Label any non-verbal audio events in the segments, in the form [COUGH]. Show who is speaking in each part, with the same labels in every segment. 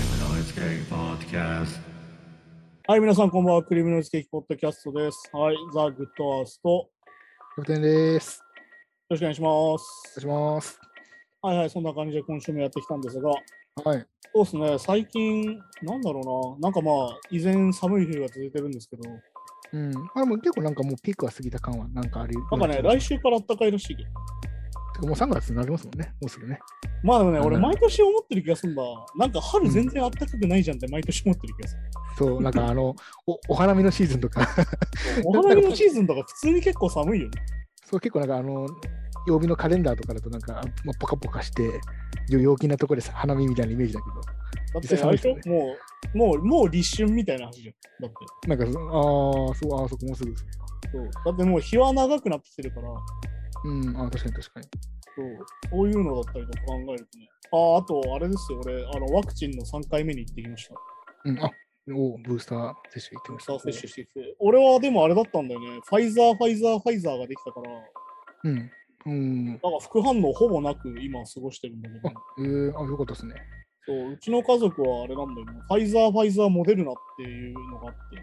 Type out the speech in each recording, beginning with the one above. Speaker 1: Cheesecake Podcast.
Speaker 2: はい、皆さん、こんばんは。クリームノイズケーキポッドキャストです。はい、ザ・グッドアースト。よ
Speaker 3: 得点です。
Speaker 2: ろしくお願いしま
Speaker 3: お
Speaker 2: す。
Speaker 3: 願いします。
Speaker 2: はいはい、そんな感じで今週もやってきたんですが、
Speaker 3: はい。
Speaker 2: そうですね、最近、なんだろうな、なんかまあ、依然寒い冬が続いてるんですけど、
Speaker 3: うん。あれも結構なんかもうピークは過ぎた感はなんかある。
Speaker 2: なんかね、来週から暖かいらしいよ。
Speaker 3: てかもう3月になりますもんね。もうすぐね。
Speaker 2: まあでもね、
Speaker 3: うん
Speaker 2: 俺、毎年思ってる気がするんだ。なんか春全然暖かくないじゃんって毎年思ってる気がする。
Speaker 3: そう、なんかあの、お [LAUGHS] お花見のシーズンとか、
Speaker 2: [LAUGHS]
Speaker 3: [LAUGHS]
Speaker 2: お花見のシーズンとか普通に結構寒いよね。
Speaker 3: そう結構なんかあの、曜日のカレンダーとかだとなんか、まあ、ポカポカして、よ陽気なところでさ花見みたいなイメージだけ
Speaker 2: だって、あれでしょもう、もう、もう立春みたいな話じゃん。だって。
Speaker 3: ど、なんかそ、ああ、そう、ああ、そこもうすぐですね。
Speaker 2: そうだってもう日は長くなってきてるから、
Speaker 3: うん、ああ、確かに確かに。
Speaker 2: そうそういうのだったりとか考えるとね。ああと、あれですよ、俺、あのワクチンの3回目に行ってきました。
Speaker 3: うん、あおブースター接種行ってました。
Speaker 2: さあ接種してきて。俺はでもあれだったんだよね。ファイザー、ファイザー、ファイザーができたから、だ
Speaker 3: うん。うん。
Speaker 2: から副反応ほぼなく今過ごしてるんだけ
Speaker 3: あ
Speaker 2: ど、、
Speaker 3: えー、あ、よかったですね。
Speaker 2: そううちの家族はあれなんだよね。ファイザー、ファイザー、モデルナっていうのがあって、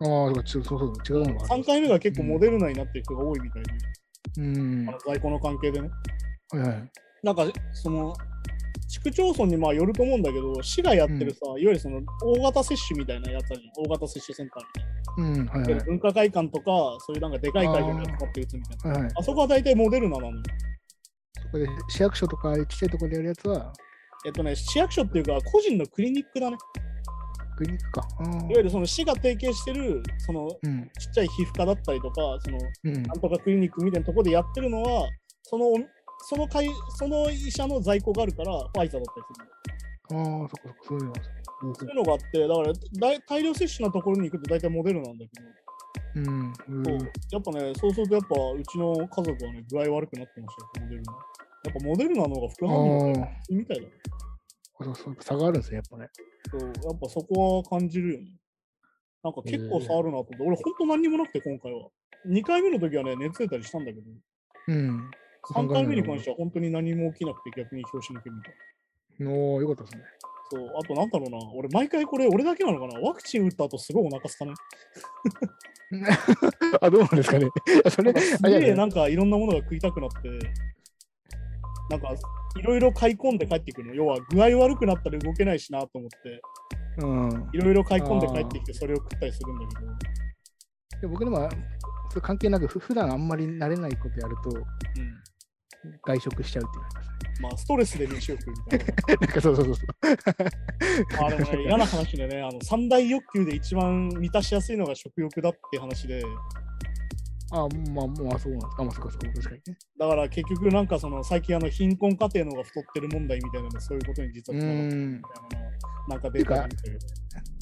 Speaker 3: ああ、そうかちょそうそう、違うのがある
Speaker 2: 3回目が結構モデルナになってる人が多いみたいで、
Speaker 3: うん。
Speaker 2: あの
Speaker 3: は
Speaker 2: 在庫の関係でね。
Speaker 3: いはい。
Speaker 2: なんかその市区町村にまあよると思うんだけど、市がやってるさ、いわゆるその大型接種みたいなやつあるじゃん大型接種センターみたいな。
Speaker 3: うん、はいはい。
Speaker 2: 文化会館とか、そういうなんかでかい会場に使って打つみたいな。
Speaker 3: はいはい、
Speaker 2: あそこは大体モデルナなのよ。
Speaker 3: そこで市役所とかああいうちっちゃいところでやるやつは、
Speaker 2: えっとね、市役所っていうか、個人のクリニックだね。
Speaker 3: クリニックか。あー
Speaker 2: いわゆるその市が提携してる、その
Speaker 3: うん、
Speaker 2: ちっちゃい皮膚科だったりとか、その
Speaker 3: うん
Speaker 2: な、んとかクリニックみたいなところでやってるのは、そのその会その医者の在庫があるから、ファイザーだったりするの。
Speaker 3: ああ、そこそこ、そういうのが
Speaker 2: そういうのがあって、だから大大量接種のところに行くと大体モデルなんだけど、
Speaker 3: うん、う、
Speaker 2: そうんやっぱね、そうするとやっぱうちの家族はね、具合悪くなってましたよ、モデルナ。やっぱモデルナの方が副反応が
Speaker 3: あ
Speaker 2: 大きいみたいだ。
Speaker 3: あ、そうそう、差があるんですね、やっぱね。
Speaker 2: そうやっぱそこは感じるよね。なんか結構差あるなと思って、俺ほんと何にもなくて今回は。2回目の時はね、熱出たりしたんだけど、
Speaker 3: うん、
Speaker 2: 3回目に関しては本当に何も起きなくて逆に表紙抜けみたいな。
Speaker 3: おお、よかったですね。
Speaker 2: そう、あとなんだろうな、俺毎回これ俺だけなのかな、ワクチン打った後すごいお腹すかね。
Speaker 3: あ、どうなんです [LAUGHS] かね。それ、
Speaker 2: す
Speaker 3: あれ
Speaker 2: げえ
Speaker 3: やね
Speaker 2: なんかいろんなものが食いたくなって、なんかいろいろ買い込んで帰ってくるの。要は具合悪くなったら動けないしなと思って、
Speaker 3: うん。
Speaker 2: いろいろ買い込んで帰ってきてそれを食ったりするんだけど、
Speaker 3: で僕でも、それ関係なく、ふ普段あんまり慣れないことやると、
Speaker 2: うん
Speaker 3: 外食しちゃうっていうのがあ
Speaker 2: まあストレスで飯を食うみたい
Speaker 3: りますね。なん [LAUGHS] か、そうそうそうそう。
Speaker 2: な。あれもね、嫌な話でね、あの三大欲求で一番満たしやすいのが食欲だって話で、
Speaker 3: あー、まあ、もう、あ、そうなんですか。まあ、そこそこ、確かにね。
Speaker 2: だから結局なんかその最近あの貧困家庭の方が太ってる問題みたいなのそういうことに実
Speaker 3: う
Speaker 2: はつながってる
Speaker 3: ん。
Speaker 2: みたいなのなんかデータで見たけ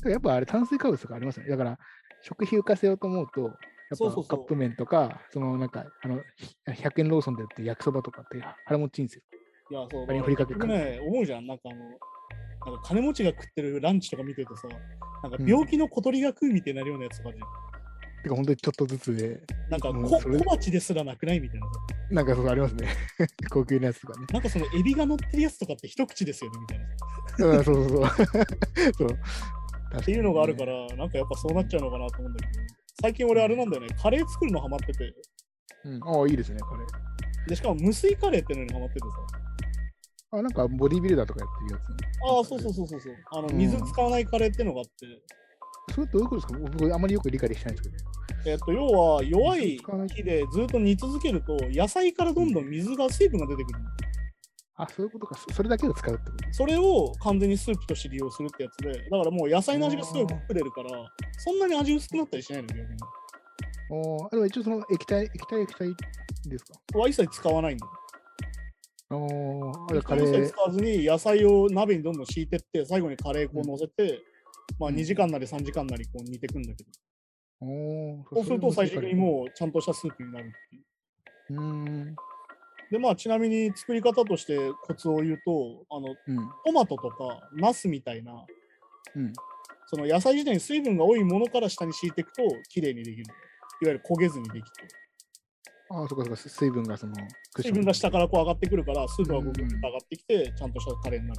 Speaker 2: ど
Speaker 3: やっぱあれ炭水化物とかありますよね。だから食費浮かせようと思うと、やっ
Speaker 2: そうそう
Speaker 3: ぱ
Speaker 2: そ
Speaker 3: カ
Speaker 2: う
Speaker 3: ップ麺とか、そのなんかあのひ100円ローソンで売ってる焼きそばとかって腹持ちいいんですよ。
Speaker 2: いや、そう、
Speaker 3: あれに振りかける
Speaker 2: 僕ね、思うじゃん、なんかあの、なんか金持ちが食ってるランチとか見てるとさ、なんか病気の小鳥が食うみたいになるようなやつとかで、
Speaker 3: てか本当にちょっとずつで、
Speaker 2: なんか
Speaker 3: うん
Speaker 2: こ
Speaker 3: それ
Speaker 2: 小鉢ですらなくないみたいな。
Speaker 3: なんかそうありますね。 [LAUGHS] 高級なやつとかね。
Speaker 2: なんかそのエビが乗ってるやつとかって一口ですよねみたいな。っ
Speaker 3: うん、そうそう [LAUGHS] そう。そうって
Speaker 2: いうのがあるから、なんかやっぱそうなっちゃうのかなと思うんだけど、最近俺あれなんだよね、カレー作るのハマってて、
Speaker 3: うん、ああ、いいですね、これ。
Speaker 2: で、しかも無水カレーってのにハマっててさ、
Speaker 3: あなんかボディビルダーとかやってるやつ、ね。
Speaker 2: ああ、そうそうそうそうそう、あの、
Speaker 3: うん
Speaker 2: 水使わないカレーってのがあって、
Speaker 3: それどういうことですか僕、あまりよく理解できてないんですけど。
Speaker 2: えっと、要は弱い
Speaker 3: 水使わない
Speaker 2: 火でずっと煮続けると、野菜からどんどん水が、水分が出てくるの。
Speaker 3: あ、そういうことか。そそれだけを使うってこと
Speaker 2: それを完全にスープとして利用するってやつで、だからもう野菜の味がすごい濃く出るから、そんなに味薄くなったりしないのよ、逆に。
Speaker 3: おーあでも一応その液体、液体、液体ですか
Speaker 2: は一切使わないんだよ。
Speaker 3: おーあれ
Speaker 2: 一
Speaker 3: カレー
Speaker 2: 切。使わずに野菜を鍋にどんどん敷いてって、最後にカレー粉を乗せて、まあ
Speaker 3: うん
Speaker 2: 2時間なり3時間なりこう煮てくんだけど、
Speaker 3: お
Speaker 2: そうすると最終的に
Speaker 3: う。
Speaker 2: もうちゃんとしたスープになるっていう。
Speaker 3: うーん。
Speaker 2: で、まあちなみに作り方としてコツを言うと、あの、
Speaker 3: うん。
Speaker 2: トマトとかナスみたいな、
Speaker 3: うん。
Speaker 2: その野菜自体に水分が多いものから下に敷いていくと、綺麗にできる。いわゆる焦げずにできて。
Speaker 3: ああ、そっかそっか、す水分がその、クッシ
Speaker 2: 水
Speaker 3: ョン
Speaker 2: 分が下からこう上がってくるから、スープがこう
Speaker 3: うんうん
Speaker 2: 上がってきて、ちゃんとしたカレーになる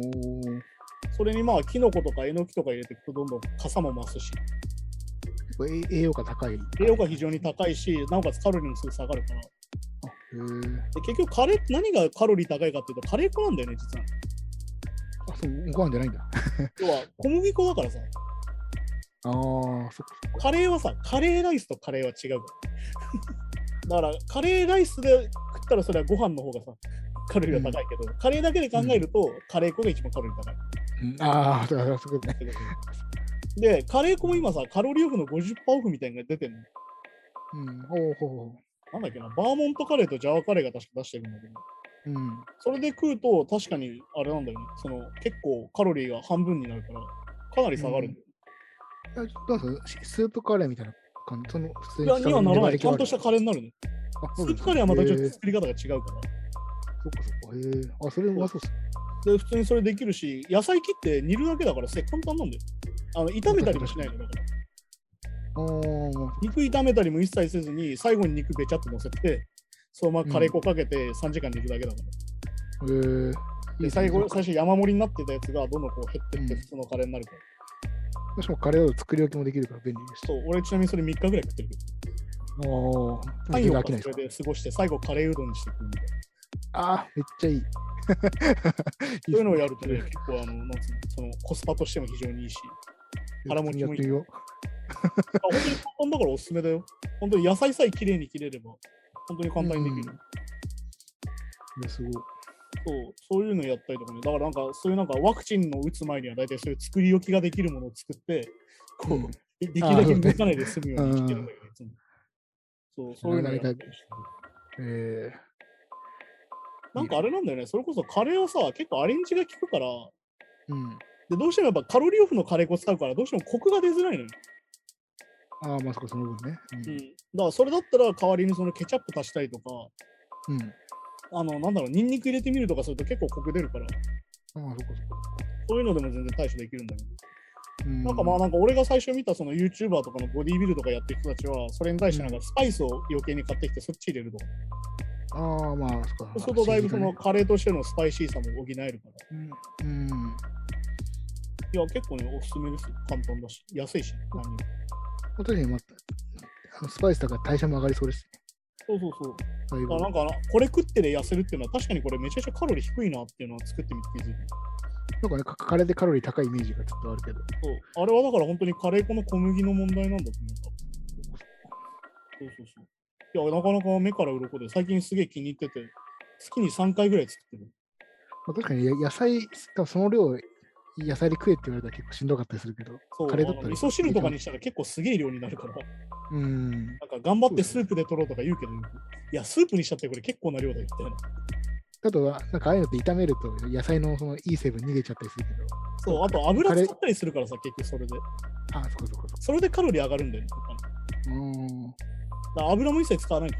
Speaker 2: ってやつね
Speaker 3: おー
Speaker 2: それにまあ、キノコとかえのきとか入れていくと、どんどんかさも増すし、
Speaker 3: 結構栄栄養価高い。
Speaker 2: 栄養価非常に高いし、なおかつカロリーもすぐ下がるから。
Speaker 3: へー
Speaker 2: で結局カレー、何がカロリー高いかっていうと、カレー粉なんだよね、実は。
Speaker 3: あ、そう、ご飯じゃないんだ。
Speaker 2: 要は、小麦粉だからさ、
Speaker 3: ああ、そっか。
Speaker 2: カレーはさ、カレーライスとカレーは違う [LAUGHS] から。だから、カレーライスで食ったらそれはご飯の方がさ、カロリーが高いけど、カレーだけで考えると、カレー粉が一番カロリー高い。
Speaker 3: うんあ [LAUGHS] あ、そうか、そうか。
Speaker 2: で、カレー粉も今さ、カロリーオフの50%オフみたいなのが出てるの。
Speaker 3: うん、ほうほうほ
Speaker 2: なんだっけな、バーモントカレーとジャワカレーが確か出してるんだけど、
Speaker 3: う。うん。
Speaker 2: それで食うと、確かにあれなんだよね、その結構カロリーが半分になるから、かなり下がるんだよ。
Speaker 3: えどうするしスープカレーみたいな感じ、その普通
Speaker 2: いや、にはならない。ちゃんとしたカレー
Speaker 3: ー。
Speaker 2: になるね。
Speaker 3: あ
Speaker 2: ス
Speaker 3: そうな
Speaker 2: ー
Speaker 3: んで
Speaker 2: プ
Speaker 3: す
Speaker 2: カレーはまたちょっ
Speaker 3: へ
Speaker 2: と
Speaker 3: ー
Speaker 2: 作り方が違うから。
Speaker 3: そっかそっか。へえ。あ、それうまそうっすね。
Speaker 2: で、普通にそれできるし、野菜切って煮るだけだから、せ簡単なんだよ。あの炒めたりもしないのだから。
Speaker 3: あー
Speaker 2: 肉炒めたりも一切せずに、最後に肉べちゃっと乗せて、そのままカレー粉かけて3時間煮るだけだから。
Speaker 3: へーいいですね
Speaker 2: で最後最初山盛りになってたやつがどんどんこう減ってって
Speaker 3: うん
Speaker 2: 普通のカレーになるから、
Speaker 3: しかもカレーを作り置きもできるから便利です。
Speaker 2: そう俺ちなみにそれ3日ぐらい食ってるけど
Speaker 3: おー
Speaker 2: 太
Speaker 3: 全然
Speaker 2: 陽
Speaker 3: 飽
Speaker 2: か
Speaker 3: きない
Speaker 2: そ
Speaker 3: で
Speaker 2: れ
Speaker 3: すか
Speaker 2: で過ごして最後カレーうどんにしてくみたいな
Speaker 3: あーめっちゃい
Speaker 2: [LAUGHS]
Speaker 3: い。いいっす
Speaker 2: そういうのをやるとね
Speaker 3: ね
Speaker 2: 結構あのなんつうのそのコスパとしても非常にいいし腹持ち
Speaker 3: やっ
Speaker 2: もいい
Speaker 3: てみよ
Speaker 2: あ本当に簡単だからおすすめだよ本当に野菜さえきれいに切れれば本当に簡単にできる、
Speaker 3: う。ねすごい。
Speaker 2: そうそういうのやったりとかねだからなんかそういうなんかワクチンの打つ前には大体そういう作り置きができるものを作ってこう、
Speaker 3: うん
Speaker 2: できるだけ動かないで済むようにしてるんだけど、いつもそうそういうのやったりして
Speaker 3: え
Speaker 2: なんかあれなんだよね、それこそカレーをさ、結構アレンジが効くから、
Speaker 3: ー、うん。
Speaker 2: でどうしてもやっぱカロリーオフのカレー粉使うから、どうしてもコクが出づらいのよ。
Speaker 3: ああ、まさかその分ね。
Speaker 2: うん、だからそれだったら代わりにそのケチャップ足したりとか、
Speaker 3: うん。うん。
Speaker 2: あの、なんだろう、ニンニク入れてみるとかすると結構コク出るから、
Speaker 3: ああ、そっかそっか。
Speaker 2: そういうのでも全然対処できるんだけど。
Speaker 3: うん
Speaker 2: なんかまあなんか俺が最初見たその YouTuber とかのボディービルとかやってる人たちは、それに対してなんかスパイスを余計に買ってきてそっち入れるとか。
Speaker 3: ああ、まあ、そっか。
Speaker 2: そうするとだいぶそ
Speaker 3: 不思
Speaker 2: の
Speaker 3: 議
Speaker 2: カレーとしてのスパイシーさも補えるから。
Speaker 3: だねうん。うん
Speaker 2: いや、結構ね、おすすめですよ。簡単だし、安いし、何より
Speaker 3: 確かに、まあ、あのスパイスだから代謝も上がりそうですね。
Speaker 2: そうそうそう。
Speaker 3: だいぶ
Speaker 2: あなんかあのこれ食ってで痩せるっていうのは確かにこれめちゃくちゃカロリー低いなっていうのは作ってみて気づいた。
Speaker 3: なんかね、カカレーでカロリー高いイメージがちょっとあるけど。
Speaker 2: そうあれはだから本当にカレー粉の小麦の問題なんだと思った。そうそうそう。いや、なかなか目から鱗で最近すげえ気に入ってて、月に3回ぐらい作ってる。
Speaker 3: まあ、確かに、や野菜、多分その量、野菜で食えって言われたら結構しんどかったりするけど。
Speaker 2: そう、
Speaker 3: カレーだったら
Speaker 2: あの味噌汁とかにしたら結構すげえ量になるから、
Speaker 3: うん。
Speaker 2: なんか頑張ってスープで取ろうとか言うけど、いや、スープにしちゃってこれ結構な量だよみたいな。
Speaker 3: あとは、なんかああいうのって炒めると野菜のそのいい成分逃げちゃったりするけど。
Speaker 2: そう、あと油使ったりするからさ、結局それで。
Speaker 3: ああ、そっかそっかそっか。
Speaker 2: それでカロリー上がるんだよね。
Speaker 3: うん。
Speaker 2: だから油も一切使わない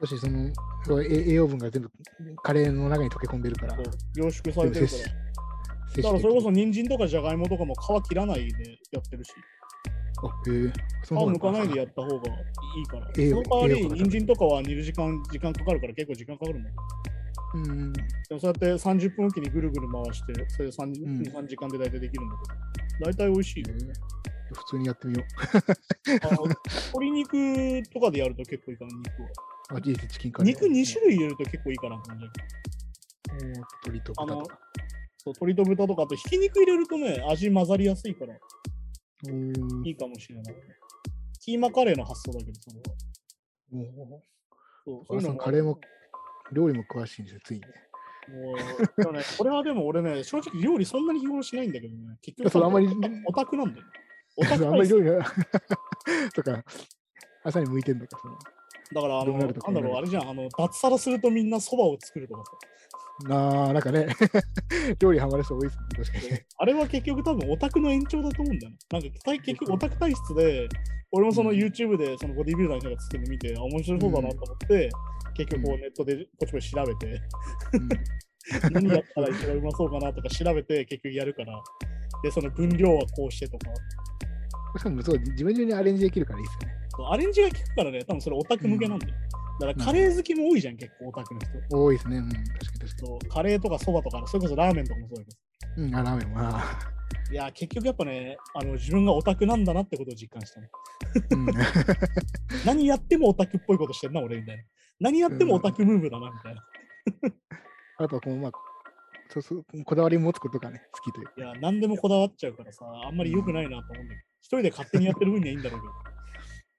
Speaker 3: もしそのそうえ栄養分が全部カレーの中に溶け込んでるから
Speaker 2: そう、凝縮されてるから。
Speaker 3: 摂取できる
Speaker 2: だからそれこそ人参とかじゃがいもとかも皮切らないでやってるし、
Speaker 3: あへえ
Speaker 2: 皮
Speaker 3: そ
Speaker 2: むか
Speaker 3: 方
Speaker 2: ないで
Speaker 3: や
Speaker 2: やった方がいいから。
Speaker 3: 栄
Speaker 2: そ
Speaker 3: 養
Speaker 2: の代わ
Speaker 3: 栄
Speaker 2: り
Speaker 3: 養価が高い
Speaker 2: 人参とかは煮る時間時間かかるから結構時間かかるもんだ
Speaker 3: うん
Speaker 2: でもそうやって30分おきにぐるぐる回して、それで 3,、
Speaker 3: うん
Speaker 2: 3時間で大体できるんだけど、大体美味しい
Speaker 3: へ [LAUGHS]
Speaker 2: よ。
Speaker 3: え普通にやってみよ
Speaker 2: あの鶏肉とかでやると結構いいかな、肉は。
Speaker 3: うあ人生チキンカレー
Speaker 2: 肉2種類入れると結構いいかなって感じだけど
Speaker 3: 類鶏と豚とか
Speaker 2: そう鶏と豚とかあとひき肉入れるとね、味混ざりやすいから
Speaker 3: うん
Speaker 2: いいかもしれないね。キーマカレーの発想だけど、それは。
Speaker 3: も
Speaker 2: そう
Speaker 3: うお母さん
Speaker 2: も
Speaker 3: カレーも料理も詳しいんですよついにね
Speaker 2: もう、でもね、これはでも俺ね、正直料理そんなに日頃しないんだけどね、結
Speaker 3: いや
Speaker 2: 局
Speaker 3: それあんまり
Speaker 2: オタクなん
Speaker 3: [LAUGHS]
Speaker 2: だよ。オ
Speaker 3: あ
Speaker 2: タク
Speaker 3: ん
Speaker 2: な
Speaker 3: ま
Speaker 2: ん
Speaker 3: り
Speaker 2: だよ
Speaker 3: 料理が [LAUGHS] とか朝に向いてんのかその
Speaker 2: だから、あ
Speaker 3: ど
Speaker 2: の、な
Speaker 3: うなんるとこ
Speaker 2: だろう、あれじゃん、あの、脱サラするとみんなそばを作るとかさ。
Speaker 3: なあなんかね [LAUGHS] 料理ハマる人多いですね確かに
Speaker 2: あれは結局多分オタクの延長だと思うんだよね。なんか体結局オタク体質で、俺もその
Speaker 3: うん
Speaker 2: YouTube でそのボディビルダーの人が作ってるの見て、あ、面白そうだなと思って、結局こ
Speaker 3: う
Speaker 2: うネットでこっちも調べて、 [LAUGHS]
Speaker 3: うん
Speaker 2: 何やったら一番うまそうかなとか調べて結局やるから、で、その分量はこうしてとか、
Speaker 3: しかもそう自分中にアレンジできるからいいですよね
Speaker 2: そうアレンジが効くからね、多分それオタク向けなんだよ。だからカレー好きも多いじゃん、結構オタクの人。
Speaker 3: 多いですねうん確かに確かに
Speaker 2: そうカレーとかそばとか、それこそラーメンとかもそうだけど、
Speaker 3: うん、あラーメンは。
Speaker 2: いや、結局やっぱね、あの自分がオタクなんだなってことを実感したね。
Speaker 3: うん、 [LAUGHS]
Speaker 2: 何やってもオタクっぽいことしてんな、俺みたいな。何やってもオタクムーブだな、みたいな。
Speaker 3: あとはこう、まあ、そうそうこだわり持つことがね、好きというか。
Speaker 2: いや、何でもこだわっちゃうからさ、あんまり良くないなと思うんだけど、一人で勝手にやってる分にはいいんだろう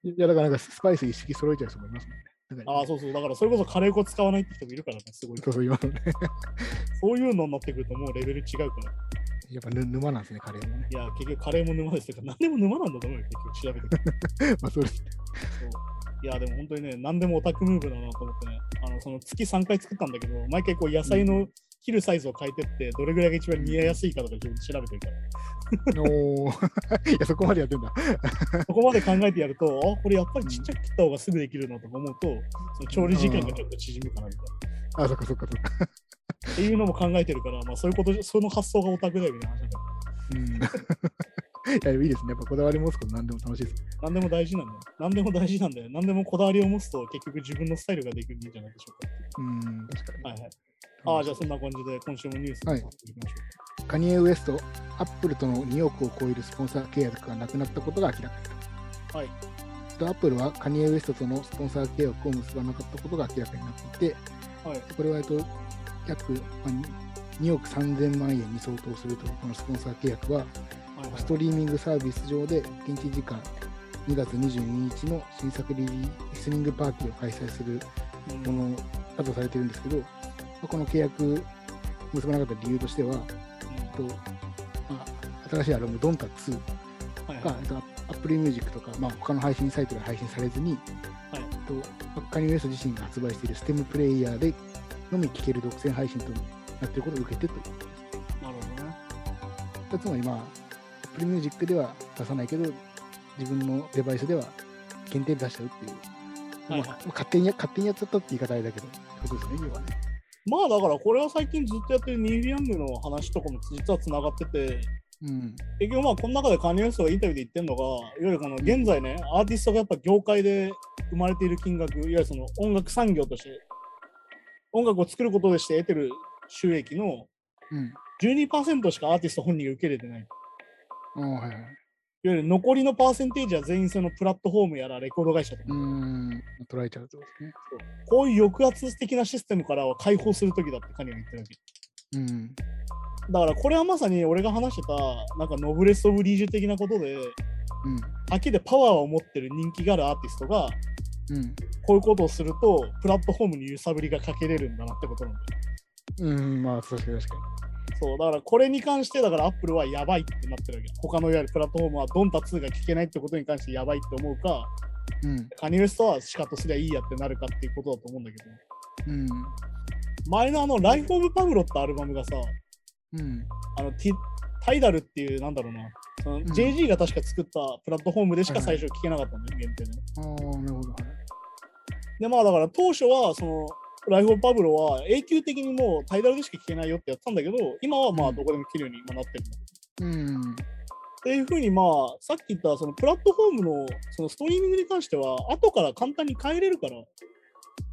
Speaker 2: けど。
Speaker 3: いや、だからなんかスパイス一式揃えちゃう人もいますもんね。だから
Speaker 2: ああ、そうそう。だからそれこそカレー粉使わないって人もいるからね、すごい。
Speaker 3: そうそう、今のね。
Speaker 2: そういうのになってくるともうレベル違うから。
Speaker 3: やっぱぬ沼なんですね、カレーもね。
Speaker 2: いや、結局カレーも沼ですけど、何でも沼なんだと思うよ、結局調べてくる
Speaker 3: まあ、そ
Speaker 2: [LAUGHS]
Speaker 3: うですね。
Speaker 2: そういや、でも本当にね、何でもオタクムーブだなと思ってね、あのその月3回作ったんだけど、毎回こう野菜の切るサイズを変えてって、どれぐらいが一番似合いやすいかとか自分で調べてるから。
Speaker 3: おー [LAUGHS] いや、そこまでやってんだ。
Speaker 2: そこまで考えてやると、あ、これやっぱりちっちゃく切った方がすぐできるなとか思うと、その調理時間がちょっと縮むかなみたいな。
Speaker 3: あ、そっかそっかそっか。
Speaker 2: っていうのも考えてるから、まあそういうこと、その発想がオタクだよみたいな話なんだよ。
Speaker 3: うん。 [LAUGHS] いや、いいですね。やっぱこだわり持つこと何でも楽しいです。
Speaker 2: 何でも大事なんだよ。何でも大事なんだよ。何でもこだわりを持つと、結局自分のスタイルができるんじゃないでしょうか。
Speaker 3: うん、確かに。
Speaker 2: はいはい。ああ、じゃあそんな感じで今週もニュース
Speaker 3: はい
Speaker 2: いきましょ
Speaker 3: カニエ・ウエスト、アップルとの2億を超えるスポンサー契約がなくなったことが明らかに
Speaker 2: う。はい。
Speaker 3: アップルはカニエ・ウエストとのスポンサー契約を結ばなかったことが明らかになっていて、
Speaker 2: はい。
Speaker 3: これはえっと約まあに2億3000万円に相当するというこのスポンサー契約は、
Speaker 2: はい、
Speaker 3: ストリーミングサービス上で現地時間2月22日の新作リリースニングパーティーを開催する
Speaker 2: うん
Speaker 3: ものだとされているんですけど、まあこの契約結ばなかった理由としては、えっとまあ新しいアルバム、ドンタ2
Speaker 2: はいはい
Speaker 3: が、えっと、Apple Music とか、まあ、他の配信サイトで配信されずに、
Speaker 2: はい
Speaker 3: えっとカニウエスト自身が発売しているステムプレイヤーでのみ聴ける独占配信となっていることを受けてということです
Speaker 2: なるほどね。
Speaker 3: だからつまり、まあ、Apple Music では出さないけど、自分のデバイスでは限定で出しちゃうっていう。
Speaker 2: はいはい
Speaker 3: まあ、勝手にや勝手にやっちゃったって言い方あれだけど、ってことですね、要はね。
Speaker 2: まあだからこれは最近ずっとやってるニール・ヤングの話とかも実はつながってて、
Speaker 3: うん。
Speaker 2: 結局まあこの中でカニエ・ウエストがインタビューで言ってるのが、いわゆるこの現在ね、アーティストがやっぱ業界で生まれている金額、いわゆるその音楽産業として、音楽を作ることでして得てる収益の
Speaker 3: うん。
Speaker 2: 12%しかアーティスト本人が受け入れてない。
Speaker 3: ああ、はいはい。
Speaker 2: いわゆる残りのパーセンテージは全員そのプラットフォームやらレコード会社とか、
Speaker 3: うん。捉えちゃうってことですね。
Speaker 2: こういう抑圧的なシステムからは解放するときだってカニは言ってるわけ。
Speaker 3: うん。
Speaker 2: だからこれはまさに俺が話してたなんかノブレス・オブ・リージュ的なことで
Speaker 3: うん。
Speaker 2: だけでパワーを持ってる人気があるアーティストが
Speaker 3: うん。
Speaker 2: こういうことをするとプラットフォームに揺さぶりがかけれるんだなってことなんだよ。
Speaker 3: うん、まあ、確かに確かに。
Speaker 2: そうだからこれに関してだからアップルはやばいってなってるわけ。他のいわゆるプラットフォームはドンタ2が聞けないってことに関してやばいって思うか
Speaker 3: うん、
Speaker 2: カニウエストは仕方すりゃいいやってなるかっていうことだと思うんだけど
Speaker 3: うん、
Speaker 2: 前のあの「ライフ・オブ・パブロ」ってアルバムがさ
Speaker 3: うん、
Speaker 2: あのティタイダルっていうなんだろうなその
Speaker 3: ん
Speaker 2: JG が確か作ったプラットフォームでしか
Speaker 3: はいは
Speaker 2: 最
Speaker 3: い
Speaker 2: 初聞けなかったんだよ、限定でね。
Speaker 3: ああ、なるほど。
Speaker 2: でまあだから当初はそのライフ・オブ・パブロは永久的にもうタイダルでしか聞けないよってやってたんだけど今はまあ
Speaker 3: うん
Speaker 2: どこでも聞けるように今なってるんだ
Speaker 3: うん、
Speaker 2: っていうふうにまあさっき言ったそのプラットフォームのそのストリーミングに関しては後から簡単に変えれるから、ま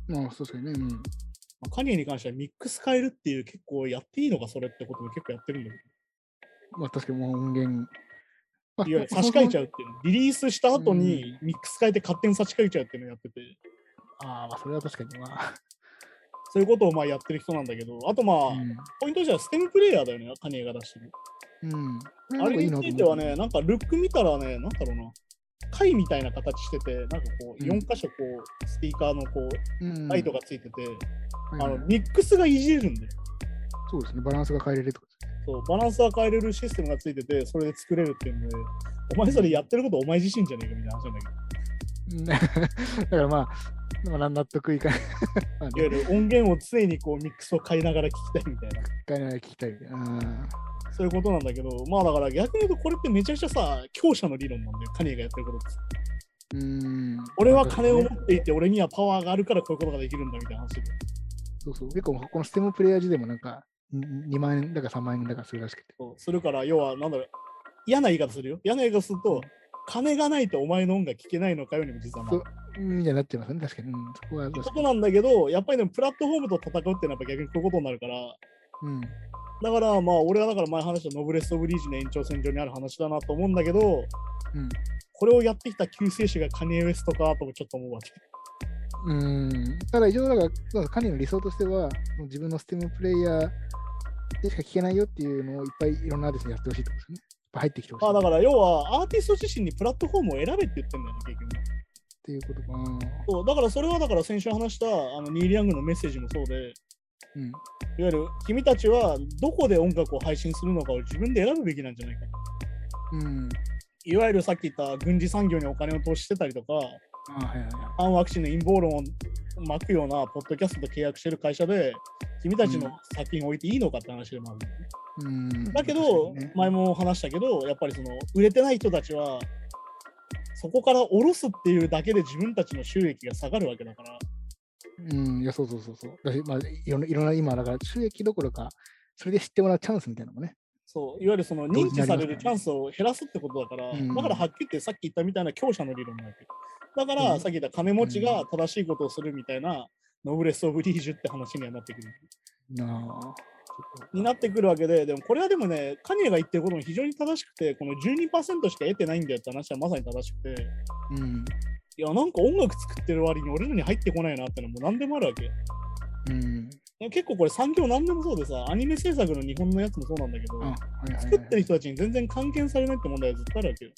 Speaker 3: まあ、そうですよね。うん、
Speaker 2: あ、カニエに関してはミックス変えるっていう結構やっていいのかそれってことも結構やってるんだけど
Speaker 3: まあ、確かにもう音源。ま
Speaker 2: いわゆる差し替えちゃ
Speaker 3: う。
Speaker 2: うっていうリリースした後にミックス変えて勝手に差し替えちゃうっていうのをやってて
Speaker 3: ああ、まあ、それは確かに。まあ、
Speaker 2: そういうことをまあやってる人なんだけど、あとまあ、ポイントとしてはステムプレイヤーだよね、カニエが出してる。
Speaker 3: うん、うん。
Speaker 2: あれについてはね、
Speaker 3: なんか
Speaker 2: なんかルック見たらね、なんだろうな、貝みたいな形してて、なんかこう、
Speaker 3: うん
Speaker 2: 4箇所こう、スピーカーのこう、
Speaker 3: いいなと思うん、
Speaker 2: ライトがついてて、
Speaker 3: うん、
Speaker 2: あ
Speaker 3: はい
Speaker 2: の
Speaker 3: はい、
Speaker 2: ミックスがいじれるんで、
Speaker 3: そうですね。バランスが変えれるってこと
Speaker 2: そう、バランスは変えれるシステムがついてて、それで作れるっていうので、お前それやってることお前自身じゃねえかみたいな話なんだけど、
Speaker 3: うんだから、まあ、まあ、納得いかない。まあ
Speaker 2: い
Speaker 3: ね、
Speaker 2: わゆる音源を常にこう、ミックスを変えながら聞きたいみたいな。
Speaker 3: 一回なら聞きたい。うん。
Speaker 2: そういうことなんだけど、まあだから逆に言うとこれってめちゃくちゃさ、強者の理論なんだよ、カニエがやってることって。
Speaker 3: うん、
Speaker 2: 俺は金を持っていて、俺にはパワーがあるからこういうことができるんだみたいな話で。
Speaker 3: そうそう。結構、このステムプレイヤー時でもなんか、ん2万円だか3万円だかするらしくて。
Speaker 2: そうするから、要は、なんだろう、嫌な言い方するよ。嫌な言い方すると、金がないとお前の音が聴けないのかよにも実はな
Speaker 3: そう
Speaker 2: る。
Speaker 3: みたいになっちゃいますね。確かに。うん、そこは
Speaker 2: って
Speaker 3: 確
Speaker 2: こ
Speaker 3: か
Speaker 2: となんだけど、やっぱりでもプラットフォームと戦うっていうのはやっぱ逆にこういうことになるから、
Speaker 3: うん。
Speaker 2: だからまあ俺はだから前話したノブレス・オブリージの延長線上にある話だなと思うんだけど、
Speaker 3: うん
Speaker 2: これをやってきた救世主がカニエ・ウェストかともちょっと思うわけ。
Speaker 3: うん、ただ一応だから、そうだ彼の理想としては、もう自分のステムプレイヤーでしか聞けないよっていうのをいっぱいいろんなアーティストにやってほしいってことですよね。いっぱい入ってきてほしい
Speaker 2: まあだ
Speaker 3: っ
Speaker 2: から要はアーティスト自身にプラットフォームを選べって言ってんだよね、結局。
Speaker 3: ていうことかな。
Speaker 2: そうだからそれはだから先週話したあのニール・ヤングのメッセージもそうで、
Speaker 3: うん。
Speaker 2: いわゆる君たちはどこで音楽を配信するのかを自分で選ぶべきなんじゃないか。
Speaker 3: うん。
Speaker 2: いわゆるさっき言った軍事産業にお金を投資してたりとか、
Speaker 3: あはいはいは
Speaker 2: 反ワクチンの陰謀論を巻くようなポッドキャストと契約してる会社で、君たちの作品を置いていいのかって話でもある。
Speaker 3: い。うん。
Speaker 2: だけど、
Speaker 3: 確かにね
Speaker 2: 前も話したけど、やっぱりその売れてない人たちは、そこから下ろすっていうだけで自分たちの収益が下がるわけだから、
Speaker 3: うん、いや、そうそうそうそう。だし、まあ、いろんな、いろんな今、だから、収益どころか、それで知ってもらうチャンスみたいなのもね。
Speaker 2: そういわゆるその
Speaker 3: 同時
Speaker 2: 認
Speaker 3: に
Speaker 2: 知
Speaker 3: や
Speaker 2: さ
Speaker 3: りますからね
Speaker 2: れるチャンスを減らすってことだから、
Speaker 3: うん
Speaker 2: だからはっきり言ってさっき言ったみたいな強者の理論なわけ。だから、
Speaker 3: うん
Speaker 2: さっき言った金持ちが正しいことをするみたいな、ノブレス・オブリージュって話にはなってくる。
Speaker 3: なあ。
Speaker 2: になってくるわけで、でもこれはでもね、カニエが言ってることも非常に正しくて、この12%しか得てないんだよって話はまさに正しくて、
Speaker 3: うん。
Speaker 2: いや、なんか音楽作ってる割に俺らに入ってこないなってのはもう何でもあるわけ。
Speaker 3: うん。
Speaker 2: でも結構これ産業何でもそうでさ、アニメ制作の日本のやつもそうなんだけど、
Speaker 3: あ、はいはい、はい。
Speaker 2: 作ってる人たちに全然還元されないって問題はずっとあるわけよ。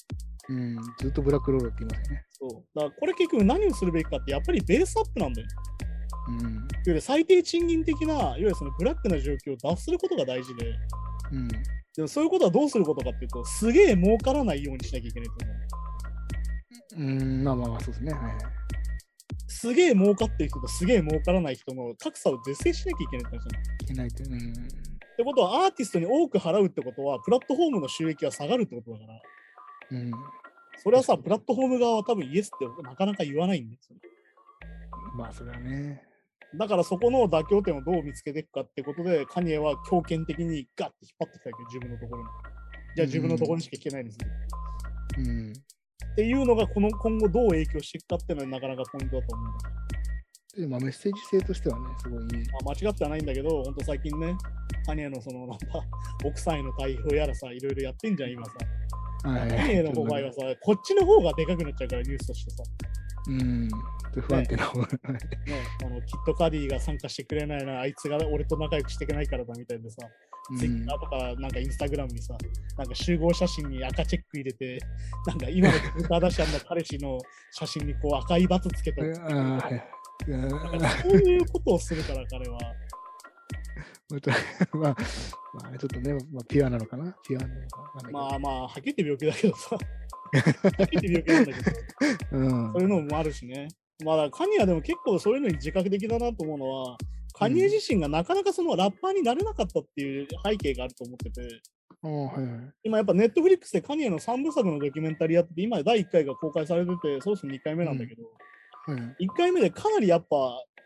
Speaker 3: うん。ずっとブラックロールって言いますよね。
Speaker 2: そうだからこれ結局何をするべきかってやっぱりベースアップなんだよ。いわ
Speaker 3: うん。
Speaker 2: ゆる最低賃金的ないわゆるそのブラックな状況を脱することが大事で、
Speaker 3: うん。
Speaker 2: でもそういうことはどうすることかっていうと、すげえ儲からないようにしなきゃいけないと思う。
Speaker 3: うん、まあまあまあ、そうですね。はいはい。
Speaker 2: すげえ儲かってる人とすげえ儲からない人の格差を是正しなきゃいけないって話なの。っ
Speaker 3: いけないって。うん。
Speaker 2: てことはアーティストに多く払うってことはプラットフォームの収益は下がるってことだから、
Speaker 3: うん。
Speaker 2: それはさ、プラットフォーム側は多分イエスってなかなか言わないんですよ。
Speaker 3: まあ、それはね。
Speaker 2: だからそこの妥協点をどう見つけていくかってことで、カニエは強権的にガッて引っ張ってきたわけど、自分のところに。じゃあ自分のところにしか聞けないんですね。
Speaker 3: うん。
Speaker 2: っていうのがこの今後どう影響していくかっていうのはなかなかポイントだと思うんだ。
Speaker 3: でまあ、メッセージ性としてはね、すごいいい。
Speaker 2: まあ、間違ってはないんだけど、ほんと最近ね、カニエのそのなんか奥さんへの対応やらさ、いろいろやってんじゃん、今さ。
Speaker 3: はい
Speaker 2: カニエの方場合はさ、こっちの方がでかくなっちゃうから、ニュースとしてさ。
Speaker 3: うん。ちょっと不安定な方が。
Speaker 2: ね、あのキットカディが参加してくれないな、あいつが俺と仲良くしていけないからだみたいでさ、
Speaker 3: うん
Speaker 2: ツイッターとか、なんかインスタグラムにさ、なんか集合写真に赤チェック入れて、なんか今のツイッター出したの彼氏の写真にこう赤いバツつけたりとか
Speaker 3: ああ、はい。うん
Speaker 2: そういうことをするから彼は。
Speaker 3: またまあ、まあ、ちょっとね、まあ、ピュアなのかなピュアなのかな
Speaker 2: まあまあ、はっきり言って病気だけどさ、はっきり言って病気なんだけど、
Speaker 3: うん
Speaker 2: そ。ういうのもあるしね。まあ、だからカニアでも結構そういうのに自覚的だなと思うのは、カニエ自身がなかなかそのラッパーになれなかったっていう背景があると思ってて、
Speaker 3: うん、はいはい。
Speaker 2: 今やっぱネットフリックスでカニエの3部作のドキュメンタリーやってて、今第1回が公開されてて、そろそろ2回目なんだけど、
Speaker 3: は
Speaker 2: 1
Speaker 3: い、
Speaker 2: 回目でかなりやっぱ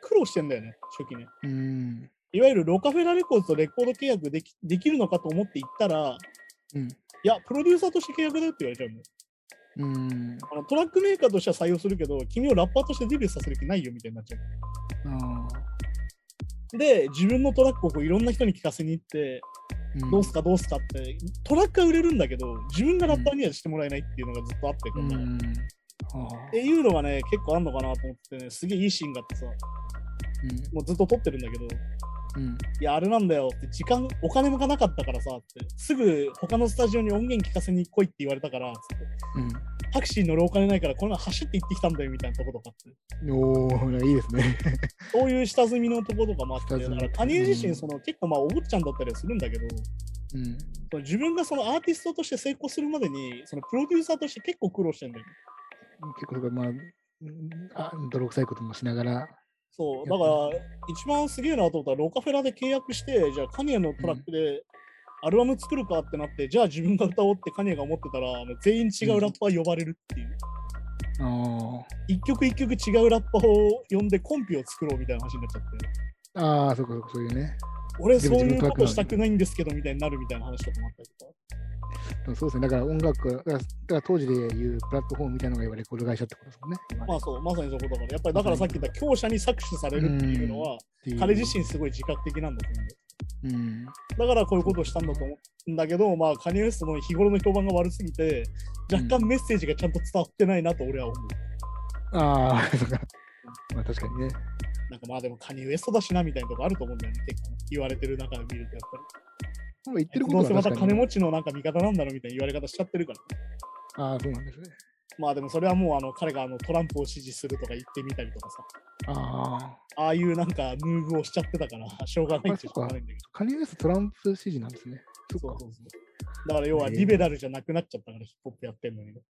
Speaker 2: 苦労してんだよね、初期ね。
Speaker 3: うん。
Speaker 2: いわゆるロカフェラレコーズとレコード契約できできるのかと思って行ったら、
Speaker 3: うん。
Speaker 2: いや、プロデューサーとして契約だよって言われちゃうの。
Speaker 3: うん。
Speaker 2: あのトラックメーカーとしては採用するけど、君をラッパーとしてデビューさせる気ないよみたいになっちゃ
Speaker 3: ああ。
Speaker 2: う。で、自分のトラックをこういろんな人に聞かせに行って、
Speaker 3: ん
Speaker 2: どうすかどうすかって、トラックは売れるんだけど、自分がラッパーにはしてもらえないっていうのがずっとあって、
Speaker 3: う
Speaker 2: こんなの
Speaker 3: ん。ああ。
Speaker 2: っていうのがね、結構あんのかなと思ってね、すげえいいシーンがあってさ、もうずっと撮ってるんだけど、い
Speaker 3: うん。うん。
Speaker 2: や、あれなんだよって、時間、お金もがなかったからさ、って、すぐ他のスタジオに音源聞かせに来いって言われたから、つってタクシーに乗るお金ないから、この前走って行ってきたんだよみたいなとことかって、
Speaker 3: うん。おお、いいですね。
Speaker 2: そういう下積みのところとかもあって、
Speaker 3: 下積
Speaker 2: だ
Speaker 3: み
Speaker 2: から、カニエ自
Speaker 3: う
Speaker 2: 身、
Speaker 3: ん
Speaker 2: その、結構まあ、お坊ちゃんだったりはするんだけど、
Speaker 3: うん。
Speaker 2: その自分がそのアーティストとして成功するまでに、そのプロデューサーとして結構苦労してんだよ。
Speaker 3: 結構、まあ、うんあ泥臭いこともしながら。
Speaker 2: そう、だから、一番すげえなと思ったら、ロカフェラで契約して、じゃあ、カニエのトラックでアルバム作るかってなって、じゃあ自分が歌おうってカニエが思ってたら、あの全員違うラッパー呼ばれるっていう。
Speaker 3: ああ。
Speaker 2: 一曲一曲違うラッパーを呼んでコンピを作ろうみたいな話になっちゃって、
Speaker 3: ああ、そうか、そうか、そういうね。
Speaker 2: 俺
Speaker 3: で
Speaker 2: そうい
Speaker 3: も
Speaker 2: うこ
Speaker 3: 自分のトラックなの
Speaker 2: と
Speaker 3: に
Speaker 2: したくないんですけどみたいになるみたいな話とかもあったりとか。
Speaker 3: でもそうですね。だから音楽が、だからだから当時でいうプラットフォームみたいなのが今レコード会社ってことですもんね。今ね
Speaker 2: まあそう、まさにそこだから、やっぱりだからさっき言った強者に搾取されるっていうのは、
Speaker 3: っていう
Speaker 2: 彼自身すごい自覚的なんだと思うんだよ
Speaker 3: うん。
Speaker 2: だからこういうことをしたんだと思うんだけど、まあ、カニエ・ウエストの日頃の評判が悪すぎて、若干メッセージがちゃんと伝わってないなと俺は思う。
Speaker 3: ああ、そうか。まあ確かにね。
Speaker 2: なんかまあでもカニエ・ウエストだしなみたいなとこあると思うんだよね、結構言われてる中で見るとやっぱり。
Speaker 3: まあ言ってるこ
Speaker 2: どう
Speaker 3: と
Speaker 2: せ
Speaker 3: は
Speaker 2: ま
Speaker 3: 確
Speaker 2: た
Speaker 3: か
Speaker 2: 金
Speaker 3: に
Speaker 2: 持ちのなんか味方なんだろうみたいな言われ方しちゃってるから。
Speaker 3: ああ、そうなんですね。
Speaker 2: まあでもそれはもうあの彼があのトランプを支持するとか言ってみたりとかさ、
Speaker 3: ああ。
Speaker 2: ああいうなんかムーブをしちゃってたから、しょうがないってしょうがないんだけど。
Speaker 3: カニエ・ウエストトランプ支持なんですね。
Speaker 2: そ
Speaker 3: そうっか
Speaker 2: そうそう。だから要はリベラルじゃなくなっちゃったからヒップホップやってんのにね。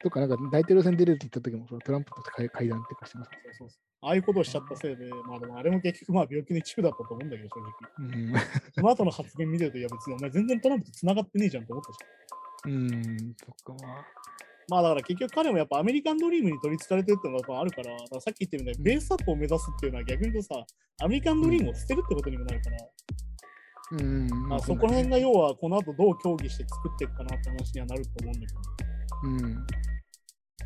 Speaker 3: とか、なんか大統領選出るって言った時も、そのトランプと会会談っていうかしてます。
Speaker 2: そうそうそうああいうことをしちゃったせいで、まあでもあれも結局まあ病気の一部だったと思うんだけど、正直。
Speaker 3: うん。
Speaker 2: その後の発言見てると、いや別にお前全然トランプと繋がってねえじゃんと思ったし。
Speaker 3: うん、そっか、まあ。
Speaker 2: まあだから結局彼もやっぱアメリカンドリームに取り憑かれてるっていうのがやっぱあるから、だからさっき言ったみたいにベースアップを目指すっていうのは逆に言うとさ、アメリカンドリームを捨てるってことにもなるから、
Speaker 3: うん。
Speaker 2: まあ、そこら辺が要はこの後どう協議して作っていくかなって話にはなると思うんだけど。
Speaker 3: うん。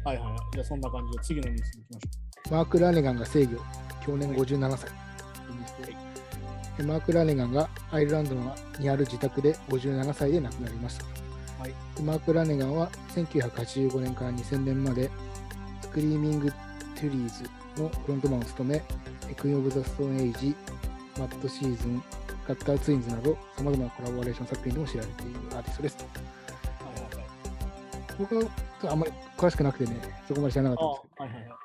Speaker 2: はいはいはい。じゃあそんな感じで次のニュースに行きまし
Speaker 3: マーク・ラーネガンが制御、去年57歳でマーク・ラーネガンがアイルランドにある自宅で57歳で亡くなりました。
Speaker 2: はい
Speaker 3: でマーク・ラーネガンは1985年から2000年までスクリーミング・トゥリーズのフロントマンを務め、クイーン・オブ・ザ・ストーン・エイジ、マット・シーズン、ガッター・ツインズなど、さまざまなコラボレーション作品でも知られているアーティストです。
Speaker 2: ょう。はいはいはい。
Speaker 3: 僕はあんまり詳しくなくてね、そこまで知らなかったん
Speaker 2: あはい
Speaker 3: ですけど。
Speaker 2: はいはい。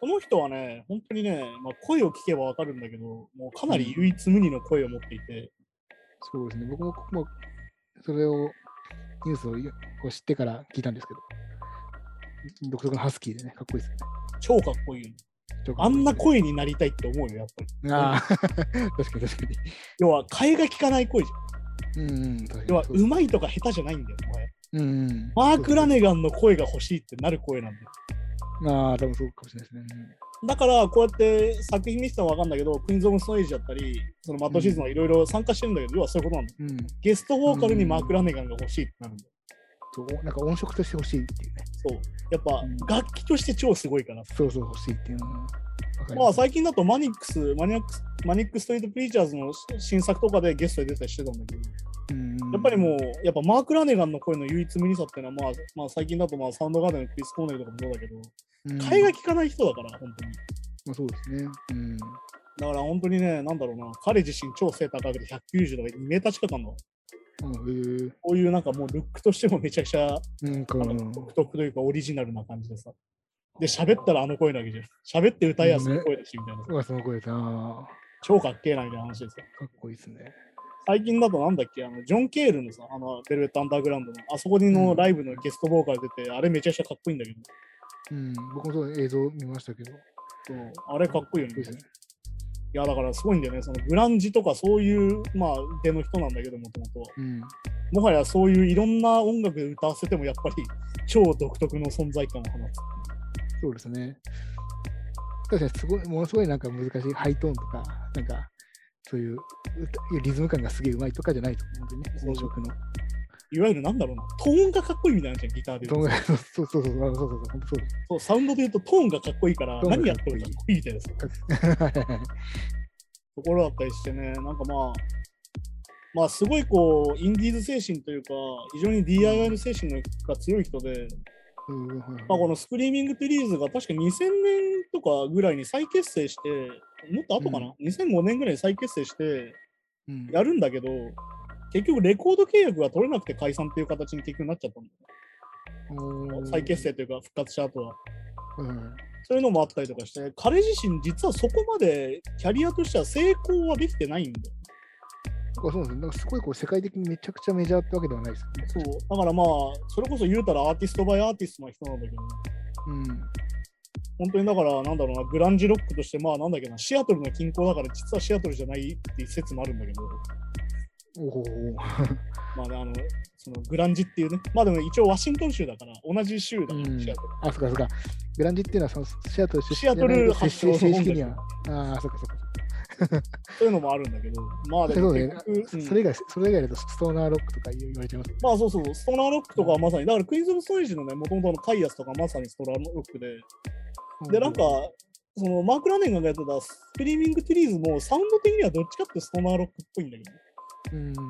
Speaker 2: この人はね、本当にね、まあ、声を聞けばわかるんだけど、もうかなり唯一無二の声を持っていて、
Speaker 3: そうですね、僕も、まあ、それを、ニュースをこう知ってから聞いたんですけど、独特のハスキーでね、かっこいいですよね。
Speaker 2: 超かっこいいの。
Speaker 3: 超か
Speaker 2: あ
Speaker 3: っこい
Speaker 2: ん
Speaker 3: い
Speaker 2: な声になりたいって思うよ、やっぱり。
Speaker 3: ああ、確かに [LAUGHS] 確かに。
Speaker 2: 要は、替えが利かない声じゃん。
Speaker 3: うん、うん、確かに。
Speaker 2: 要は、
Speaker 3: そう
Speaker 2: うまいとか下手じゃないんだよ、お前。
Speaker 3: うんうん、
Speaker 2: マーク・ラ
Speaker 3: ね。
Speaker 2: ネガンの声が欲しいってなる声なんだよ。
Speaker 3: まあ、多分そうかもしれないですね。
Speaker 2: だから、こうやって作品見てたのはわかんないけど、クイーンズ・オブ・ストーンエイジだったり、そのマットシーズンはいろいろ参加してるんだけど、要はそういうことなんだよ。
Speaker 3: うん。うん
Speaker 2: ゲストボーカルにマーク・ラネガンが欲しいってなるんだよ。
Speaker 3: そう、なんか音色として欲しいっていうね。
Speaker 2: そう。や
Speaker 3: うん
Speaker 2: っぱ、楽器として超すごいから。
Speaker 3: そうそう欲しいっていうのは。
Speaker 2: まあ
Speaker 3: 最
Speaker 2: 最近だとマニックス、マニアックス、マニックストリートプリーチャーズの新作とかでゲストで出たりしてたんだけど、やっぱりもう、やっぱマーク・ラネガンの声の唯一無二さっていうのは、まあ、まあ最近だとまあサウンドガーデンのクリス・コーネルとかもそうだけど、
Speaker 3: うん、うん、
Speaker 2: 替えが利かない人だから、本当に。
Speaker 3: まあ、そうですね。うん。
Speaker 2: だから本当にね、なんだろうな、彼自身超背高くて190とか2メーター近くあるの。
Speaker 3: うん、へえ
Speaker 2: こういうなんかもうルックとしてもめちゃくちゃ
Speaker 3: なんか、
Speaker 2: なんか独特というかオリジナルな感じでさ。で、喋ったらあの声なわけじゃん。喋って歌いやすい声だし、みたいな。
Speaker 3: うわ、すごいさ、か
Speaker 2: 超かっけえな、みたいな話ですよ。
Speaker 3: っこいいですね。
Speaker 2: 最近だとなんだっけあのジョン・ケールのさ、あのベルベット・アンダーグラウンドの、あそこに
Speaker 3: う
Speaker 2: の
Speaker 3: ん
Speaker 2: ライブのゲストボーカル出て、あれめちゃくちゃかっこいいんだけど、
Speaker 3: うん、僕もそう映像見ましたけど。
Speaker 2: そうあれかっこいいよね。
Speaker 3: ですね。
Speaker 2: いや、だからすごいんだよね、そのグランジとかそういう、まあ、出の人なんだけど、もともとは。
Speaker 3: うん。
Speaker 2: もはやそういういろんな音楽で歌わせても、やっぱり超独特の存在感を放つ。
Speaker 3: そうですね。確かにすごい、ものすごいなんか難しいハイトーンとか、なんか、そういう歌リズム感がすげえうまいとかじゃないと思うんでね、
Speaker 2: そう
Speaker 3: 音
Speaker 2: そう
Speaker 3: 色の。
Speaker 2: いわゆるなんだろうな、トーンがかっこいいみたいなのじゃん、ギターで言
Speaker 3: ど
Speaker 2: うと
Speaker 3: ん。そうそうそうそう、そうそうそう、本当そうです。
Speaker 2: そうサウンドで言うとトーンがかっこいいから、
Speaker 3: トーン
Speaker 2: 何や
Speaker 3: が
Speaker 2: っ
Speaker 3: かってこい
Speaker 2: もか
Speaker 3: い
Speaker 2: っこいいみたいなさところだったりしてね、なんかまあ、まあすごいこう、インディーズ精神というか、非常に DIY の精神が強い人で、
Speaker 3: うんうんうん
Speaker 2: まあ、このスクリーミングトゥリーズが確か2000年とかぐらいに再結成して、もっと後かな、2005年ぐらいに再結成して
Speaker 3: うん
Speaker 2: やるんだけど、結局レコード契約が取れなくて解散っていう形に結局なっちゃったんだよ、再結成。というか復活した後は。
Speaker 3: おーはいはい
Speaker 2: そういうのもあったりとかして、彼自身実はそこまでキャリアとしては成功はできてないんだよ。
Speaker 3: なんかそうですね。なんかすごいこう世界的にめちゃくちゃメジャーってわけではないですよね。
Speaker 2: そうだからまあそれこそ言うたらアーティストバイアーティストな人なんだけど
Speaker 3: うん。
Speaker 2: 本当にだからなんだろうなグランジロックとしてまあなんだっけなシアトルの近郊だから実はシアトルじゃないっていう説もあるんだけど
Speaker 3: おお。
Speaker 2: まあねあのそのグランジっていうねまあでも一応ワシントン州だから同じ州だから、
Speaker 3: うん
Speaker 2: シアトル
Speaker 3: あ、そっかそっか。グランジっていうのはそのシアトル出身
Speaker 2: シアトル
Speaker 3: 出
Speaker 2: 発祥
Speaker 3: 身
Speaker 2: の
Speaker 3: 正
Speaker 2: 本
Speaker 3: 式に
Speaker 2: で
Speaker 3: は。ああ、そっかそっか。
Speaker 2: そういうのもあるんだけどまあで
Speaker 3: そ
Speaker 2: も
Speaker 3: うね
Speaker 2: 結局、うん
Speaker 3: それ以外、それ以外だとストーナーロックとか言われちゃいます。
Speaker 2: まあそうそうストナーロックとかはまさにだからクイーンズ・オブ・ストーンエイジのねもともとのカイアスとかまさにストナーロックででなんかそのマーク・ラーネンがやってたスクリーミング・トゥリーズもサウンド的にはどっちかってソナーロックっぽいんだけど、
Speaker 3: うん。
Speaker 2: そ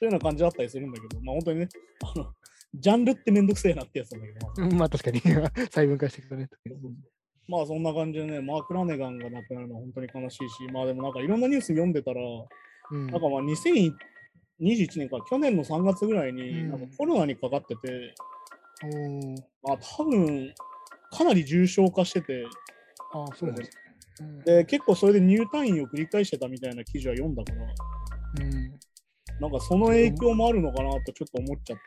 Speaker 2: ういうような感じだったりするんだけど、まあ本当にね、あの、ジャンルってめんどくせえなってやつなんだけど、
Speaker 3: うんまあ確かに、 [LAUGHS] 細分化していくとね。
Speaker 2: まあそんな感じでね、マーク・ラネガンが亡くなるのは本当に悲しいし、まあでもなんかいろんなニュース読んでたら、
Speaker 3: うん。
Speaker 2: なんかまあ2021年か、去年の3月ぐらいに
Speaker 3: うん
Speaker 2: なんかコロナにかかってて、
Speaker 3: おー
Speaker 2: まあ多分かなり重症化してて、
Speaker 3: ああ、そうなんですね。
Speaker 2: で結構それで入退院を繰り返してたみたいな記事は読んだから、
Speaker 3: うん。
Speaker 2: なんかその影響もあるのかなとちょっと思っちゃって、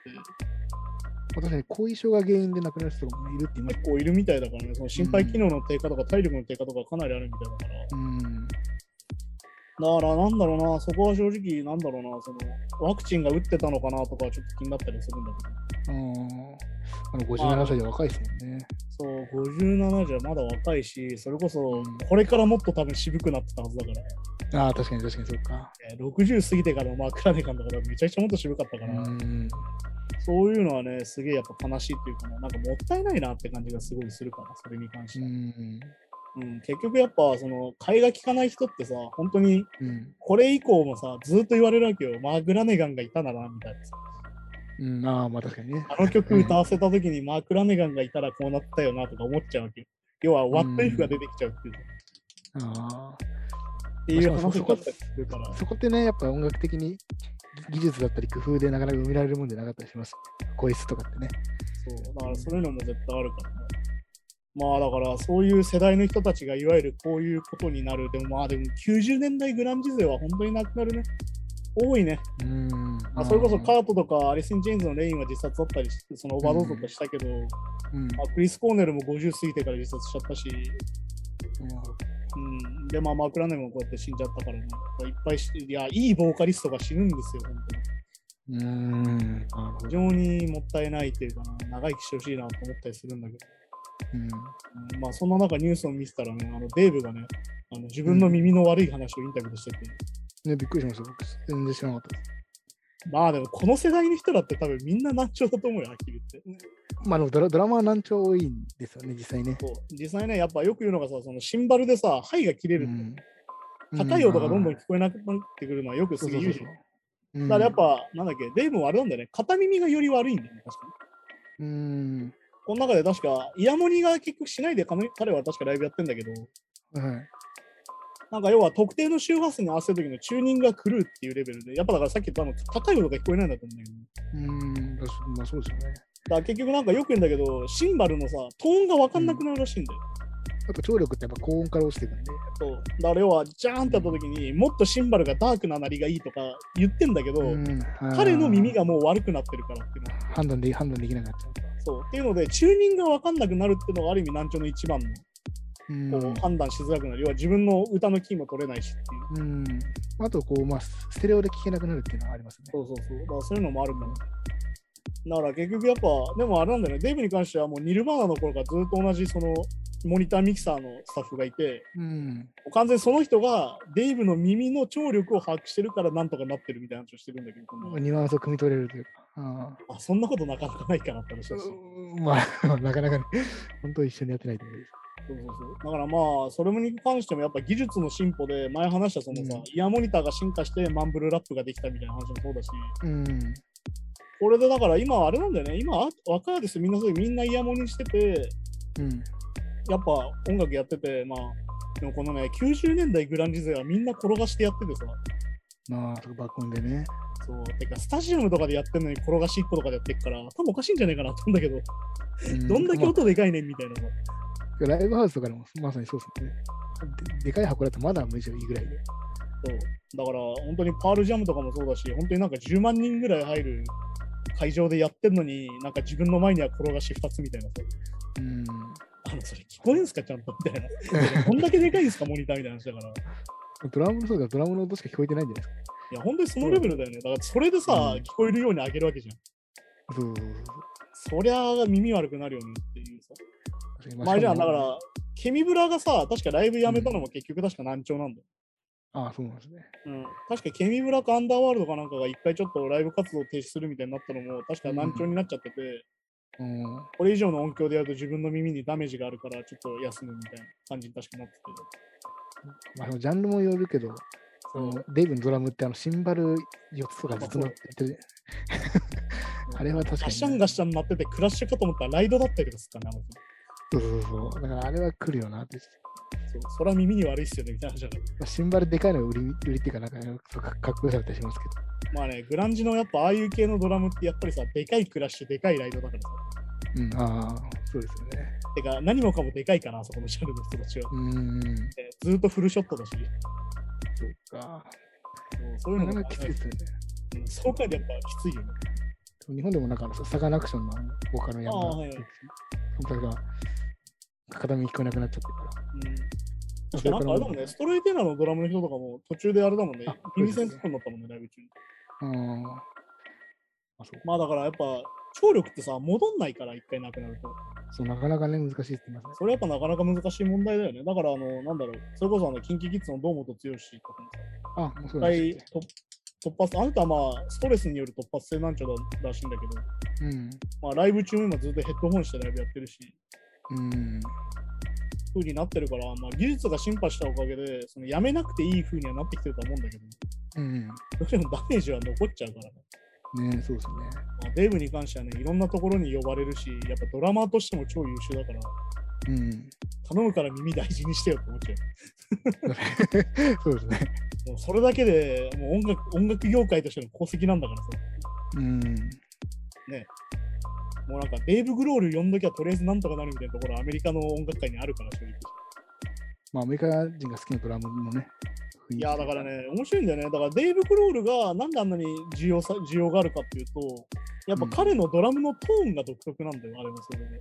Speaker 3: 確かに後遺症が原因で亡くなる人もいるって言います
Speaker 2: 結構いるみたいだからね、その心肺機能の低下とか体力の低下とかかなりあるみたいだから。
Speaker 3: うん。
Speaker 2: だからなんだろうな、そこは正直なんだろうな、そのワクチンが打ってたのかなとかちょっと気になったりするんだけど、
Speaker 3: ああの57歳で若いですもんね。
Speaker 2: そう、57じゃまだ若いし、それこそ
Speaker 3: うん
Speaker 2: これからもっと多分渋くなってたはずだから、
Speaker 3: ああ、確かに確かにそうか。
Speaker 2: ね60過ぎてからのマークラネカンだからめちゃくちゃもっと渋かったか
Speaker 3: う
Speaker 2: ら、
Speaker 3: ん。
Speaker 2: そういうのはね、すげえやっぱ悲しいっていうかな、なんかもったいないなって感じがすごいするから、それに関して
Speaker 3: う
Speaker 2: は。
Speaker 3: ん。
Speaker 2: うん、結局やっぱその、買いが利かない人ってさ、本当に
Speaker 3: うん。
Speaker 2: これ以降もさ、ずっと言われるわけよ、マークラネガンがいたならみたいなさ。
Speaker 3: うん、ああ、まあ確かにね。
Speaker 2: あの曲歌わせた時にマーク・ラネガンがいたらこうなったよなとか思っちゃうわけよ。要は、ワット・イフが出てきちゃうっていう,、
Speaker 3: あ
Speaker 2: っていう
Speaker 3: まあ
Speaker 2: 話
Speaker 3: そ
Speaker 2: だ
Speaker 3: こ
Speaker 2: ったりするから
Speaker 3: あ。そこってね、やっぱ音楽的に技術だったり工夫でなかなか埋められるもんじゃなかったりします。声質とかってね。
Speaker 2: そうだからそういうのも絶対あるからね。まあだからそういう世代の人たちがいわゆるこういうことになる。でもまあでも90年代グランジ勢は本当になくなるね。多いね。
Speaker 3: うん。
Speaker 2: まあ、それこそカートとかアリスン・ジェーンズのレインは自殺だったりして、そのオーバードーズとかしたけど、
Speaker 3: うん。
Speaker 2: まあ、クリス・コーネルも50過ぎてから自殺しちゃったし、うん、で、まあ、マーク・ラネもこうやって死んじゃったからね、いっぱいし、いや、いいボーカリストが死ぬんですよ、本当に。
Speaker 3: うん。なるほ
Speaker 2: 非
Speaker 3: ど
Speaker 2: 常にもったいないというかな、長生きしてほしいなと思ったりするんだけど、
Speaker 3: うん
Speaker 2: うんまあ、そんな中、ニュースを見てたらね、あのデーブがね、あの自分の耳の悪い話をインタビューしてて、
Speaker 3: ね、びっくりしました。僕、全然知らなかったで
Speaker 2: まあでも、この世代の人だって多分みんな難聴だと思うよ、はっきり言って。
Speaker 3: す。まあ、でもドラドラマは難聴多いんですよね、実際ね。
Speaker 2: そう実際ね、やっぱよく言うのがさ、そのシンバルでさ、肺が切れるって、
Speaker 3: うん
Speaker 2: 高い音がどんどん
Speaker 3: う
Speaker 2: 聞こえなくなってくるのはよくす
Speaker 3: そう
Speaker 2: げ
Speaker 3: そ
Speaker 2: え
Speaker 3: う
Speaker 2: 言
Speaker 3: そう
Speaker 2: じゃ
Speaker 3: う
Speaker 2: ん。
Speaker 3: そう。うん
Speaker 2: だからやっ、ぱ、なんだっけ、デーブもあれなんだよね、片耳がより悪いんだよね、確かに。
Speaker 3: うん。
Speaker 2: この中で確か、イヤモニが結局しないで彼彼は確かライブやってんだけど、
Speaker 3: はい。
Speaker 2: なんか要は特定の周波数に合わせる時のチューニングが狂うっていうレベルで、やっぱだからさっき言ったあの高い音が聞こえないんだと思うんだけど、
Speaker 3: うん。だしまあ、そうですよね。
Speaker 2: だから結局なんかよく言うんだけど、シンバルのさ、トーンが分かんなくなるらしいんだよ。
Speaker 3: やっぱ聴力ってやっぱ高音から落ちていくんで。
Speaker 2: そうだから要は、ジャーンってやった時にもっとシンバルがダークな鳴りがいいとか言ってんだけど、
Speaker 3: うん
Speaker 2: 彼の耳がもう悪くなってるからっていうのは。
Speaker 3: 判断で判断できなくなっちゃう
Speaker 2: そうっていうので、チューニングが分かんなくなるっていうのがある意味難聴の一番の
Speaker 3: うん
Speaker 2: こう判断しづらくなる、要は自分の歌のキーも取れないしっていう。
Speaker 3: うん、あとこう、まあ、ステレオで聴けなくなるっていうのはありますね。
Speaker 2: そうそうそう。だからそういうのもあるから。だから結局やっぱ、でもあれなんだよね、デイブに関してはもうニルバーナの頃からずっと同じそのモニターミキサーのスタッフがいて、
Speaker 3: うん、
Speaker 2: 完全にその人がデイブの耳の聴力を把握してるからなんとかなってるみたいな話をしてるんだけど、今度は
Speaker 3: ニュアンスを汲み取れるというか。あ
Speaker 2: あそんなことなかなかないかなって話
Speaker 3: ー
Speaker 2: だし。そう
Speaker 3: うんまあ、 [LAUGHS] なかなかね、本当一緒にやってないと思う
Speaker 2: そうそう。だからまあ、それに関してもやっぱ技術の進歩で、前話したそのさ、
Speaker 3: うん
Speaker 2: イヤーモニターが進化してマンブルラップができたみたいな話もそうだし、
Speaker 3: うん。
Speaker 2: これでだから今あれなんだよね、今あ若いですみんなそうみんなイヤモニしてて、
Speaker 3: うん。
Speaker 2: やっぱ音楽やってて、まあ、でもこのね、90年代グランジ勢はみんな転がしてやっててさ、
Speaker 3: まあ、そこ爆音でね。
Speaker 2: そう、てかスタジアムとかでやってんのに転がし1個とかでやってっから、多分おかしいんじゃないかなと思うんだけど、
Speaker 3: う
Speaker 2: どんだけ
Speaker 3: ま
Speaker 2: 音でかいねんみたいなさ。
Speaker 3: あライブハウスとかでもまさにそうですね。ででかい箱だとまだむしろいいぐらいで。
Speaker 2: そうだから本当にパールジャムとかもそうだし、本当になんか10万人ぐらい入る会場でやってんのに、なんか自分の前には転がし2つみたいなさ、 [LAUGHS]
Speaker 3: うん。
Speaker 2: あの、それ聞こえんすか、ちゃんとみたいな。こんだけでかいんすか、モニターみたいな話だから。
Speaker 3: ドラムのそうだ、ドラムの音しか聞こえてないんじゃないですか。
Speaker 2: いや、本当にそのレベルだよね。だからそれでさ、
Speaker 3: うん
Speaker 2: 聞こえるように上げるわけじゃん。
Speaker 3: そうそうそうそう
Speaker 2: そりゃあ耳悪くなるよねっていうさ。
Speaker 3: 確かに。ま
Speaker 2: 前じゃん、だか。
Speaker 3: しも
Speaker 2: ら、ケミブラがさ、確かライブやめたのも結局確か難聴なんだよ。
Speaker 3: ああ、そうなんですね。
Speaker 2: うん、確かケミブラかアンダーワールドかなんかが一回ちょっとライブ活動を停止するみたいになったのも確か難聴になっちゃってて、
Speaker 3: うん。
Speaker 2: これ以上の音響でやると自分の耳にダメージがあるからちょっと休むみたいな感じに確かなってて。
Speaker 3: まあ、ジャンルもよるけど、あのデイブのドラムってあのシンバル4つとかずっとなってて、 [LAUGHS] あれは確かにね
Speaker 2: ガシャンガシャンなっててクラッシュかと思ったらライドだったりとかするからな、
Speaker 3: そうそうそう。だからあれは来るよなって。
Speaker 2: そうそれは耳に悪いっすよねみたいな話だから。
Speaker 3: まあシンバルでかいのが売り売りっていうか、なんかねかかっこよさだったりしますけ
Speaker 2: まあね、グランジのやっぱああいう系のドラムってやっぱりさ、でかいクラッシュ、でかいライドだからさ。
Speaker 3: ど。うん、ああ、そうですよね。
Speaker 2: てか、何もかもでかいかな、あそこのシャルの人たちは。
Speaker 3: うん、
Speaker 2: えーずーっとフルショットだし、も
Speaker 3: そうか。
Speaker 2: うそういう
Speaker 3: な
Speaker 2: の
Speaker 3: か
Speaker 2: が
Speaker 3: なかきついですよね。
Speaker 2: うんそうかでやっぱきついよね。
Speaker 3: 日本でもなんかあのサカナクションのボーカルのやつ
Speaker 2: ああはいはい
Speaker 3: それが片耳聞こえなくなっちゃってるから。
Speaker 2: うん、しかもなんかあれだもんね、ストレイテーナーのドラムの人とかも途中であれだもんね
Speaker 3: あ、
Speaker 2: 耳栓とかになったもんね、ライブ中に。
Speaker 3: うん。あ、そう。
Speaker 2: まあだからやっぱ、聴力ってさ、戻んないから、一回なくなると。
Speaker 3: そう、なかなかね、難しいって言いますね。
Speaker 2: それやっぱなかなか難しい問題だよね。だから、あの、なんだろう、それこそあの、キンキキッズの堂本剛とかもさ、
Speaker 3: あ、もうそ
Speaker 2: 一
Speaker 3: うで
Speaker 2: 回
Speaker 3: す。
Speaker 2: と突発、あなたはまあ、ストレスによる突発性なんちゃららしいんだけど、
Speaker 3: うん。
Speaker 2: まあ、ライブ中も今ずっとヘッドホンしてライブやってるし、
Speaker 3: うん。
Speaker 2: 風になってるから、まあ、技術が進歩したおかげで、そのやめなくていい風にはなってきてると思うんだけど、
Speaker 3: うん。
Speaker 2: どうしてもダメージは残っちゃうからね。
Speaker 3: ねそうですね。
Speaker 2: まあデーブに関してはね、いろんなところに呼ばれるし、やっぱドラマーとしても超優秀だから、
Speaker 3: うん。
Speaker 2: 頼むから耳大事にしてよって思っちゃ
Speaker 3: そうですね。
Speaker 2: う。もうそれだけでもう音楽音楽業界としての功績なんだからさ、
Speaker 3: [LAUGHS] うん。
Speaker 2: もうなんかデーブ・グロール呼んどきゃとりあえずなんとかなるみたいなところはアメリカの音楽界にあるから、正直。
Speaker 3: まあ、アメリカ人が好きなドラムのね。
Speaker 2: いやだから。ね、面白いんだよね。だからデイブ・クロールがなんであんなに需要さ需要があるかっていうと、やっぱ彼のドラムのトーンが独特なんだよ、あれもそれで、ね。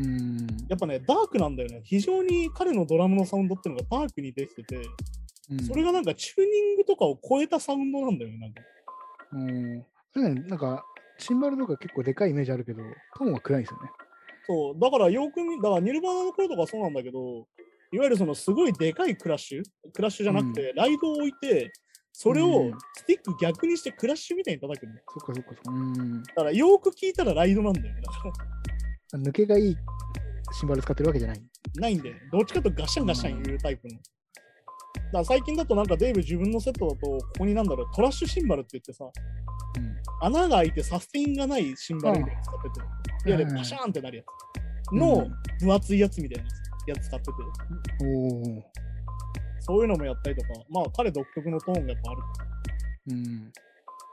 Speaker 3: うん。
Speaker 2: やっぱね、ダークなんだよね。非常に彼のドラムのサウンドっていうのがダークにできてて、
Speaker 3: うん
Speaker 2: それがなんかチューニングとかを超えたサウンドなんだよね。なんか
Speaker 3: うん。それね、なんか、シンバルとか結構でかいイメージあるけど、トーンは暗いんですよね。
Speaker 2: そう、だからよく見、だからニルバーナの頃とかそうなんだけど、いわゆるそのすごいでかいクラッシュ、クラッシュじゃなくて、ライドを置いて、それ
Speaker 3: う
Speaker 2: を
Speaker 3: ん
Speaker 2: スティック逆にしてクラッシュみたいに叩くの。だ
Speaker 3: そっかそっかそっか。うん。
Speaker 2: からよく聞いたらライドなんだよね。だから
Speaker 3: 抜けがいいシンバル使ってるわけじゃない。
Speaker 2: ないんで、どっちかというとガシャンガシャン言うタイプの。だから最近だとなんかデイブ自分のセットだと、ここになんだろう、トラッシュシンバルって言ってさ、
Speaker 3: うん。
Speaker 2: 穴が開いてサスティンがないシンバルみたいなやつ使ってて、いわゆるガシャーンってなるやつの分厚いやつみたいなやつやつ使ってて、
Speaker 3: うん、おお。
Speaker 2: そういうのもやったりとか、まあ彼独特のトーンがやっぱある。
Speaker 3: うん。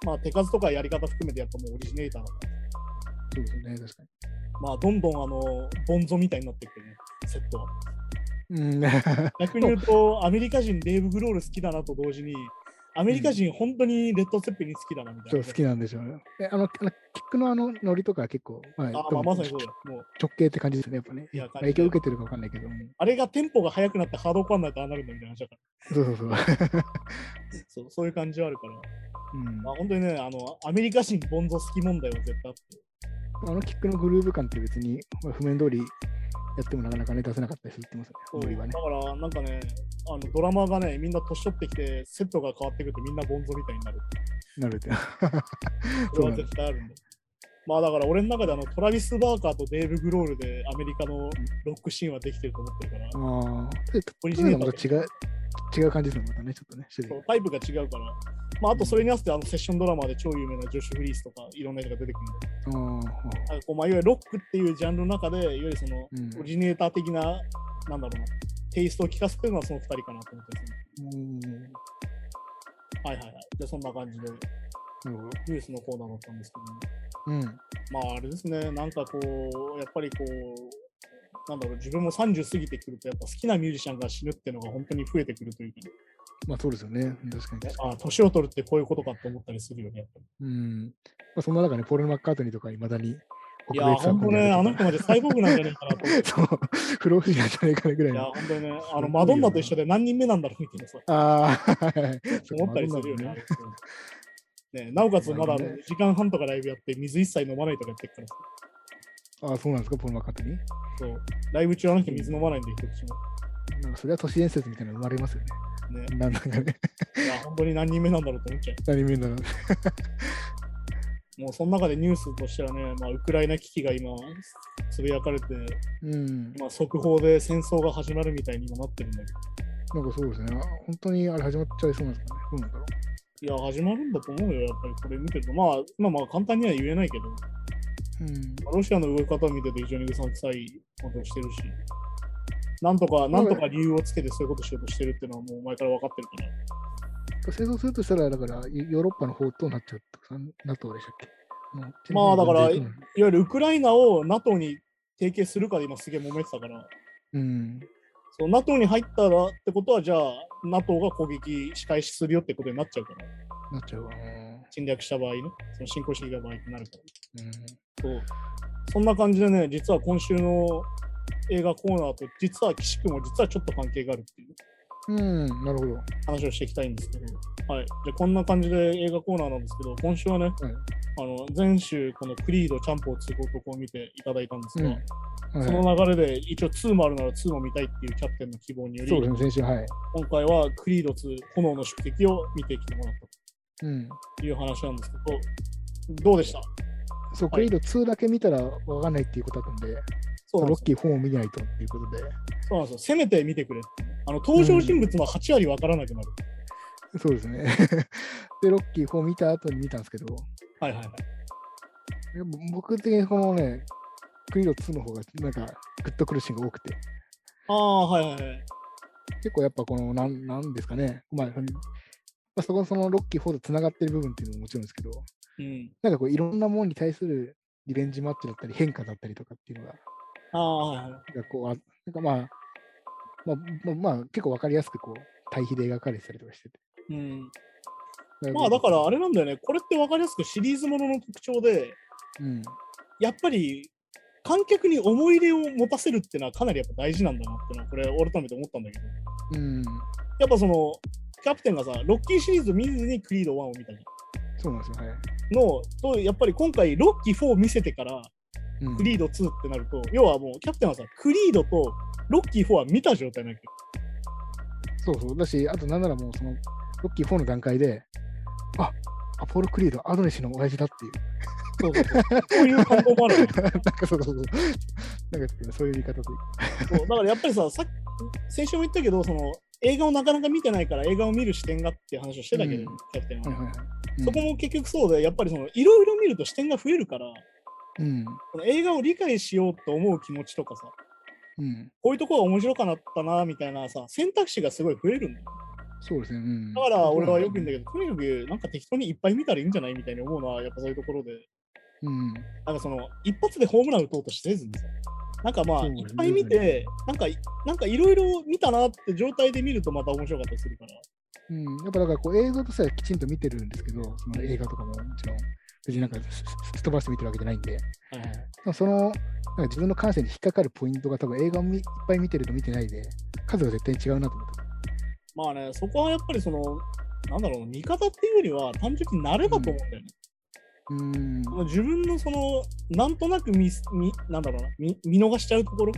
Speaker 2: まあ手数とかやり方含めてやっぱもうオリジネーターだから、
Speaker 3: そうですね、確か
Speaker 2: まあどんどんあの、ボンゾみたいになっていくね、セットは。
Speaker 3: に。うん。 [LAUGHS] あ
Speaker 2: 逆に言うと、アメリカ人デーブ・グロール好きだなと同時に、アメリカ人本当にレッド・ツェッペリン好きだなみたいな。
Speaker 3: そう、好きなんでしょうね。え、あの、あのキックのあの、ノリとかは結構、まあ、
Speaker 2: あ
Speaker 3: 多
Speaker 2: まあ、
Speaker 3: 分
Speaker 2: まさにそうだよ。もう、
Speaker 3: 直径って感じですよね、やっぱね。
Speaker 2: いや感じ
Speaker 3: 影響受けてるかわかんないけど。
Speaker 2: あれがテンポが速くなってハードコアになるとああなるんだみたいな話だか
Speaker 3: そ
Speaker 2: [LAUGHS]
Speaker 3: うそうそう。
Speaker 2: ら。そうそういう感じはあるから。
Speaker 3: うん
Speaker 2: まあ、本当にね、あの、アメリカ人ボンゾ好き問題は絶対あって。
Speaker 3: あのキックのグルーヴ感って別に、まあ、譜面通りやってもなかなかね出せなかったりするって言ってます
Speaker 2: そ
Speaker 3: よ
Speaker 2: う
Speaker 3: ね。ノ
Speaker 2: だ
Speaker 3: リはね。
Speaker 2: から、なんかね、あのドラマがね、みんな年取ってきて、セットが変わってくるとみんなボンゾみたいになる。
Speaker 3: なるって。
Speaker 2: [LAUGHS] そ
Speaker 3: そ
Speaker 2: れ
Speaker 3: うな
Speaker 2: は
Speaker 3: んです。
Speaker 2: 絶対あるんだよ。まあだから俺の中であのトラビス・バーカーとデーブ・グロールでアメリカのロックシーンはできてると思ってるから、
Speaker 3: ああ。で、
Speaker 2: オリジ
Speaker 3: そ
Speaker 2: ナ
Speaker 3: れ
Speaker 2: ル
Speaker 3: はまた違う、違う感じですよね、またね、ちょっとね、種
Speaker 2: そう
Speaker 3: 類。
Speaker 2: タイプが違うから、まあ、あとそれに合わせてあのセッションドラマで超有名なジョシュ・フリースとかいろんな人が出てくるんで
Speaker 3: あ
Speaker 2: なんかこう、まあ、いわゆるロックっていうジャンルの中でいわゆるその
Speaker 3: あ。うん。
Speaker 2: オリジネーター的ななんだろうなテイストを聞かせてるのはその2人かなと思ってますね
Speaker 3: うん
Speaker 2: はいはいはいじゃあそんな感じで
Speaker 3: なるほど。
Speaker 2: ニュースのコーナーだったんですけど、
Speaker 3: うん。
Speaker 2: まああれですねなんかこうやっぱりこうなんだろう自分も30過ぎてくるとやっぱ好きなミュージシャンが死ぬっていうのが本当に増えてくるというか、
Speaker 3: まあそうですよね。確かに
Speaker 2: ね
Speaker 3: 確、か
Speaker 2: ああ年を取るってこういうことかって思ったりするよねやっぱり
Speaker 3: に。うん。まあそんな中ね、ポール・マッカートニーとかいまだに
Speaker 2: いやー、本
Speaker 3: 国
Speaker 2: 当
Speaker 3: 立
Speaker 2: ね、あ
Speaker 3: 学
Speaker 2: の
Speaker 3: 校
Speaker 2: 人までサイボーグなんじゃないかなと思って。
Speaker 3: [LAUGHS] そう、不老不死なんじゃないかなぐらい
Speaker 2: いや、
Speaker 3: の。
Speaker 2: 本当にね、あの、マドンナと一緒で何人目なんだろうみたいなさ、
Speaker 3: ああ、
Speaker 2: 思ったりする [LAUGHS] よね。あ。れねなおかつ、まだあの2時間半とかライブやって、水一切飲まないとかやってるからさ
Speaker 3: ああ、そうなんですか、ポール・マッカートニー。
Speaker 2: そう、ライブ中はあの人水飲まないんで、一口も。
Speaker 3: なんかそれは都市伝説みたいなの生まれますよね。
Speaker 2: ね、
Speaker 3: なんなんかね、
Speaker 2: いや、本当に何人目なんだろうと思っちゃ
Speaker 3: 何人目だろう。
Speaker 2: う。もうその中でニュースとしてはね、まあ、ウクライナ危機が今つぶやかれて、
Speaker 3: うん、
Speaker 2: まあ、速報で戦争が始まるみたいに今なってるんだけど
Speaker 3: なんかそうですね。本当にあれ始まっちゃいそうなんですかね。どうなんだろう。
Speaker 2: いや始まるんだと思うよやっぱりこれ見てるとまあ今まあ簡単には言えないけど
Speaker 3: うん、
Speaker 2: ロシアの動き方を見てて非常にうさんくさいことをしてるしなんとかなんとか理由をつけてそういうことしようとしてるっていうのはもう前から分かってるから
Speaker 3: 製造するとしたら、だからヨヨーロッパの方となっちゃうとか、NATO でしたっけもう
Speaker 2: まあだから
Speaker 3: 全
Speaker 2: い
Speaker 3: 然
Speaker 2: わゆるウクライナを NATO に提携するかで今すげえ揉めてたから、
Speaker 3: うん、
Speaker 2: そう NATO に入ったらってことは、じゃあ NATO が攻撃、仕返しするよってことになっちゃうから、
Speaker 3: なっちゃうわな。
Speaker 2: 侵略した場合ね、その侵攻してきた場合ってなるから。
Speaker 3: うん、
Speaker 2: そうそんな感じでね、実は今週の映画コーナーと、実は岸君も実はちょっと関係があるっていう
Speaker 3: うん、なるほど。
Speaker 2: 話をしていきたいんですけど、はい。じゃあこんな感じで映画コーナーなんですけど、今週はね、あの前週、このクリード、チャンプを通行とこを見ていただいたんですが、
Speaker 3: うんはい、
Speaker 2: その流れで一応2もあるなら2も見たいっていうキャプテンの希望により、
Speaker 3: そうですね、先週、はい。
Speaker 2: 今回はクリード2炎の宿敵を見てきてもらっ
Speaker 3: うん、
Speaker 2: たという話なんですけど、どうでした
Speaker 3: そう、
Speaker 2: はい
Speaker 3: クリード2だけ見たらわかんないっていうことだったんで、
Speaker 2: そうなん
Speaker 3: ロ
Speaker 2: です
Speaker 3: ッキー4を見ないとっていうことで、
Speaker 2: そうなんですよ。せめて見てくれっていうあの登場人物の8割わからなくなる。
Speaker 3: そうですね。 [LAUGHS] で、ロッキー4見た後に見たんですけど、
Speaker 2: はいはいはい。
Speaker 3: でも僕的にこのね、クリード2の方がなんかグッとくるシーンが多くて、
Speaker 2: ああ、はいはいはい。
Speaker 3: 結構やっぱこの、なんなんですかね、まあ、うんまあ、そこそのロッキー4とつながってる部分っていうのももちろんですけど、
Speaker 2: うん。
Speaker 3: なんかこういろんなものに対するリベンジマッチだったり変化だったりとかっていうのが、
Speaker 2: ああ、はいはい。
Speaker 3: なんかこうあなんかまあ、まあ、まあ、まあ結構わかりやすくこう対比で描かれてたりとかしてて。
Speaker 2: うん、まあだからあれなんだよね、これって分かりやすくシリーズものの特徴で、
Speaker 3: うん、
Speaker 2: やっぱり観客に思い入れを持たせるっていうのはかなりやっぱ大事なんだなってのは、これ改めて思ったんだけど、
Speaker 3: うん、
Speaker 2: やっぱその、キャプテンがさ、ロッキーシリーズ見ずにクリード1を見たじゃん
Speaker 3: そうなんですよ、は
Speaker 2: の
Speaker 3: い。
Speaker 2: とやっぱり今回ロッキー4を見せてから
Speaker 3: うん
Speaker 2: クリード2ってなると、要はもうキャプテンはさクリードとロッキー4は見た状態なわけ
Speaker 3: そうそう。だし、あとなんならもうその、ロッキー4の段階で、あアポロ・クリード、アドネシの親父だっていう。 [LAUGHS]
Speaker 2: そうそうそうそういう感動もあるよね
Speaker 3: なんかそうそうそう。なんかそういう言い方というか。
Speaker 2: そうだからやっぱりささっき先週も言ったけどその映画をなかなか見てないから映画を見る視点がっていう話をしてたけど、
Speaker 3: うん
Speaker 2: キャプテンは、
Speaker 3: はいはいはい。うん
Speaker 2: そこも結局そうでやっぱりそのいろいろ見ると視点が増えるから
Speaker 3: うん。
Speaker 2: この映画を理解しようと思う気持ちとかさ
Speaker 3: うん。
Speaker 2: こういうとこが面白かったなみたいなさ選択肢がすごい増えるんだよ
Speaker 3: そうですね。うん、
Speaker 2: だから俺はよく言うんだ
Speaker 3: け
Speaker 2: けど、とにかくなんか適当にいっぱい見たらいいんじゃないみたいに思うのは、やっぱそういうところで、
Speaker 3: ど。うん。
Speaker 2: なんかその一発でホームラン打とうとしてずにさ、なんかまあ、
Speaker 3: そう
Speaker 2: い
Speaker 3: ね
Speaker 2: っぱい見て、なんか、なんかいろいろ見たなって状態で見るとまた面白かったりするから、
Speaker 3: うん、やっぱだからこう映像としてはきちんと見てるんですけど、その映画とかももちろん、別になんかすすすっ飛ばして見てるわけじゃないんで、でもその、なんか自分の感性に引っかかるポイントが多分映画をみいっぱい見てると見てないで、数が絶対違うなと思って。
Speaker 2: まあね、そこはやっぱりその、なんだろう、見方っていうよりは単純に慣れだと思うんだよね。
Speaker 3: うん。
Speaker 2: もう自分のその、なんとなく見す、見なんだろうな見、見逃しちゃうところ、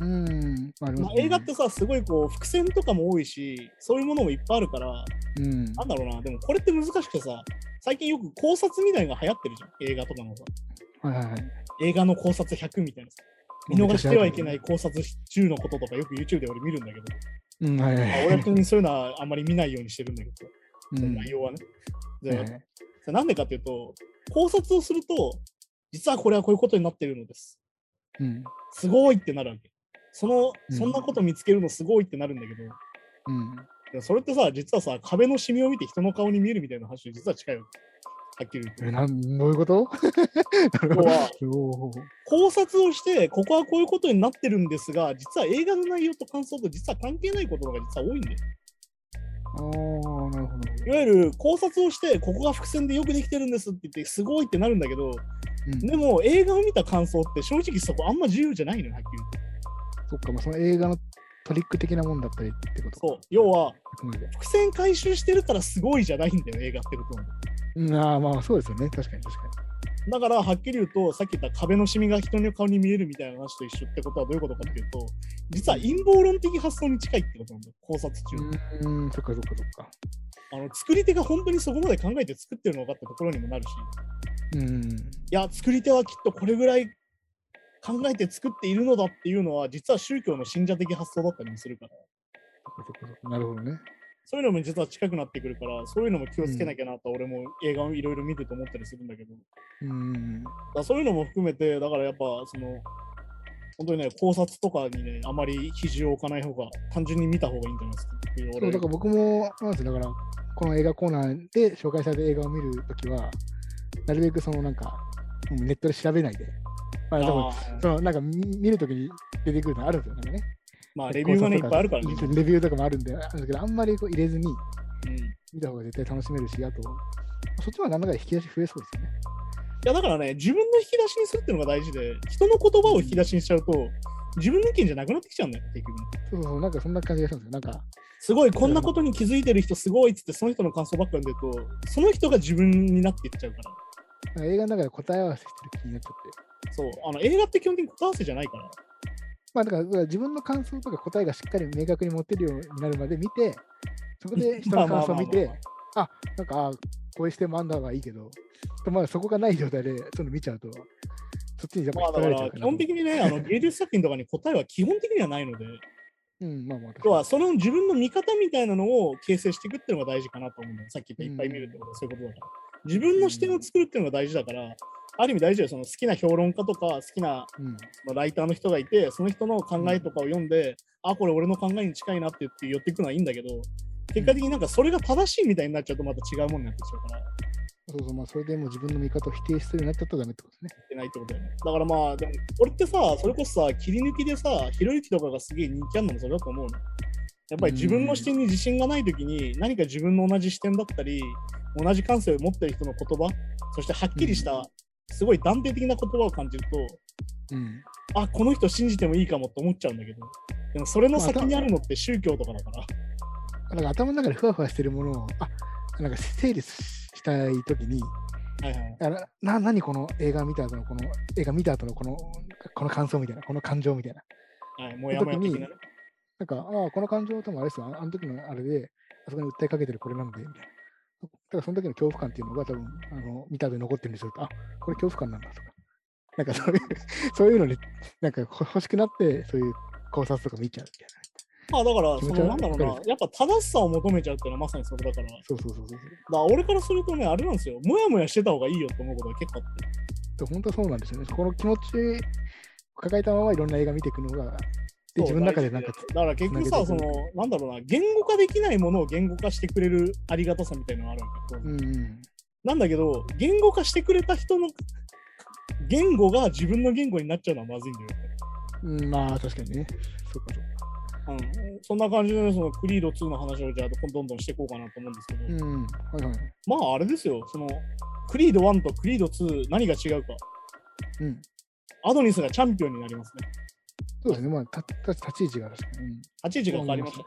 Speaker 3: うん。あり
Speaker 2: まあ
Speaker 3: ますね
Speaker 2: 映画って、さ、すごいこう、伏線とかも多いし、そういうものもいっぱいあるから、
Speaker 3: うん。
Speaker 2: なんだろうな、でもこれって難しくてさ、最近よく考察みたいなのが流行ってるじゃん、映画とかのさ。
Speaker 3: はいはいはい。
Speaker 2: 映画の考察100みたいなさ。見逃してはいけない。考察中のこととかよく YouTube で俺見るんだけど、
Speaker 3: うん、はいはい
Speaker 2: まあ
Speaker 3: はい。
Speaker 2: 俺は別にそういうのはあんまり見ないようにしてるんだけど、
Speaker 3: う
Speaker 2: その
Speaker 3: ん
Speaker 2: 内容はね。
Speaker 3: はい
Speaker 2: で
Speaker 3: はい
Speaker 2: それなんでかっていうと、考察をすると、実はこれはこういうことになってるのです。
Speaker 3: うん。
Speaker 2: すごいってなるわけ。その
Speaker 3: うん
Speaker 2: そんなこと見つけるのすごいってなるんだけど、
Speaker 3: うん。
Speaker 2: でもそれってさ、実はさ、壁のシミを見て人の顔に見えるみたいな話と実は近いわけ。はっきり言うと
Speaker 3: え、。なん、どういうこと [LAUGHS] なるほ
Speaker 2: 要
Speaker 3: ど
Speaker 2: は
Speaker 3: おー
Speaker 2: 考察をして、ここはこういうことになってるんですが、実は映画の内容と感想と実は関係ないことの方が実は多いんで、
Speaker 3: あー、なるほど。
Speaker 2: いわゆる考察をして、ここが伏線でよくできてるんですって言って、すごいってなるんだけど、
Speaker 3: うん
Speaker 2: でも映画を見た感想って正直そこあんま重要じゃないのよ、はっきり言って。
Speaker 3: そっか、まあ、その映画のトリック的なもんだったりってこと
Speaker 2: そう。要は、
Speaker 3: ごめんなさ
Speaker 2: 伏線回収してるからすごいじゃないんだよ、映画ってことは。
Speaker 3: いうんああ、まあ、そうですよね。確かに確か
Speaker 2: だから、はっきり言うと、さっき言った壁のシミが人の顔に見えるみたいな話と一緒ってことはどういうことかっていうと、実は陰謀論的発想に近いってことなんだよ、考察中
Speaker 3: に。
Speaker 2: の。
Speaker 3: うーん、そっかそっかそっか。
Speaker 2: あの作り手が本当にそこまで考えて作ってるのかってところにもなるし、
Speaker 3: うん。
Speaker 2: いや作り手はきっとこれぐらい考えて作っているのだっていうのは実は宗教の信者的発想だったりもするから
Speaker 3: そこそこそこなるほどね。
Speaker 2: そういうのも実は近くなってくるからそういうのも気をつけなきゃなと俺も映画をいろいろ見てて思ったりするんだけどだ
Speaker 3: うん。
Speaker 2: からそういうのも含めてだからやっぱその本当にね考察とかにねあまり肘を置かない方が単純に見た方がいいんじゃないですかっていう
Speaker 3: そう
Speaker 2: 俺
Speaker 3: だから僕も、なんですよだから、この映画コーナーで紹介された映画を見るときは、なるべくそのなんか、うんネットで調べないで、まあ、多分
Speaker 2: あー
Speaker 3: そのなんか見見るときに出てくるのあるんですよなんかね。
Speaker 2: まあレビューがねいっぱいあるからね、
Speaker 3: レビューとかもあるんで、あるんだけど、あんまりこう入れずに
Speaker 2: うんい
Speaker 3: 見た方が絶対楽しめるし、あと、そっちは何らか引き出し増えそうですよね。
Speaker 2: やだからね自分の引き出しにするっていうのが大事で人の言葉を引き出しにしちゃうと自分の意見じゃなくなってきちゃうんだよ結局
Speaker 3: そうそうそう、なんかそんな感じがしたんですよ。なんか、
Speaker 2: すごいこんなことに気づいてる人すごいっつってその人の感想ばっかり出るとその人が自分になっていっちゃうから
Speaker 3: なんか映画の中で答え合わせしてる気になっちゃって。
Speaker 2: そうあの映画って基本的に答え合わせじゃないから
Speaker 3: まあだからだから自分の感想とか答えがしっかり明確に持てるようになるまで見て、そこで人の感想を見て、なんか、あこういう視点もあんだ方がいいけど、まだそこがない状態で、そういうの見ちゃうと、そっちにやっぱ
Speaker 2: まあ
Speaker 3: 引
Speaker 2: まあまあまあまあ
Speaker 3: っ張られ
Speaker 2: まあだ
Speaker 3: ちゃう
Speaker 2: か
Speaker 3: からら。
Speaker 2: 基本的にねあの芸術作品とかに答えは基本的にはないので
Speaker 3: うん、まあまあ確か
Speaker 2: 要
Speaker 3: に
Speaker 2: はその自分の見方みたいなのを形成していくっていうのが大事かなと思うんだよさっき言ったいっぱい見るってことはそういうことだから自分の視点を作るっていうのが大事だからある意味大事だよその好きな評論家とか好きな
Speaker 3: うん
Speaker 2: まあライターの人がいてその人の考えとかを読んで、あこれ俺の考えに近いなって言って寄っていくのはいいんだけど結果的になんかそれが正しいみたいになっちゃうとまた違うものになってきちゃうからい
Speaker 3: そうそう、まあそれでもう自分の見方を否定するようになっちゃったらダメってことですね。
Speaker 2: けないってことだよねだからまあでも俺ってさそれこそさ切り抜きでさひろゆきとかがすげえ人気あるのもそれだと思うのやっぱり自分の視点に自信がない時に何か自分の同じ視点だったり同じ感性を持ってる人の言葉そしてはっきりした、
Speaker 3: うん
Speaker 2: すごい断定的な言葉を感じると
Speaker 3: うん。
Speaker 2: あこの人信じてもいいかもって思っちゃうんだけどでもそれの
Speaker 3: まあ
Speaker 2: 先にあるのって宗教とかだから、
Speaker 3: なんか頭の中でふわふわしてるものを、あなんか整理したいときに、
Speaker 2: はいはい、
Speaker 3: あらな何この映画見た後のこの映画見た後のこのこの感想みたいな、この感情みたいな。
Speaker 2: はい、もやもや的なね
Speaker 3: なんか、ああ、この感情ともあれですよ、ああの時のあれで、あそこに訴えかけてるこれなんで、みたいな。だからその時の恐怖感っていうのが多分、あの見た後に残ってるんですよ。あこれ恐怖感なんだとか。なんかそういう、そういうのに、なんかほ欲しくなって、そういう考察とか見ちゃうみたい
Speaker 2: ま
Speaker 3: な。
Speaker 2: あだから
Speaker 3: 気
Speaker 2: そ
Speaker 3: 持ち
Speaker 2: の
Speaker 3: 悪い
Speaker 2: なんだろう
Speaker 3: わ
Speaker 2: な
Speaker 3: か
Speaker 2: やっぱ正しさを求めちゃうっていうのはまさにそれだからだか
Speaker 3: そうそうそうそうそう。
Speaker 2: ら俺からするとねあれなんですよもやもやしてた方がいいよって思うことが結構あって
Speaker 3: で本当そうなんですよね。この気持ちを抱えたままいろんな映画見ていくのが、で自分の中でなんか
Speaker 2: そう大事だから結局さ
Speaker 3: つ
Speaker 2: そ
Speaker 3: なげていく
Speaker 2: のなんだろうな言語化できないものを言語化してくれるありがたさみたいなのがあるわけ、
Speaker 3: うんうん。
Speaker 2: なんだけど言語化してくれた人の言語が自分の言語になっちゃうのはまずいんだよ
Speaker 3: うん、まあ確かにね。そうかそうか。
Speaker 2: うん、そんな感じでね、そのクリード2の話をじゃあどんどんしていこうかなと思うんですけど、
Speaker 3: うん。はいはい。
Speaker 2: まああれですよ、そのクリード1とクリード2何が違うか、
Speaker 3: うん。
Speaker 2: アドニスがチャンピオンになりますね。
Speaker 3: そうですね。まあ、たた立ち位置が確かに。うん
Speaker 2: 立ち位置が変わりました。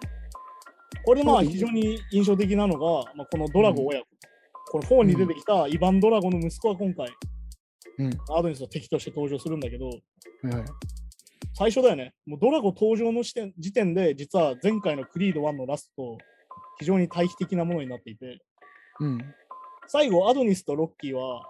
Speaker 2: これでまあ
Speaker 3: そうです
Speaker 2: 非
Speaker 3: ね
Speaker 2: 常に印象的なのが、まあ、このドラゴ親子、この4に出てきたイヴァン・ドラゴの息子が今回、
Speaker 3: うん。
Speaker 2: アドニスの敵として登場するんだけど、
Speaker 3: はいはい。
Speaker 2: 最初だよね、もうドラゴ登場の時点時点で、実は前回のクリード1のラストと非常に対比的なものになっていて、
Speaker 3: うん。
Speaker 2: 最後、アドニスとロッキーは、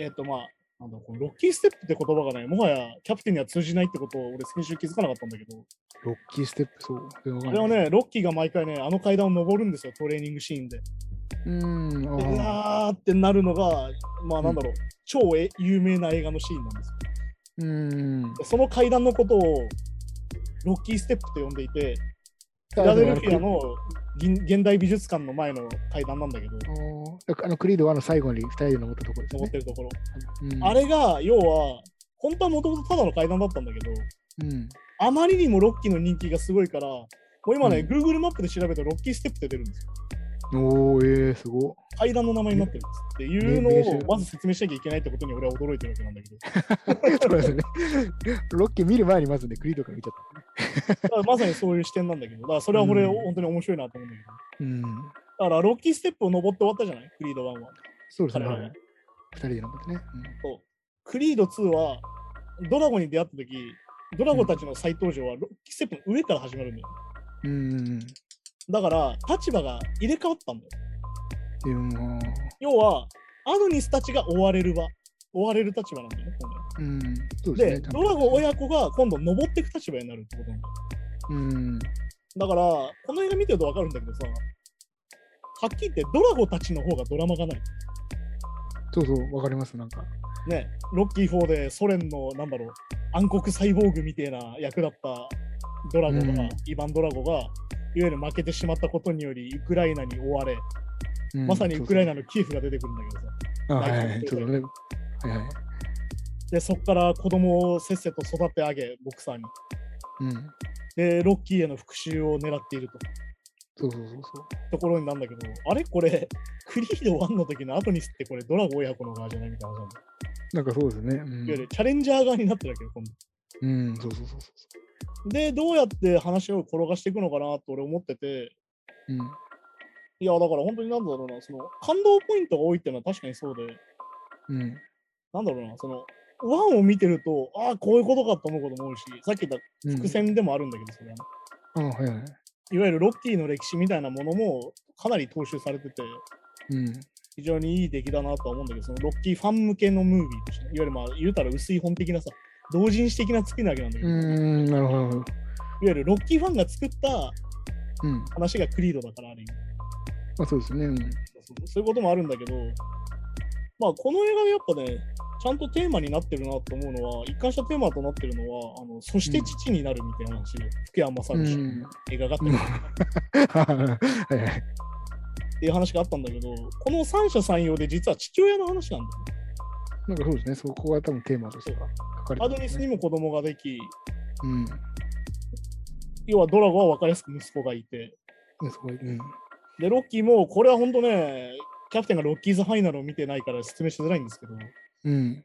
Speaker 2: えっ、とまあ、なんだろうこのロッキーステップって言葉がね、もはやキャプテンには通じないってことを俺先週気づかなかったんだけど、
Speaker 3: ロッキーステップ、そう。
Speaker 2: あ
Speaker 3: あ
Speaker 2: れは、ね、ロッキーが毎回ね、あの階段を登るんですよ、トレーニングシーンで。で
Speaker 3: うん。
Speaker 2: う
Speaker 3: ああ
Speaker 2: わーってなるのが、まあなんだろう、超え有名な映画のシーンなんですよ。
Speaker 3: うん。
Speaker 2: でその階段のことをロッキーステップと呼んでいて、フィ
Speaker 3: あ
Speaker 2: ラ
Speaker 3: で
Speaker 2: デ
Speaker 3: も
Speaker 2: ルフィアの銀現代美術館の前の階段なんだけど、
Speaker 3: あーあのクリードはあの最後に2人で登ったところです
Speaker 2: 登っ
Speaker 3: ね
Speaker 2: て。るところ。
Speaker 3: うん
Speaker 2: あれが、要は、本当はもともとただの階段だったんだけど、
Speaker 3: うん。
Speaker 2: あまりにもロッキーの人気がすごいから、もう今ね、
Speaker 3: うん
Speaker 2: Google マップで調べたらロッキーステップって出るんですよ。
Speaker 3: おー、えー、すごっ。 [LAUGHS]
Speaker 2: 階段の名前になってるんですっていうの
Speaker 3: ね練
Speaker 2: を
Speaker 3: 習
Speaker 2: まず説明しなきゃいけないってことに俺は驚いてるわけなんだけど、
Speaker 3: そうですね。ロッキー見る前にまずね、クリードから見ちゃっ
Speaker 2: だからまさにそういう視点なんだけど、だからそれは俺、
Speaker 3: うん
Speaker 2: 本当に面白いなと思うんだけど。
Speaker 3: た。うん。
Speaker 2: だからロッキーステップを登って終わったじゃないクリード1は。
Speaker 3: そうですね。
Speaker 2: は
Speaker 3: はい
Speaker 2: はい
Speaker 3: い二人で登ってね。
Speaker 2: そうクリード2はドラゴンに出会った時ドラゴンたちの再登場はロッキーステップの上から始まるんだよ。
Speaker 3: うん。うん。
Speaker 2: だから立場が入れ替わったんだよ。
Speaker 3: でも、
Speaker 2: 要はアドニスたちが追われる場、追われる立場なんだよね。今
Speaker 3: うん、そ
Speaker 2: 度
Speaker 3: うですね。
Speaker 2: で、
Speaker 3: 多
Speaker 2: ド
Speaker 3: 分
Speaker 2: ラゴン親子が今度登っていく立場になるってことなんだよ
Speaker 3: うん、
Speaker 2: だから、この映画見てると分かるんだけどさ、はっきり言ってドラゴたちの方がドラマがない。
Speaker 3: そうそう、わかります、なんか。
Speaker 2: ね、ロッキー4でソ連の、なんだろう、暗黒サイボーグみたいな役だったドラゴが、
Speaker 3: うん
Speaker 2: イヴァン・ドラゴが、いわゆる負けてしまったことにより、ウクライナに追われ、
Speaker 3: うん
Speaker 2: まさにウクライナ
Speaker 3: の。
Speaker 2: のキエフが出てくるんだけどさ、
Speaker 3: あはいは
Speaker 2: 大
Speaker 3: い、
Speaker 2: 事
Speaker 3: ちょっとね。はいはい。
Speaker 2: で、そこから子供をせっせと育て上げ、ボクサーに。
Speaker 3: うん、
Speaker 2: で、ロッキーへの復讐を狙っていると
Speaker 3: そうそうそうそう。
Speaker 2: ところになるんだけど、あれこれ、クリード1の時のアトニスってこれ、ドラゴ親子の側じゃないみたいな話なんだよ
Speaker 3: なんかそうですね。
Speaker 2: いわゆるチャレンジャー側になってるわけよ、今度。
Speaker 3: うん、うん、そうそうそうそ
Speaker 2: で、どうやって話を転がしていくのかなと俺思ってて、
Speaker 3: う。うん、
Speaker 2: いや、だから本当になんだろうな、その感動ポイントが多いっていうのは確かにそうで、
Speaker 3: うん、
Speaker 2: なんだろうな、その、1を見てると、ああ、こういうことかと思うことも多いし、さっき言っ
Speaker 3: う
Speaker 2: た
Speaker 3: ん。
Speaker 2: 伏線でもあるんだけど、それはね、
Speaker 3: あはいはい。
Speaker 2: いわゆるロッキーの歴史みたいなものもかなり踏襲されてて、
Speaker 3: うん、
Speaker 2: 非常にいい出来だなとは思うんだけど、そのロッキーファン向けのムービーとして、いわゆるまあ、言うたら薄い本的なさ、同人誌的な作りなわけなんだけ
Speaker 3: う
Speaker 2: ど、いわ
Speaker 3: ん、なるほどなるほど。
Speaker 2: ゆるロッキーファンが作った
Speaker 3: うん、ま
Speaker 2: 話がクリードだから、ある意味。
Speaker 3: あそうですね。うん、
Speaker 2: そうそういうこともあるんだけど、まあ、この映画でやっぱね、ちゃんとテーマになってるなと思うのは、一貫したテーマとなってるのは、あのそして父になるみたいな話で、福山雅
Speaker 3: う
Speaker 2: 治
Speaker 3: ん、 [LAUGHS]
Speaker 2: 映画があって
Speaker 3: うんはいはい。
Speaker 2: っていう話があったんだけど、この三者三様で実は父親の話なんだよね。
Speaker 3: なんかそうですね。そこが多分テーマとしては書かれて
Speaker 2: アド
Speaker 3: ますね
Speaker 2: ニスにも子供ができ、
Speaker 3: うん。
Speaker 2: 要はドラゴンは分かりやすく息子がいて、
Speaker 3: ねすごい。うん。
Speaker 2: で、ロッキーも、これは本当ね、キャプテンがロッキーズファイナルを見てないから説明しづらいんですけど、だ
Speaker 3: うん。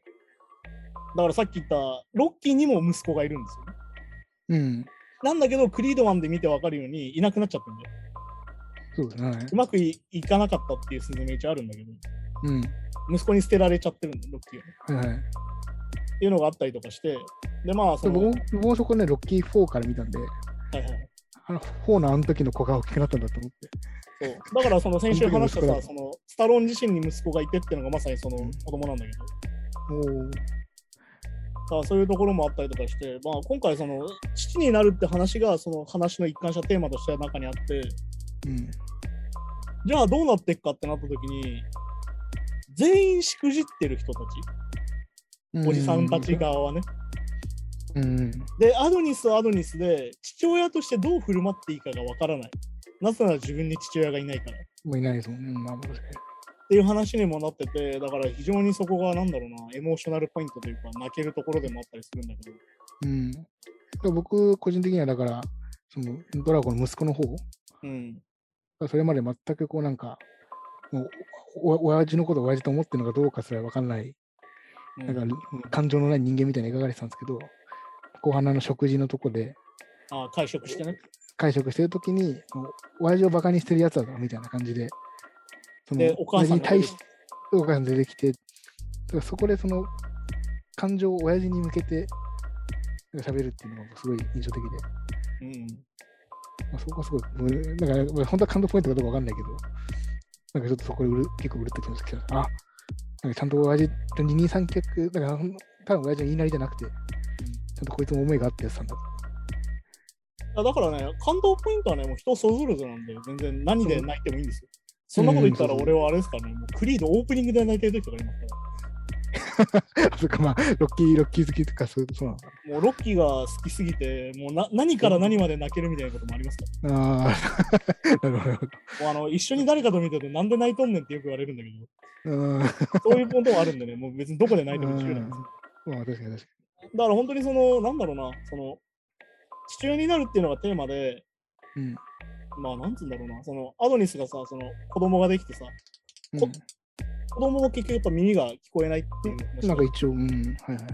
Speaker 2: からさっき言った、ロッキーにも息子がいるんですよね。
Speaker 3: うん。
Speaker 2: なんだけど、クリードマンで見て分かるように、いなくなっちゃってるんだよ。
Speaker 3: そうですね。はいう
Speaker 2: まくいいかなかったっていう説明一応あるんだけど、
Speaker 3: うん。
Speaker 2: 息子に捨てられちゃってるんだよ、ロッキーを。っ
Speaker 3: はいはい。
Speaker 2: ていうのがあったりとかして、で、まあ、
Speaker 3: で
Speaker 2: その、
Speaker 3: 僕
Speaker 2: は
Speaker 3: も僕もそこね、ロッキー4から見たんで、
Speaker 2: いはい、
Speaker 3: あの4のあの時の子が大きくなったんだと思って。
Speaker 2: そうだから、その先週話した
Speaker 3: 本当に息子だ
Speaker 2: さ、その、スタローン自身に息子がいてっていうのがまさにその
Speaker 3: うん
Speaker 2: 子供なんだけど、だ
Speaker 3: おお。
Speaker 2: からそういうところもあったりとかして、まあ、今回、その、父になるって話が、その話の一貫したテーマとして中にあって、
Speaker 3: うん。
Speaker 2: じゃあどうなっていくかってなった時に、全員しくじってる人たち、おじさんたち側はね、
Speaker 3: うん。
Speaker 2: で、アドニスはアドニスで、父親としてどう振る舞っていいかがわからない。なぜなら自分に父親がいないから。っ
Speaker 3: もういないですもんね。まあ、確か
Speaker 2: ていう話にもなってて、だから非常にそこが、なんだろうな、エモーショナルポイントというか、泣けるところでもあったりするんだけど。
Speaker 3: に。うん。だから僕、個人的にはだから、そのドラゴンの息子の方
Speaker 2: うん。
Speaker 3: がそれまで全くこうなんか、もうおお親父のことを親父と思ってるのかどうかすら分かんない
Speaker 2: うん
Speaker 3: なんか感情のない人間みたいに描かれてたんですけど、後半のあの食事のとこで、
Speaker 2: ああ、会食してね。
Speaker 3: 会食してるときに、もう親父をバカにしてるやつだからみたいな感じで、そ
Speaker 2: で、お母さん
Speaker 3: 親父に
Speaker 2: が出
Speaker 3: 対
Speaker 2: て
Speaker 3: し
Speaker 2: くる
Speaker 3: お母さん出てきて、だからそこでその感情を親父に向けてなんか喋るっていうのがすごい印象的で、
Speaker 2: うん。
Speaker 3: まあ、そこはすごい、うんなんかまあ本当は感動ポイントかどうかわかんないけど、なんかちょっとそこでうる結構うるっときましたけど、あなんかちゃんと親父と二人三脚、だから多分親父の言いなりじゃなくて、ちゃんとこいつも思いがあってやってたんだ [LAUGHS]
Speaker 2: あだからね、感動ポイントはね、もう人それぞれなんで、全然何で泣いてもいいんですよ。そんなこと言ったら
Speaker 3: うん
Speaker 2: 俺はあれですからね、もうクリードオープニングで泣いてる時とかいますから。
Speaker 3: そっか、まあ、ロッキー、ロッキー好きとか、そうそうなのか
Speaker 2: もうロッキーが好きすぎて、もうな何から何まで泣けるみたいなこともありますから、
Speaker 3: な。あ [LAUGHS] あ、なるほど。
Speaker 2: もうあの一緒に誰かと見てると、なんで泣いとんねんってよく言われるんだけ
Speaker 3: うん。 [LAUGHS] まあ、
Speaker 2: ど、そういうこともあるんでね、もう別にどこで泣いても自由なんですよ。
Speaker 3: 確かに確か
Speaker 2: だから本当にその、なんだろうな、その、父親になるっていうのがテーマで、
Speaker 3: に。うん。
Speaker 2: まあ、なんつうんだろうな、その、アドニスがさ、その、子供ができてさ、こ子供も結局やっぱ耳が聞こえないっていう
Speaker 3: うん、
Speaker 2: 話
Speaker 3: なん
Speaker 2: が
Speaker 3: か一応、うん、はいはい。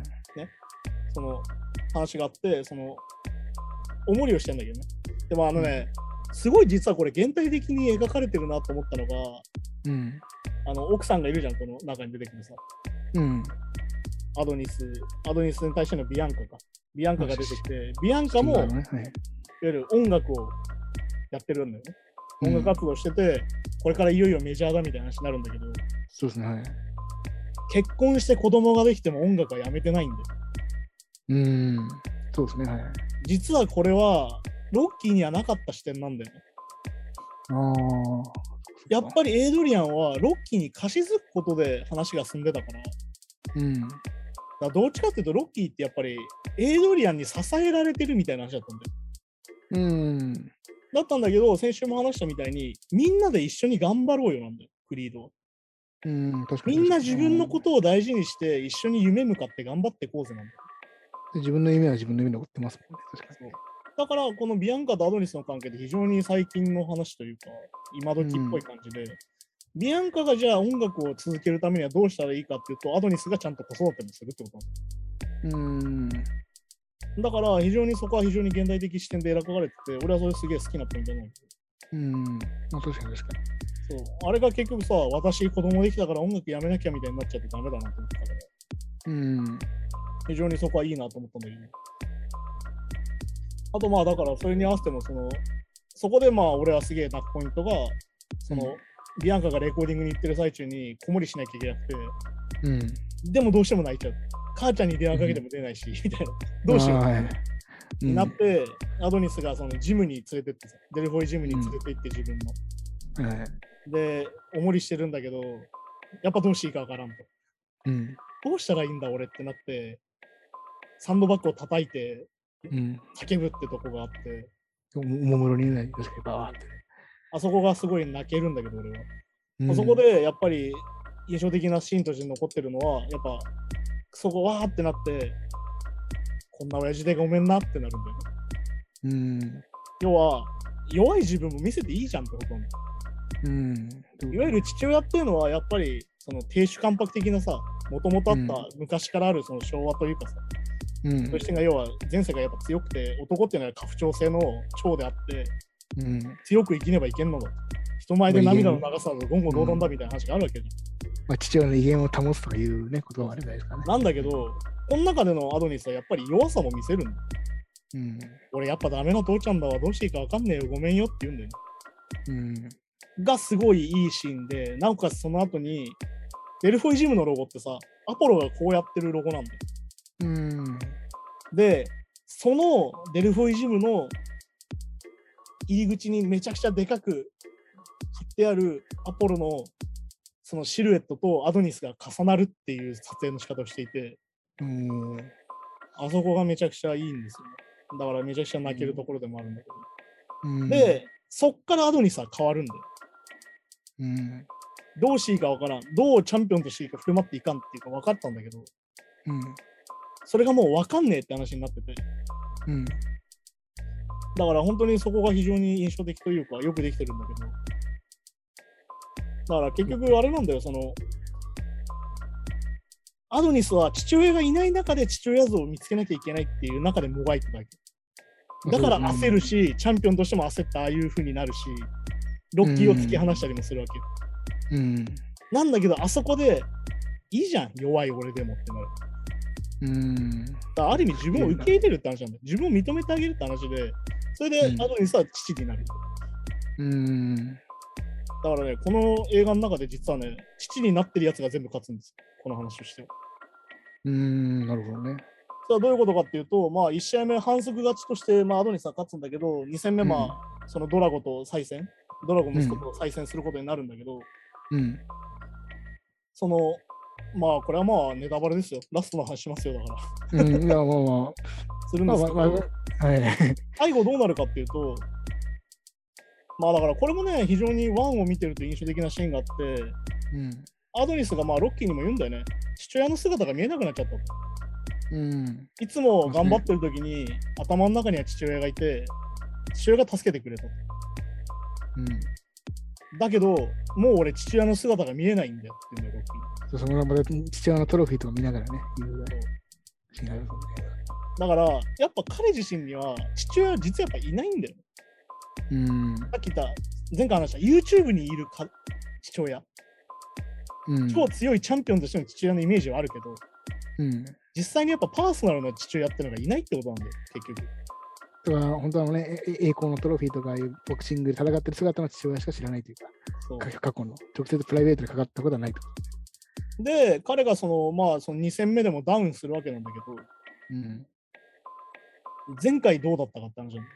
Speaker 2: その、話があって、その、おもりをしてんだけどね。でもあのね、すごい実はこれ、現代的に描かれてるなと思ったのが、
Speaker 3: うん。
Speaker 2: あの奥さんがいるじゃん、この中に出てくるさ。
Speaker 3: うん。
Speaker 2: アドニス、アドニスに対してのビアンカか。ビアンカが出てきて、ビアンカ
Speaker 3: そ
Speaker 2: も、
Speaker 3: う
Speaker 2: い
Speaker 3: な
Speaker 2: わ
Speaker 3: のねはい
Speaker 2: ゆる音楽をやってるんだよね。音楽活動してて、これからいよいよメジャーだみたいな話になるんだけど、
Speaker 3: そうですね、はい。
Speaker 2: 結婚して子供ができても音楽はやめてないんで
Speaker 3: うん。そうですね。はい。
Speaker 2: 実はこれはロッキーにはなかった視点なんだよね
Speaker 3: ああ。
Speaker 2: やっぱりエイドリアンはロッキーに貸しづくことで話が進んでたからだか
Speaker 3: うん。
Speaker 2: らどっちかっていうとロッキーってやっぱりエイドリアンに支えられてるみたいな話だったんだよ
Speaker 3: うん。
Speaker 2: だったんだけど先週も話したみたいにみんなで一緒に頑張ろうよなんだよクリードは
Speaker 3: うん。確かに。
Speaker 2: みんな自分のことを大事にして一緒に夢向かって頑張ってこうぜなんだよ
Speaker 3: と。自分の夢は自分の夢で追ってますもんね。確か
Speaker 2: そうだからこのビアンカとアドニスの関係って非常に最近の話というか今時っぽい感じで、ビアンカがじゃあ音楽を続けるためにはどうしたらいいかっていうとアドニスがちゃんと子育てもするってことなん
Speaker 3: に。うん。
Speaker 2: だだから非常にそこは非常に現代的視点で描かれてて俺はそれすげえ好きなポイントなんだ
Speaker 3: うん。まあ、確かに確かに。
Speaker 2: けどそうあれが結局さ私子供できたから音楽やめなきゃみたいになっちゃってダメだなと思ったから
Speaker 3: うん。
Speaker 2: 非常にそこはいいなと思ったんだけどね。あとまあだからそれに合わせてもそのそこでまあ俺はすげえ泣くポイントがその、
Speaker 3: うん
Speaker 2: ビアンカがレコーディングに行ってる最中に子守りしなきゃいけなくて
Speaker 3: うん。
Speaker 2: でもどうしても泣いちゃう母ちゃんに電話かけても出ないし、みたいなどうしよう、
Speaker 3: あーはいうん
Speaker 2: な
Speaker 3: は
Speaker 2: ってアドニスがそのジムに連れてってさデルフォイジムに連れて行って自分の、
Speaker 3: い。
Speaker 2: でおもりしてるんだけどやっぱどうしていいかわからんと
Speaker 3: うん。
Speaker 2: どうしたらいいんだ俺ってなってサンドバッグを叩いて
Speaker 3: うん。
Speaker 2: 叫ぶってとこがあって
Speaker 3: おおもむろにね、確かにバーって。
Speaker 2: あそこがすごい泣けるんだけど、俺は。
Speaker 3: うん
Speaker 2: そこ、でやっぱり印象的なシーンとして残ってるのは、やっぱそこわーってなって、こんな親父でごめんなってなるんだよね。
Speaker 3: うん。
Speaker 2: 要は、弱い自分も見せていいじゃんってことなの
Speaker 3: うん。
Speaker 2: いわゆる父親っていうのは、やっぱりその亭主関白的なさ、もともとあった昔からあるその昭和というかさ、
Speaker 3: うん、
Speaker 2: そういう視点が要は全世界やっぱ強くて、男っていうのは家父長制の長であって、
Speaker 3: うん。
Speaker 2: 強く生きねばいけんのだ。人前で涙を流さず言語道断だみたいな話があるわけじゃん
Speaker 3: まあ、父親の威厳を保つとかいうね、言葉があるじゃないですかね。
Speaker 2: なんだけど、この中でのアドニスはやっぱり弱さも見せるんだ。
Speaker 3: うん。
Speaker 2: 俺やっぱダメな父ちゃんだわ、どうしていいかわかんねえよ、ごめんよって言うんだよ、
Speaker 3: うん。
Speaker 2: ね。がすごいいいシーンで、なおかつその後に、デルフォイジムのロゴってさ、アポロがこうやってるロゴなんだよ。
Speaker 3: うん。
Speaker 2: で、そのデルフォイジムの入り口にめちゃくちゃでかく貼ってあるアポロのそのシルエットとアドニスが重なるっていう撮影の仕方をしていて、
Speaker 3: うん。
Speaker 2: あそこがめちゃくちゃいいんですよね。だからめちゃくちゃ泣けるところでもあるんだけど。
Speaker 3: うん、
Speaker 2: で、そっからアドニスは変わるんだよ。
Speaker 3: うん。
Speaker 2: どうしていいかわからん。どうチャンピオンとしていいか振る舞っていかんっていうか分かったんだけど、
Speaker 3: うん。
Speaker 2: それがもう分かんねえって話になってて。
Speaker 3: うん。
Speaker 2: だから本当にそこが非常に印象的というか、よくできてるんだけど。だから結局あれなんだよ、その、アドニスは父親がいない中で父親像を見つけなきゃいけないっていう中でもがいてたわけ。だから焦るし、チャンピオンとしても焦ってああいう風になるし、ロッキーを突き放したりもするわけ。
Speaker 3: うん。
Speaker 2: なんだけど、あそこで、いいじゃん、弱い俺でもってなる。
Speaker 3: うん。
Speaker 2: だからある意味、自分を受け入れるって話なんだよ。自分を認めてあげるって話で、それで、
Speaker 3: うん
Speaker 2: アドニスは父になる。だ
Speaker 3: うん。
Speaker 2: からね、この映画の中で実はね、父になってるやつが全部勝つんですよ。この話をしては。
Speaker 3: うん。なるほどね。
Speaker 2: それはどういうことかっていうと、まあ、1試合目、反則勝ちとして、まあ、アドニスは勝つんだけど、2戦目、まあ、そのドラゴと再戦、ドラゴ息子と再戦することになるんだけど、
Speaker 3: うん。
Speaker 2: その、まあ、これはまあ、ネタバレですよ。ラストの話しますよ、だから。
Speaker 3: うん。いや、まあまあ。
Speaker 2: するん
Speaker 3: ま
Speaker 2: で
Speaker 3: あ
Speaker 2: すけ
Speaker 3: まあ
Speaker 2: ど。
Speaker 3: まあ。はい。
Speaker 2: 最後どうなるかっていうと、まあだからこれもね、非常にワンを見てると印象的なシーンがあって、
Speaker 3: うん。
Speaker 2: アドニスがまあロッキーにも言うんだよね。父親の姿が見えなくなっちゃったと。
Speaker 3: うん。
Speaker 2: いつも頑張ってる時に頭の中には父親がいて、父親が助けてくれたと。
Speaker 3: うん。
Speaker 2: だけど、もう俺父親の姿が見えないんだよって言うんだよ、ロッキ
Speaker 3: そうそのまま父親のトロフィーとか見ながらね、いろいろ違うもんね。
Speaker 2: ー。だから、やっぱ彼自身には父親は実はやっぱいないんだよ。
Speaker 3: うん。
Speaker 2: さっき言った、前回話した YouTube にいるか父親。
Speaker 3: うん。
Speaker 2: 超強いチャンピオンとしての父親のイメージはあるけど、
Speaker 3: うん。
Speaker 2: 実際にやっぱパーソナルな父親ってのがいないってことなんだよ、結局。
Speaker 3: とは本当はあのね、ええ栄光のトロフィーとかいうボクシングで戦ってる姿の父親しか知らないという
Speaker 2: そう
Speaker 3: か、か過去の、直接プライベートでかかったことはないと。
Speaker 2: で、彼がその、まあ、その2戦目でもダウンするわけなんだけど、
Speaker 3: うん。
Speaker 2: 前回どうだったかって話なんだよね。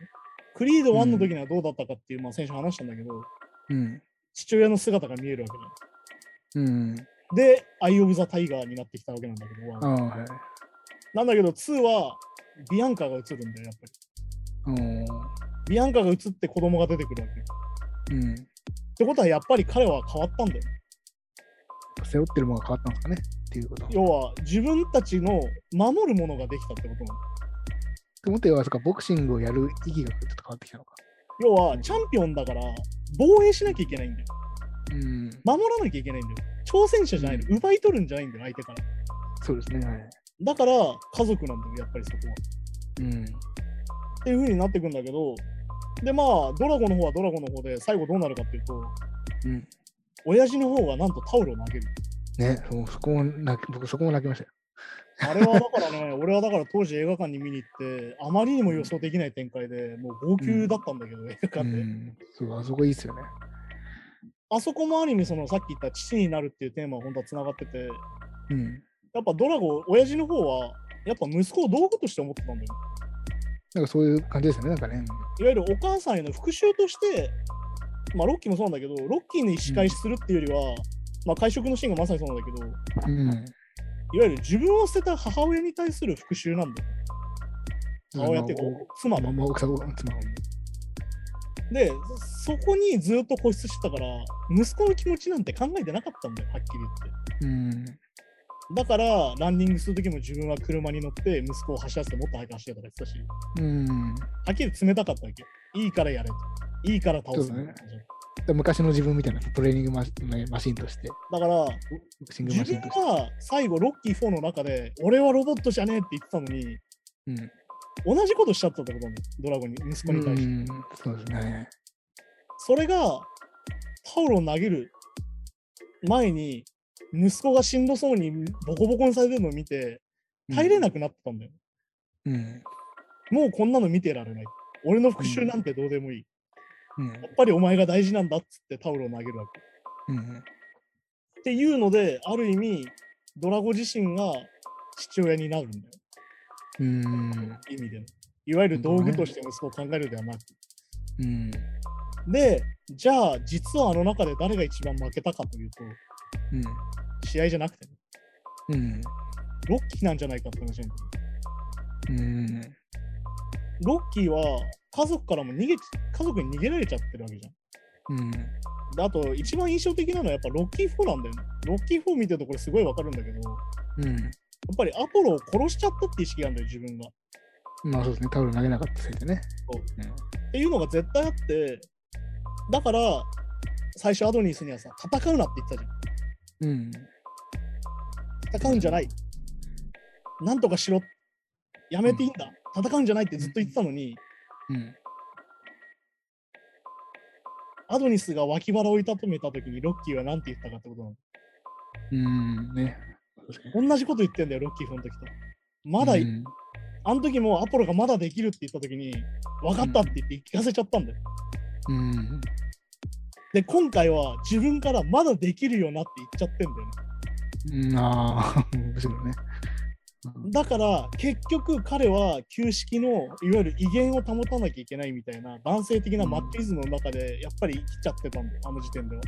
Speaker 2: クリード1の時にはどうだったかっていう、まあ、先週話したんだけど、
Speaker 3: うん。
Speaker 2: 父親の姿が見えるわけじゃん。
Speaker 3: うん。
Speaker 2: で、アイ・オブ・ザ・タイガーになってきたわけなんだけど、
Speaker 3: ああ、はい。
Speaker 2: なんだけど、2はビアンカが映るんだよ、やっぱり。
Speaker 3: あ
Speaker 2: ビアンカが映って子供が出てくるわけ。っ
Speaker 3: ーうん。
Speaker 2: てことは、やっぱり彼は変わったんだよ。
Speaker 3: 背負ってるものが変わったんですかねっていうこと。
Speaker 2: 要は、自分たちの守るものができたってことなの。
Speaker 3: でもっと言わそっか、ボクシングをやる意義がちょっと変わってきたのか。
Speaker 2: 要は、チャンピオンだから、防衛しなきゃいけないんだよ。
Speaker 3: うん。
Speaker 2: 守らなきゃいけないんだよ。挑戦者じゃないの。奪い取るんじゃないんだよ、相手から。
Speaker 3: そうですね。はい。
Speaker 2: だから、家族なんだよ、やっぱりそこは。
Speaker 3: う
Speaker 2: っ
Speaker 3: ん。
Speaker 2: ていう風になってくんだけど、で、まあ、ドラゴンの方はドラゴンの方で、最後どうなるかっていうと、
Speaker 3: うん。
Speaker 2: 親父の方がなんとタオルを投げる。
Speaker 3: ね、そうそこも泣き、僕そこも泣きましたよ。
Speaker 2: あれはだから
Speaker 3: [LAUGHS]
Speaker 2: ね、俺はだから当時映画館に見に行って、あまりにも予想できない展開で、もう号泣だったんだけど、映画館
Speaker 3: う
Speaker 2: で。
Speaker 3: ん。そう、あそこいいっすよね。
Speaker 2: あそこもある意味、そのさっき言った父になるっていうテーマは本当はつながってて、や
Speaker 3: うん。
Speaker 2: っぱドラゴン、親父の方は、やっぱ息子を道具として思ってたんだよ。
Speaker 3: なんかそういう感じですよね。なんかね。
Speaker 2: いわゆるお母さんへの復讐として、まあ、ロッキーもそうなんだけど、ロッキーに仕返しするっていうよりは、まあ、会食のシーンがまさにそうなんだけど、
Speaker 3: うん。
Speaker 2: いわゆる自分を捨てた母親に対する復讐なんだよ。母親っていうか妻
Speaker 3: ま
Speaker 2: だ
Speaker 3: あ、。まあ、奥さん、妻を。
Speaker 2: で、そこにずっと固執してたから、息子の気持ちなんて考えてなかったんだよ、はっきり言って。
Speaker 3: うん。
Speaker 2: だから、ランニングするときも自分は車に乗って、息子を走らせてもっと早く走れとか言ってたし、は
Speaker 3: うん。
Speaker 2: っきり冷たかったわけ。いいからやれと。いいから倒す
Speaker 3: そ
Speaker 2: と
Speaker 3: うだね昔の自分みたいなトレーニングマシ,、ね、マシンとして、ボ
Speaker 2: だから、
Speaker 3: クシング
Speaker 2: 自
Speaker 3: マシン
Speaker 2: 分
Speaker 3: として。
Speaker 2: は最後、ロッキー4の中で、俺はロボットじゃねえって言ってたのに、
Speaker 3: うん
Speaker 2: 同じことしちゃったってことなんだよ、ドラゴンに、息子に対して。
Speaker 3: うん、そうですね。
Speaker 2: それがタオルを投げる前に息子がしんどそうにボコボコにされてるのを見て耐えれなくなったんだよ、
Speaker 3: うん。
Speaker 2: もうこんなの見てられない俺の復讐なんてどうでもいい、
Speaker 3: うん
Speaker 2: やっぱりお前が大事なんだっつってタオルを投げるわけ
Speaker 3: うん。
Speaker 2: っていうのである意味ドラゴ自身が父親になるんだよ
Speaker 3: うん。
Speaker 2: 意味でのいわゆる道具として息子を考えるではなく、
Speaker 3: うん。
Speaker 2: でじゃあ実はあの中で誰が一番負けたかというと
Speaker 3: うん。
Speaker 2: 試合じゃなくてね
Speaker 3: うん。
Speaker 2: ロッキーなんじゃないかって話なんだよ
Speaker 3: うん。
Speaker 2: ロッキーは家族からも逃げち家族に逃げられちゃってるわけじゃん。
Speaker 3: うん。
Speaker 2: であと一番印象的なのはやっぱロッキー4なんだよね。ロッキー4見てるとこれすごいわかるんだけど、やっ
Speaker 3: うん。
Speaker 2: ぱりアポロを殺しちゃったって意識があるんだよ、自分が。
Speaker 3: まあそうですね。タオル投げなかったせいでね。
Speaker 2: そう
Speaker 3: うん。
Speaker 2: っていうのが絶対あって、だから最初アドニースにはさ、戦うなって言ってたじ
Speaker 3: うん。
Speaker 2: ゃん。戦うんじゃない。なんとかしろ。やめていいんだ。戦うんじゃないってずっと言ってたのに、
Speaker 3: うん。
Speaker 2: アドニスが脇腹を痛めた時にロッキーは何て言ったかってことなの。
Speaker 3: うん。ね。
Speaker 2: 同じこと言ってんだよ、ロッキー4の時と。まだ
Speaker 3: うん。
Speaker 2: あの時もアポロがまだできるって言った時に、分かったって言って聞かせちゃったんだよ。
Speaker 3: うん。
Speaker 2: で、今回は自分からまだできるよなって言っちゃってんだよね。
Speaker 3: うんああ、むしろね。
Speaker 2: だから、結局彼は旧式のいわゆる威厳を保たなきゃいけないみたいな男性的なマッチイズムの中でやっぱり生きちゃってたんだよ、あの時点では。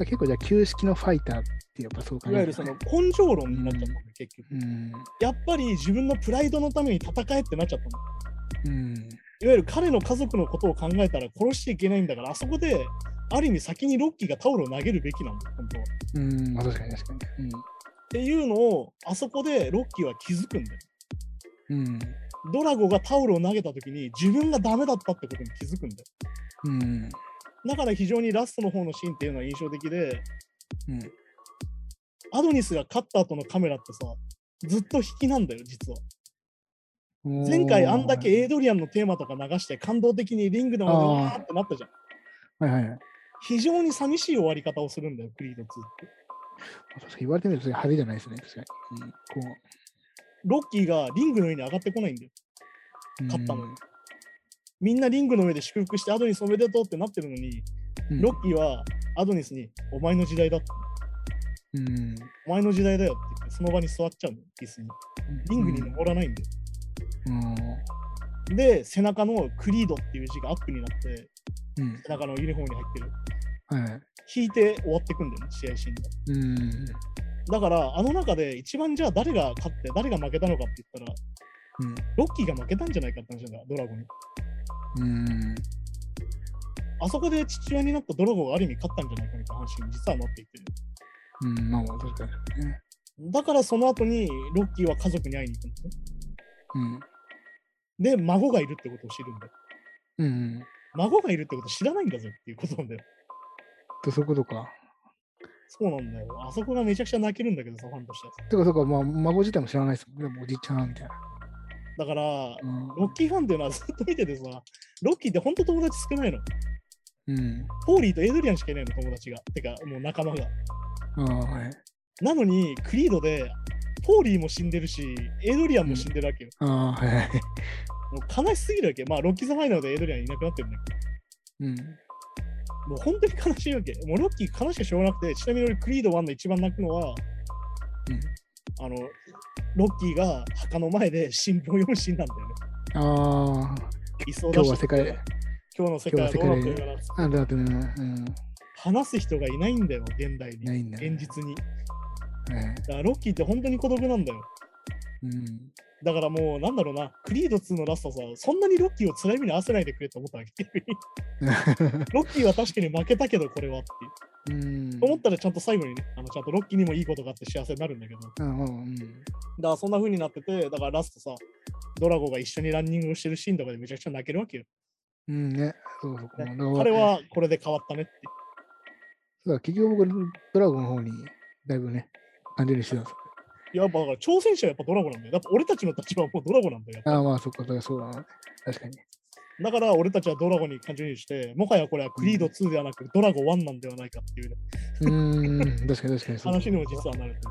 Speaker 3: 結構じゃあ、旧式のファイターってやっぱそうか
Speaker 2: いわゆるその根性論になっちゃったんだよ、結局。
Speaker 3: うん。
Speaker 2: やっぱり自分のプライドのために戦えってなっちゃったんだよ。
Speaker 3: うん。
Speaker 2: いわゆる彼の家族のことを考えたら殺しちゃいけないんだから、あそこである意味先にロッキーがタオルを投げるべきなんだよ、本当は。
Speaker 3: うん。まあ確かに確かに。
Speaker 2: っていうのをあそこでロッキーは気づくんだよ。
Speaker 3: うん。うん。
Speaker 2: ドラゴがタオルを投げた時に自分がダメだったってことに気づくんだよ。
Speaker 3: うん。
Speaker 2: だから非常にラストの方のシーンっていうのは印象的で、
Speaker 3: うん。
Speaker 2: アドニスが勝った後のカメラってさ、ずっと引きなんだよ、実は。前回あんだけエイドリアンのテーマとか流して感動的にリングのまでわーってなったじゃん。
Speaker 3: はいはいはい。
Speaker 2: 非常に寂しい終わり方をするんだよ、クリード2って。
Speaker 3: 確かに言われてみるとそれ派手じゃないですね。確かに。うん、こ
Speaker 2: ロッキーがリングの上に上がってこないんだよ。
Speaker 3: う
Speaker 2: 勝ったのに
Speaker 3: に。
Speaker 2: みんなリングの上で祝福してアドニスおめでとうってなってるのに、
Speaker 3: うん
Speaker 2: ロッキーはアドニスにお前の時代だって
Speaker 3: うん。
Speaker 2: お前の時代だよって言って、その場に座っちゃうの、椅子に。リングに登らないんで。
Speaker 3: うん。
Speaker 2: で、背中のクリードっていう字がアップになって、
Speaker 3: うん。
Speaker 2: 背中のユニフォームに入ってる。
Speaker 3: は
Speaker 2: 引いて終わってくんだよね、試合シーンが。
Speaker 3: い。うん。
Speaker 2: だから、あの中で一番じゃあ誰が勝って、誰が負けたのかって言ったら、
Speaker 3: うん。
Speaker 2: ロッキーが負けたんじゃないかって話なんだよ、ドラゴンに。
Speaker 3: うん。
Speaker 2: あそこで父親になったドラゴンがある意味勝ったんじゃないかみたいな話に実はなっていて。
Speaker 3: うん。まあ、確かにね。
Speaker 2: だからその後にロッキーは家族に会いに行くんですね。
Speaker 3: うん。
Speaker 2: で、孫がいるってことを知るんだよ。
Speaker 3: うん。
Speaker 2: 孫がいるってこと知らないんだぜっていうことなんだよ。
Speaker 3: と、そういうことか。
Speaker 2: そうなんだよ。あそこがめちゃくちゃ泣けるんだけどさ、ファンとしては。
Speaker 3: てか、そうか、まあ、孫自体も知らないですもんね。もうおじいちゃんみたいな。
Speaker 2: だから、ロ
Speaker 3: うん。
Speaker 2: ッキーファンっていうのはずっと見ててさ、ロッキーって本当友達少ないの。
Speaker 3: うん。
Speaker 2: ポーリーとエイドリアンしかいないの、友達が。てか、もう仲間が。
Speaker 3: ああ、はい。
Speaker 2: なのに、クリードで、ポーリーも死んでるし、エイドリアンも死んでるわけよ。
Speaker 3: ああ、はい。
Speaker 2: もう悲しすぎるわけ。まあ、ロッキーズファイナルでエイドリアンいなくなってるんだけ
Speaker 3: うん。
Speaker 2: ど、もう本当に悲しいわけ。もうロッキー悲しくしょうがなくて、ちなみに俺、クリード1の一番泣くのは、あの、ロッキーが墓の前で新聞を読むシーンなんだよね。
Speaker 3: ああ、
Speaker 2: 理想
Speaker 3: 今日は世界、
Speaker 2: 今日の世界はどうなってるかな
Speaker 3: あだってね、うん。
Speaker 2: 話す人がいないんだよ、現代
Speaker 3: ない
Speaker 2: に。
Speaker 3: んだね
Speaker 2: 現実に。だ
Speaker 3: はい。
Speaker 2: からロッキーって本当に孤独なんだよ。
Speaker 3: うん。
Speaker 2: だからもう、なんだろうな、クリード2のラストさ、そんなにロッキーを辛い目に合わせないでくれと思ったわけ。
Speaker 3: [LAUGHS]
Speaker 2: ロッキーは確かに負けたけど、これはっていう。
Speaker 3: うん。
Speaker 2: と思ったら、ちゃんと最後にね、あのちゃんとロッキーにもいいことがあって幸せになるんだけど。だか
Speaker 3: ああ、うん。
Speaker 2: らそんな風になってて、だからラストさ、ドラゴが一緒にランニングをしてるシーンとかでめちゃくちゃ泣けるわけよ。
Speaker 3: うんね。そうそう。
Speaker 2: ね
Speaker 3: だから
Speaker 2: 彼はこれで変わったねって。
Speaker 3: そうだ、結局僕、ドラゴンの方に、だいぶね、感じるしてたんです
Speaker 2: いや、やっぱだから挑戦者はやっぱドラゴなんだよ。だって俺たちの立場はもうドラゴなんだよ。
Speaker 3: ああ、まあ、そっか、だからそうだな。確かに。
Speaker 2: だから俺たちはドラゴに感情移入して、もはやこれはクリード2ではなくドラゴ1なんではないかっていうね
Speaker 3: うーん、確かに確かに。そう
Speaker 2: 話にも実はなるという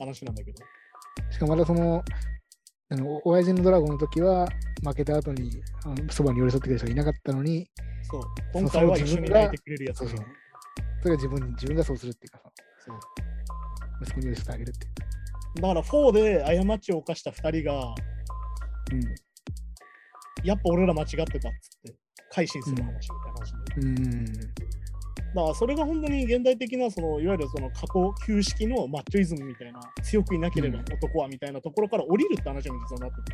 Speaker 2: 話なんだけど。
Speaker 3: しかもまたその、あのお親父のドラゴンの時は、負けた後に、あのそばに寄り添ってくれる人がいなかったのに、
Speaker 2: そう。今回は一緒に泣いてくれるやつ
Speaker 3: そ
Speaker 2: で
Speaker 3: う
Speaker 2: し
Speaker 3: そ
Speaker 2: ょ
Speaker 3: う。それは自分自分がそうするっていうかさ、
Speaker 2: そう
Speaker 3: 息子に寄り添ってあげるってい
Speaker 2: だから4で過ちを犯した2人が、
Speaker 3: う。
Speaker 2: やっぱ俺ら間違ってたっつって、改心する話みたいな話で。
Speaker 3: うん。うん。
Speaker 2: だからそれが本当に現代的なそのいわゆるその過去旧式のマッチョイズムみたいな強くいなければ男はみたいなところから降りるって話も実はなって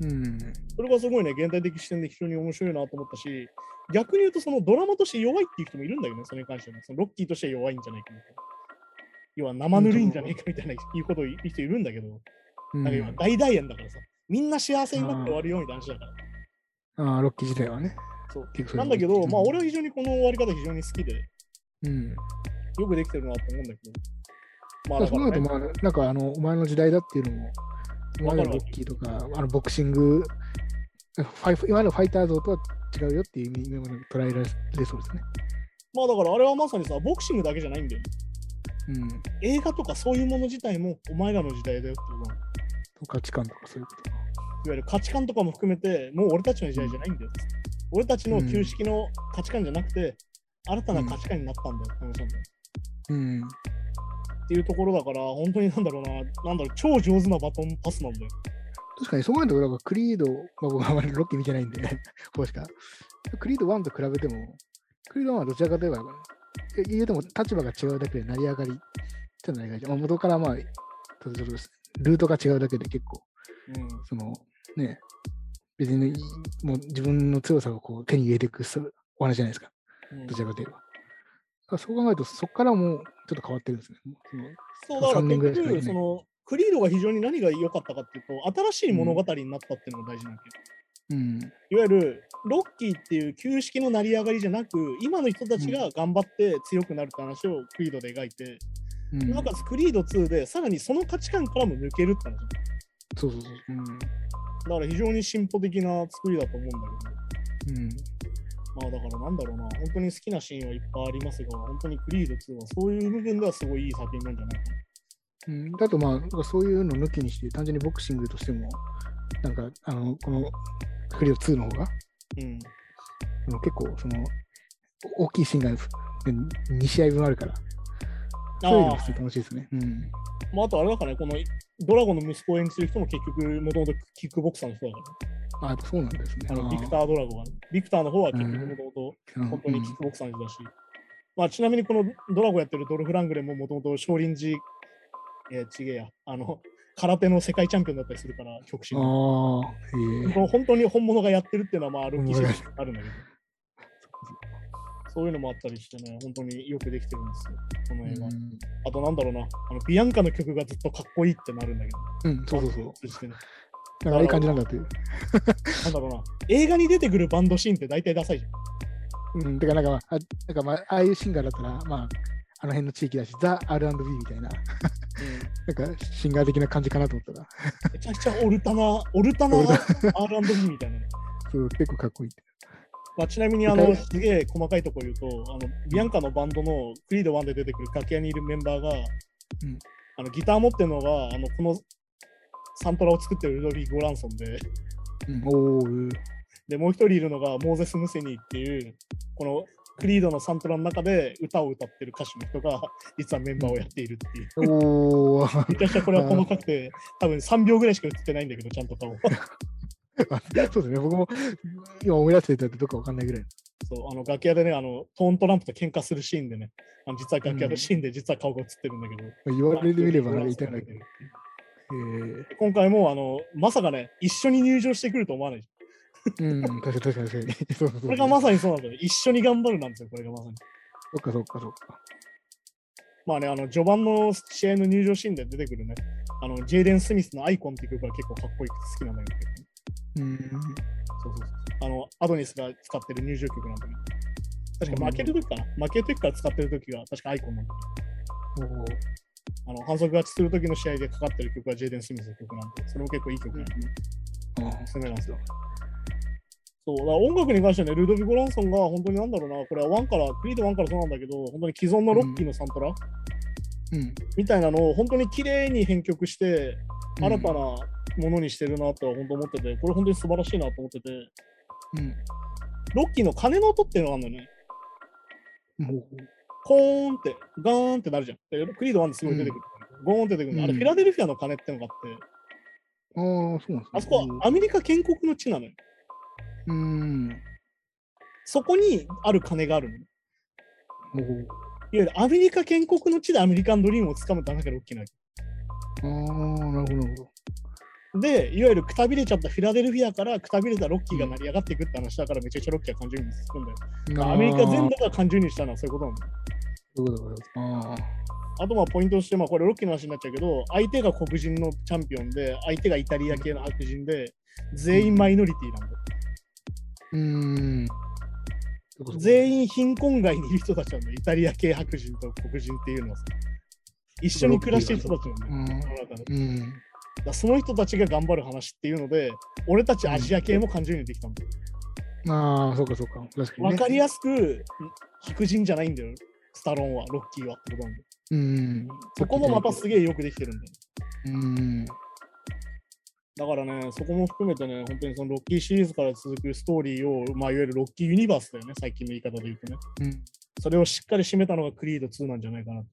Speaker 2: て
Speaker 3: うん。
Speaker 2: それがすごいね現代的視点で非常に面白いなと思ったし逆に言うとそのドラマとして弱いっていう人もいるんだよねそれに関してはねそのロッキーとしては弱いんじゃないかみたいな要は生ぬるいんじゃないかみたいないうことを言う人いるんだけどな
Speaker 3: う
Speaker 2: んか今
Speaker 3: ん、
Speaker 2: 大大円だからさみんな幸せになって終わるよみたいな話だから
Speaker 3: ああ、ロッキー自体はね。
Speaker 2: そう
Speaker 3: 結構そう
Speaker 2: な
Speaker 3: いうの
Speaker 2: んだけどまあ俺は非常にこの終わり方非常に好きで
Speaker 3: うん。
Speaker 2: よくできてるなと思うんだけどま
Speaker 3: まあ、その
Speaker 2: ね
Speaker 3: 後、まあ、なんかあの、お前の時代だっていうのも、今までのロッキーとか、あのボクシング、ファイフ今のファイター像とは違うよっていう意味でも捉えられそうですね。
Speaker 2: まあだからあれはまさにさ、ボクシングだけじゃないんだよ。
Speaker 3: うん。
Speaker 2: 映画とかそういうもの自体もお前らの時代だよっていうのいわ
Speaker 3: 価値観とかそういうことか。
Speaker 2: ゆる価値観とかも含めて、もう俺たちの時代じゃないんだよ。俺たちの旧式の価値観じゃなくて、新たな価値観になったんだよって話なんだよ。
Speaker 3: うん。
Speaker 2: っていうところだから、本当になんだろうな、なんだろう、超上手なバトンパスなんだよ。
Speaker 3: 確かに、そこまで俺はクリード、まあ、僕はあまりロッキー見てないんで、 [LAUGHS] こうしか。クリード1と比べても、クリード1はどちらかといえば、え言うても立場が違うだけで成り上がり、ちょっと成り上がり、まあ、元からまあ、ちょっとルートが違うだけで結構、
Speaker 2: うん。
Speaker 3: そのね、別にもう自分の強さをこう手に入れていくそうお話じゃないですか、どちらかといえば。だからそう考えると、そこからもうちょっと変わってるんですね。もうその
Speaker 2: そうだから
Speaker 3: 3年ぐら
Speaker 2: 結
Speaker 3: いしかいな
Speaker 2: 局、
Speaker 3: い
Speaker 2: その、クリードが非常に何が良かったかっていうと、新しい物語になったっていうのが大事なんだけど。
Speaker 3: うん、
Speaker 2: いわゆるロッキーっていう旧式の成り上がりじゃなく今の人たちが頑張って強くなるって話をクリードで描いて、
Speaker 3: うん、
Speaker 2: なおかつクリード2でさらにその価値観からも抜けるって話だ
Speaker 3: そうそうそう。うん
Speaker 2: から非常に進歩的な作りだと思うんだけ
Speaker 3: うん
Speaker 2: どまあだからなんだろうな本当に好きなシーンはいっぱいありますが本当にクリード2はそういう部分ではすごいいい作品なんじゃないか
Speaker 3: うん、だとまあ、なんかそういうの抜きにして、単純にボクシングとしても、なんか、あの、このクリオ2の方が、
Speaker 2: なうん
Speaker 3: あの結構、その、大きいシーンが2試合分あるから、そういうのが普通に楽しいですね。うん。
Speaker 2: まあ、あとあれだからね、このドラゴンの息子を演じてる人も結局、もともとキックボクサーの人だから、
Speaker 3: あ、やっぱそうなんですね。
Speaker 2: あのビク
Speaker 3: ー
Speaker 2: ター・ドラゴンは、ビクターの方は結局もともと本当にキックボクサーの人だし、まあ、ちなみにこのドラゴンやってるドルフ・ラングレンももともと少林寺、えー、ちげえや、あの、空手の世界チャンピオンだったりするから、極真。こ
Speaker 3: ああ、へえ。
Speaker 2: の本当に本物がやってるっていうのは、まあ、ルーキーシーあるんだけど、そういうのもあったりしてね、本当によくできてるんですよ、この映画。あと、なんだろうな、あのビアンカの曲がずっとかっこいいってなるんだけど、
Speaker 3: うん、うんそうそうそう。
Speaker 2: 通じてね
Speaker 3: だからああいう感じなんだっていう。
Speaker 2: なんだろうな、映画に出てくるバンドシーンって大体ダサいじゃん。
Speaker 3: うん、てかなんか、まあ、あなんかまあ、ああいうシンガーだったら、まあ、あの辺の地域だし、ザ・ R&B みたいな、なんかシンガー的な感じかなと思ったら、
Speaker 2: めちゃくちゃオルタナ、オルタナ R&B みたいなね。
Speaker 3: そう結構かっこいい。
Speaker 2: まあ、ちなみに、あの、すげえ細かいところ言うと、あの、ビアンカのバンドのクリード1で出てくる楽屋にいるメンバーが、
Speaker 3: ん
Speaker 2: あのギター持ってるのが、あの、このサントラを作ってるルドリー・ゴランソンで、
Speaker 3: うん、おー、
Speaker 2: で、もう一人いるのがモーゼス・ムセニーっていう、このクリードのサントラの中で歌を歌ってる歌手の人が、実はメンバーをやっているっていう。
Speaker 3: おー、 [LAUGHS]
Speaker 2: めちゃくちゃこれは細かくて、多分3秒ぐらいしか映ってないんだけど、ちゃんと顔。
Speaker 3: そうですね、僕も今思い出してたってどっかわかんないぐらい。
Speaker 2: そう、あの、楽屋でね、あの、トーントランプと喧嘩するシーンでね、あの実は楽屋のシーンで実は顔が映ってるんだけど。
Speaker 3: まあ言われてみれば、あれ痛いんだけど。
Speaker 2: で
Speaker 3: え
Speaker 2: 今回も、あの、まさかね、一緒に入場してくると思わない。
Speaker 3: ー、うん、確かに確かに確かに。 [LAUGHS] そうそうそう
Speaker 2: これがまさにそうなんだよ。一緒に頑張るなんですよ、これがまさに。
Speaker 3: そっかそっかそっか。
Speaker 2: まあね、あの、序盤の試合の入場シーンで出てくるね、あの、ジェイデン・スミスのアイコンっていう曲が結構かっこよくて好きなんだけど、
Speaker 3: うん、
Speaker 2: そうそうそう。あの、アドニスが使ってる入場曲なんだけど。確か負けるときかな、負けるときから使ってるときが確かアイコンなんだけど
Speaker 3: おー
Speaker 2: あの反則勝ちするときの試合でかかってる曲はジェイデン・スミスの曲なんで、それも結構いい曲なんで、おすすめなんですよ。そうだから音楽に関してはね、ルードビー・ゴランソンが本当になんだろうな、これはワンから、クリード1からそうなんだけど、本当に既存のロッキーのサントラ、
Speaker 3: うん、
Speaker 2: みたいなのを本当に綺麗に編曲して、
Speaker 3: うん
Speaker 2: 新たなものにしてるなとは本当思ってて、これ本当に素晴らしいなと思ってて、
Speaker 3: う
Speaker 2: ロッキーの鐘の音っていうのがあるのよね。
Speaker 3: ん、も
Speaker 2: コーンって、ガーンってなるじゃん。でクリード1ですごい出てくる。ゴーンって出てくるの。あれ、
Speaker 3: うん
Speaker 2: フィラデルフィアの鐘ってのがあって、
Speaker 3: う、ああ、そうなんですね。
Speaker 2: あそこはアメリカ建国の地なのよ。
Speaker 3: うん、
Speaker 2: そこにある金があるの。いわ
Speaker 3: おー
Speaker 2: ゆるアメリカ建国の地でアメリカンドリームをつかむためだから大きなわけ。
Speaker 3: ああ、なるほど、なるほど。
Speaker 2: で、いわゆるくたびれちゃったフィラデルフィアからくたびれたロッキーが成り上がっていくって話だからめちゃくちゃロッキーは感情移入するんだよ。アメリカ全
Speaker 3: 部。
Speaker 2: 土が感情移入したのはそういうことなんだよ。
Speaker 3: そういうことだああ。
Speaker 2: あとまあポイントとして、まあこれロッキーの話になっちゃうけど、相手が黒人のチャンピオンで、相手がイタリア系の白人で、全員マイノリティなんだよ。
Speaker 3: うーん。そうかそうか
Speaker 2: 全員貧困街にいる人たちなんだよ。イタリア系白人と黒人っていうのはさ。一緒に暮らしてる人たちなんだよ。世の中で
Speaker 3: うん。
Speaker 2: だからその人たちが頑張る話っていうので、俺たちアジア系も感情移入できたんだよ。
Speaker 3: うん。ああ、そうかそうか。確かに、
Speaker 2: わ
Speaker 3: ね。
Speaker 2: かりやすく、ん白人じゃないんだよ、スタローンは、ロッキーはってことなんだよ。
Speaker 3: うん。
Speaker 2: そこもまたすげえよくできてるんだよ。
Speaker 3: うん。
Speaker 2: だからね、そこも含めてね、本当にそのロッキーシリーズから続くストーリーを、まあ、いわゆるロッキーユニバースだよね、最近の言い方で言うとね。
Speaker 3: うん。
Speaker 2: それをしっかり締めたのがクリード2なんじゃないかなと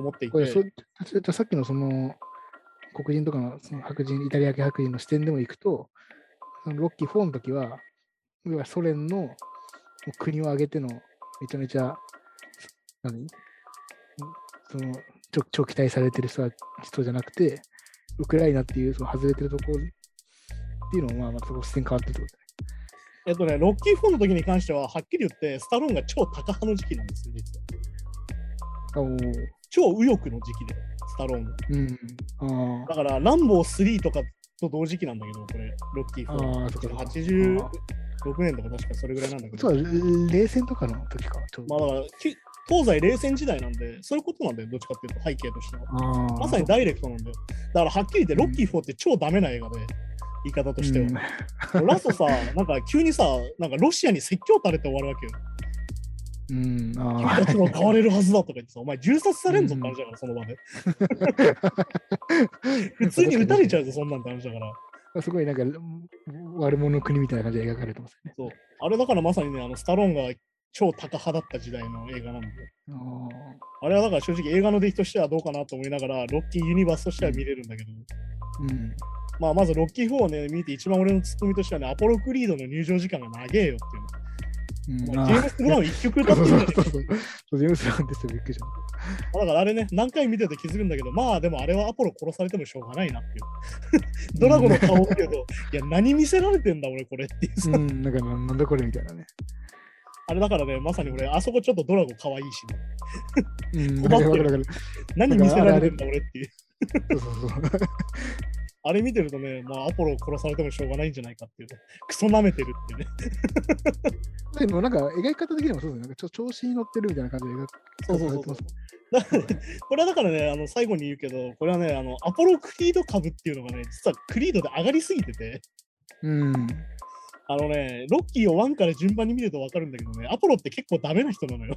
Speaker 2: 思っていて。
Speaker 3: これ、そそれとさっきのその、黒人とかのその白人、イタリア系白人の視点でも行くと、そのロッキー4の時は、要はソ連のもう国を挙げての、めちゃめちゃ、何その長長期滞されてる人は人じゃなくて、ウクライナっていうその外れてるところっていうのも、まあ、まあそこ視点変わってるってこと
Speaker 2: えっとね、ロッキー4の時に関しては、はっきり言って、スタローンが超高派の時期なんですよ、実は。
Speaker 3: おー
Speaker 2: 超右翼の時期で、スタローンが。
Speaker 3: うん。あ
Speaker 2: だから、ランボー3とかと同時期なんだけど、これ、ロッキー
Speaker 3: あ。
Speaker 2: 4。
Speaker 3: ああ、そっかそっか。
Speaker 2: 86
Speaker 3: あ
Speaker 2: 年とか確かそれぐらいなんだけ
Speaker 3: ー
Speaker 2: ど
Speaker 3: そ、うだ、冷戦とかの時か。ちょう
Speaker 2: ま
Speaker 3: ど
Speaker 2: あだから、き東西冷戦時代なんで、そういうことなんだよ、どっちかっていうと、背景としては。
Speaker 3: ああ。
Speaker 2: まさにダイレクトなんだよ。だから、はっきり言って、ロッキー4って超ダメな映画で、言い方としては。
Speaker 3: うん
Speaker 2: ラストさ、なんか急にさ、なんかロシアに説教垂れて終わるわけよ。
Speaker 3: うん、あ
Speaker 2: 君たちも変われるはずだとか言ってさ、お前銃殺されんぞって話だから、その場で。普通に撃たれちゃうぞ、そんなんって話だから。
Speaker 3: あ。すごいなんか、悪者の国みたいな感じで描かれてますよね。
Speaker 2: そうあれだからまさにね、あのスタローンが超高派だった時代の映画なので、
Speaker 3: あー
Speaker 2: あれはだから正直映画の出来としてはどうかなと思いながら、ロッキーユニバースとしては見れるんだけど、
Speaker 3: うん。
Speaker 2: まあまずロッキー4をね、見て一番俺のツッコミとしてはね、アポロクリードの入場時間が長えよっていう。
Speaker 3: うん、
Speaker 2: ジ
Speaker 3: あ
Speaker 2: ェーム
Speaker 3: ー
Speaker 2: ス・ブラウン一曲歌
Speaker 3: そ
Speaker 2: っ
Speaker 3: うそ
Speaker 2: て
Speaker 3: う
Speaker 2: る
Speaker 3: そ
Speaker 2: ん
Speaker 3: う
Speaker 2: だよ
Speaker 3: [LAUGHS] そうそう。そうジェームス・ブラウンですよ、びっくりした。
Speaker 2: だからあれね、何回見てて気づくんだけど、まあでもあれはアポロ殺されてもしょうがないなっていう。 [LAUGHS] ドラゴンの顔だけど、いや、何見せられてんだ俺これっていうさ。
Speaker 3: うん、なんかななんだこれみたいなね。
Speaker 2: あれだからね、まさに俺、あそこちょっとドラゴン可愛いし、
Speaker 3: うん、
Speaker 2: 困
Speaker 3: わ
Speaker 2: って
Speaker 3: か
Speaker 2: る
Speaker 3: るわかるわかる。
Speaker 2: 何見せられてんだ俺っていう。
Speaker 3: そうそうそう。 [LAUGHS]
Speaker 2: あれ見てるとね、まあアポロ殺されてもしょうがないんじゃないかっていうね。クソ舐めてるっていうね。
Speaker 3: でもなんか描き方的にもそうですね。なんかちょ調子に乗ってるみたいな感じで描き
Speaker 2: そうそうそうそう。だからねこれはだからね、あの最後に言うけど、これはね、あのアポロクリード株っていうのがね、実はクリードで上がりすぎてて、
Speaker 3: うん。
Speaker 2: あのね、ロッキーを1から順番に見ると分かるんだけどね、アポロって結構ダメな人なのよ。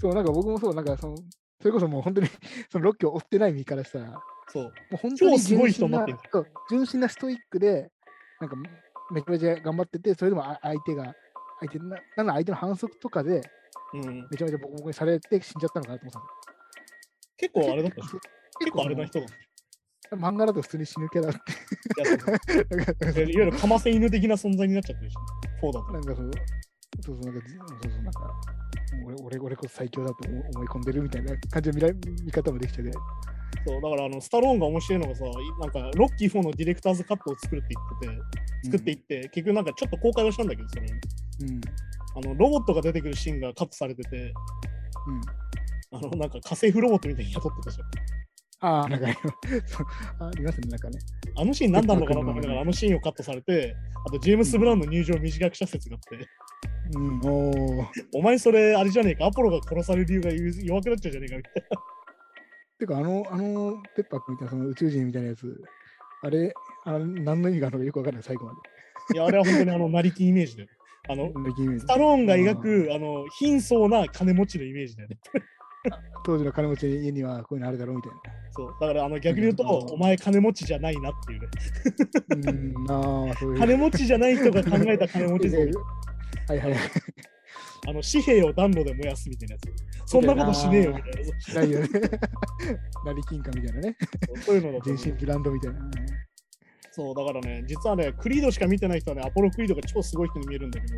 Speaker 3: そう、なんか僕もそう、なんかその、それこそもう本当に [LAUGHS] そのロッキーを追ってない身からしたら、も
Speaker 2: そう。
Speaker 3: う本当に
Speaker 2: 超すごい人になってる
Speaker 3: 純真そう純真なストイックで、なんかめちゃめちゃ頑張ってて、それでもあ相手が、相手ななんなら相手の反則とかで、
Speaker 2: うん、
Speaker 3: めちゃめちゃボコボコにされて死んじゃったのかなと思っ
Speaker 2: 結構あれだったし、
Speaker 3: た
Speaker 2: 結構あれな
Speaker 3: 結
Speaker 2: 人だった。い
Speaker 3: 構漫画だと普通に死ぬ
Speaker 2: [LAUGHS]
Speaker 3: キャラって、
Speaker 2: やそうそう
Speaker 3: なんか
Speaker 2: いわゆるかませ犬的な存在になっちゃってるし、フォーだと。
Speaker 3: なんかそう、そうそう、なんか、そうそう、なんか、俺、俺、俺こそ最強だと思思い込んでるみたいな感じの見ら見方もできてて、
Speaker 2: そうだからあの、スタローンが面白いのがさ、いなんかロッキー4のディレクターズカットを作るって言ってて、作っていって、結局なんかちょっと公開はしたんだけど、それ
Speaker 3: うん、
Speaker 2: あのロボットが出てくるシーンがカットされてて、
Speaker 3: うん。
Speaker 2: あのなんか家政婦ロボットみたいに雇ってたじゃん。
Speaker 3: ああ、なんかあの、そうあります [LAUGHS] ね、なんかね。
Speaker 2: あのシーン何なんだろうなと思いながら、あのシーンをカットされて、あとジェームス・ブラウンの入場を短くした説があって、
Speaker 3: うん、おー。
Speaker 2: お前それあれじゃねえか、アポロが殺される理由が弱弱くなっちゃうじゃねえかみたい
Speaker 3: てか、あの、あの、ペッパー君みたいな、その宇宙人みたいなやつ、あれ、あれ何の意味があるのかよくわからない、最後まで。
Speaker 2: な。いや、あれは本当にあの、なりきイメージだよ。あの、
Speaker 3: なんかイメージ
Speaker 2: スタローンが描く、あの、貧相な金持ちのイメージだよね。
Speaker 3: 当時の金持ちの家にはこういうのあるだろうみたい
Speaker 2: そう。だから、あの、逆に言うと、
Speaker 3: うん
Speaker 2: お前金持ちじゃないなっていうね。 [LAUGHS]
Speaker 3: な。うん、ああ、そういう。
Speaker 2: 金持ちじゃない人が考えた金持ち像。
Speaker 3: はいはいはい。
Speaker 2: あの、紙幣を暖炉で燃やすみたいなやつ。そんなことしねえよみたいな。
Speaker 3: ないよね。 [LAUGHS] なりきんかみたいなね。
Speaker 2: そうそういうのだと
Speaker 3: 全
Speaker 2: 思う
Speaker 3: 身ブランドみたいな。
Speaker 2: そう、だからね、実はね、クリードしか見てない人はね、アポロクリードが超すごい人に見えるんだけど、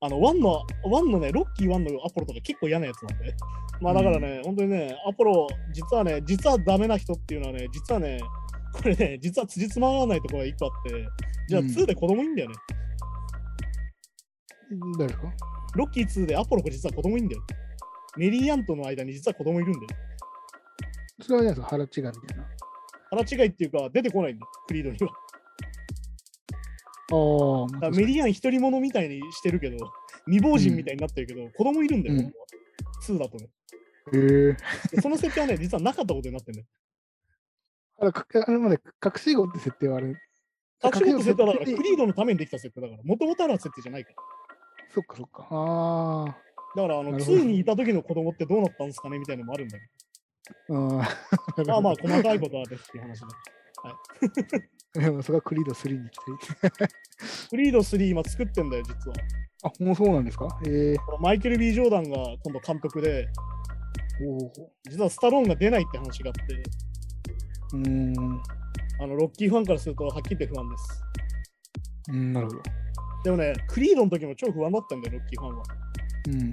Speaker 2: あの、ワンの、ワンのね、ロッキーワンのアポロとか結構嫌なやつなんで。まあだからね、本当にね、アポロ、実はね、実はダメな人っていうのはね、実はね、これね、実は辻褄合わないところが一個あって、じゃあ
Speaker 3: うん
Speaker 2: 2で子供いいんだよね。
Speaker 3: 誰ですか
Speaker 2: ロッキー2でアポロが実は子供いんだよ。メリーアンとの間に実は子供いるんだよ。
Speaker 3: それはじゃないですか腹違いみたいな。
Speaker 2: 腹違いっていうか、出てこないんだよ、クリードには。
Speaker 3: ああ、
Speaker 2: だからメリアン独り者みたいにしてるけど、未亡人みたいになってるけど、子供いるんだよ、
Speaker 3: うん
Speaker 2: 本当は2だとね。
Speaker 3: へえ。
Speaker 2: でその設定はね、実はなかったことになってるね。
Speaker 3: あれ、かあれまで隠し子って設定はある。
Speaker 2: 隠し事設定はだから、
Speaker 3: 隠し事設定
Speaker 2: クリードのためにできた設定だから、もともとある設定じゃないか
Speaker 3: そっかそっか。ああ。
Speaker 2: ら。だから、あの、
Speaker 3: なるほど
Speaker 2: 2にいた時の子供ってどうなったんですかねみたいなのもあるんだけ
Speaker 3: う
Speaker 2: ど。
Speaker 3: ん
Speaker 2: まあまあ、細かいことはですっていう話だ。
Speaker 3: [LAUGHS] でもそこはクリード3に期待。
Speaker 2: クリード3今作ってんだよ、実は。
Speaker 3: あ、もうそうなんですかええ
Speaker 2: このマイケル・ B ・ジョーダンが今度監督で、
Speaker 3: おお。
Speaker 2: 実はスタローンが出ないって話があって、
Speaker 3: うーん。
Speaker 2: あの、ロッキーファンからすると、はっきり言って不安です。
Speaker 3: うん、なるほど。
Speaker 2: でもね、クリードの時も超不安だったんだよ、ロッキーファンは。
Speaker 3: うん。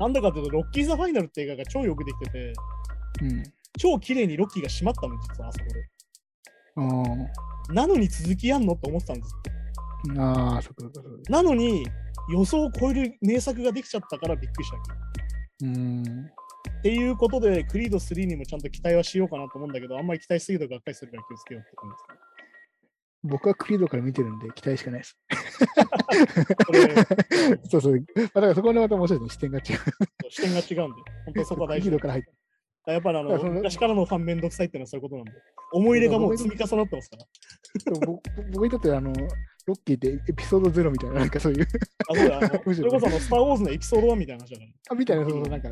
Speaker 2: なんだかっていうと、ロッキー・ザ・ファイナルって映画が超よくできてて、超綺麗にロッキーが閉まったの、実はあそこで。
Speaker 3: うん。あ
Speaker 2: なのに続きやんのって思ってたんです。
Speaker 3: あ。ああ、そっかそっかそっか。
Speaker 2: なのに、予想を超える名作ができちゃったからびっくりしたわけ。
Speaker 3: うーん。
Speaker 2: っていうことで、クリード3にもちゃんと期待はしようかなと思うんだけど、あんまり期待しすぎるとがっかりするから気をつけようって感
Speaker 3: 僕はクリードから見てるんで期待しかないです。
Speaker 2: じです。
Speaker 3: [LAUGHS]
Speaker 2: こ
Speaker 3: そうそう。まあ、だからそこはねまた面白いですね。視点が違う。
Speaker 2: れ、視点が違うんで、本当そこは大
Speaker 3: クリ
Speaker 2: 事
Speaker 3: ード。から入って。
Speaker 2: やっぱりあ
Speaker 3: だ
Speaker 2: の、
Speaker 3: からその
Speaker 2: 昔からのファンめんどくさいっていうのはそういうことなんで、思い入れがもう積み重なってますから。
Speaker 3: でも僕僕にとってあの、ロッキーってエピソードゼロみたいな、なんかそういう、 [LAUGHS]
Speaker 2: あ、そうだ、あのそ
Speaker 3: むし
Speaker 2: れ
Speaker 3: ろ
Speaker 2: こそあの、スター・ウォーズのエピソード1みたいな話だから。
Speaker 3: あみたいな、そうそう、なんか、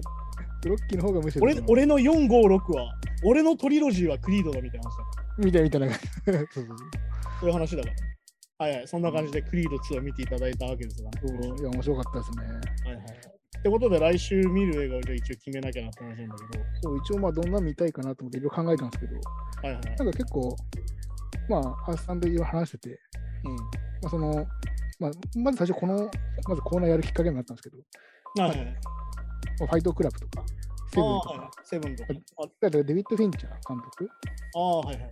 Speaker 3: ロッキーの方がむしろ、
Speaker 2: 俺俺の456は、俺のトリロジーはクリードだみたいな話だ。
Speaker 3: みたいな、みたいな、
Speaker 2: [LAUGHS]
Speaker 3: そうそう
Speaker 2: そういう話だから。はいはい、そんな感じでクリード2を見ていただいたわけですが、
Speaker 3: そう。いや、面白かったですね。
Speaker 2: はいはいはいってことで来週見る映画をじゃあ一応決めなきゃなって話なんだけど。
Speaker 3: そう一応まあどんなの見たいかなと思っていろいろ考えたんですけど、
Speaker 2: はいはい。
Speaker 3: なんか結構、まあ、アースさんといろいろ話してて、
Speaker 2: う
Speaker 3: まあ、その、まあ、まず最初この、まずコーナーやるきっかけになったんですけど、
Speaker 2: ん。はいはい。
Speaker 3: まあファイトクラブとか、セ
Speaker 2: あ
Speaker 3: ブン
Speaker 2: あ
Speaker 3: と
Speaker 2: はいはい
Speaker 3: か、
Speaker 2: セブンとか。
Speaker 3: だからデビッド・フィンチャー監督
Speaker 2: ああはいはい。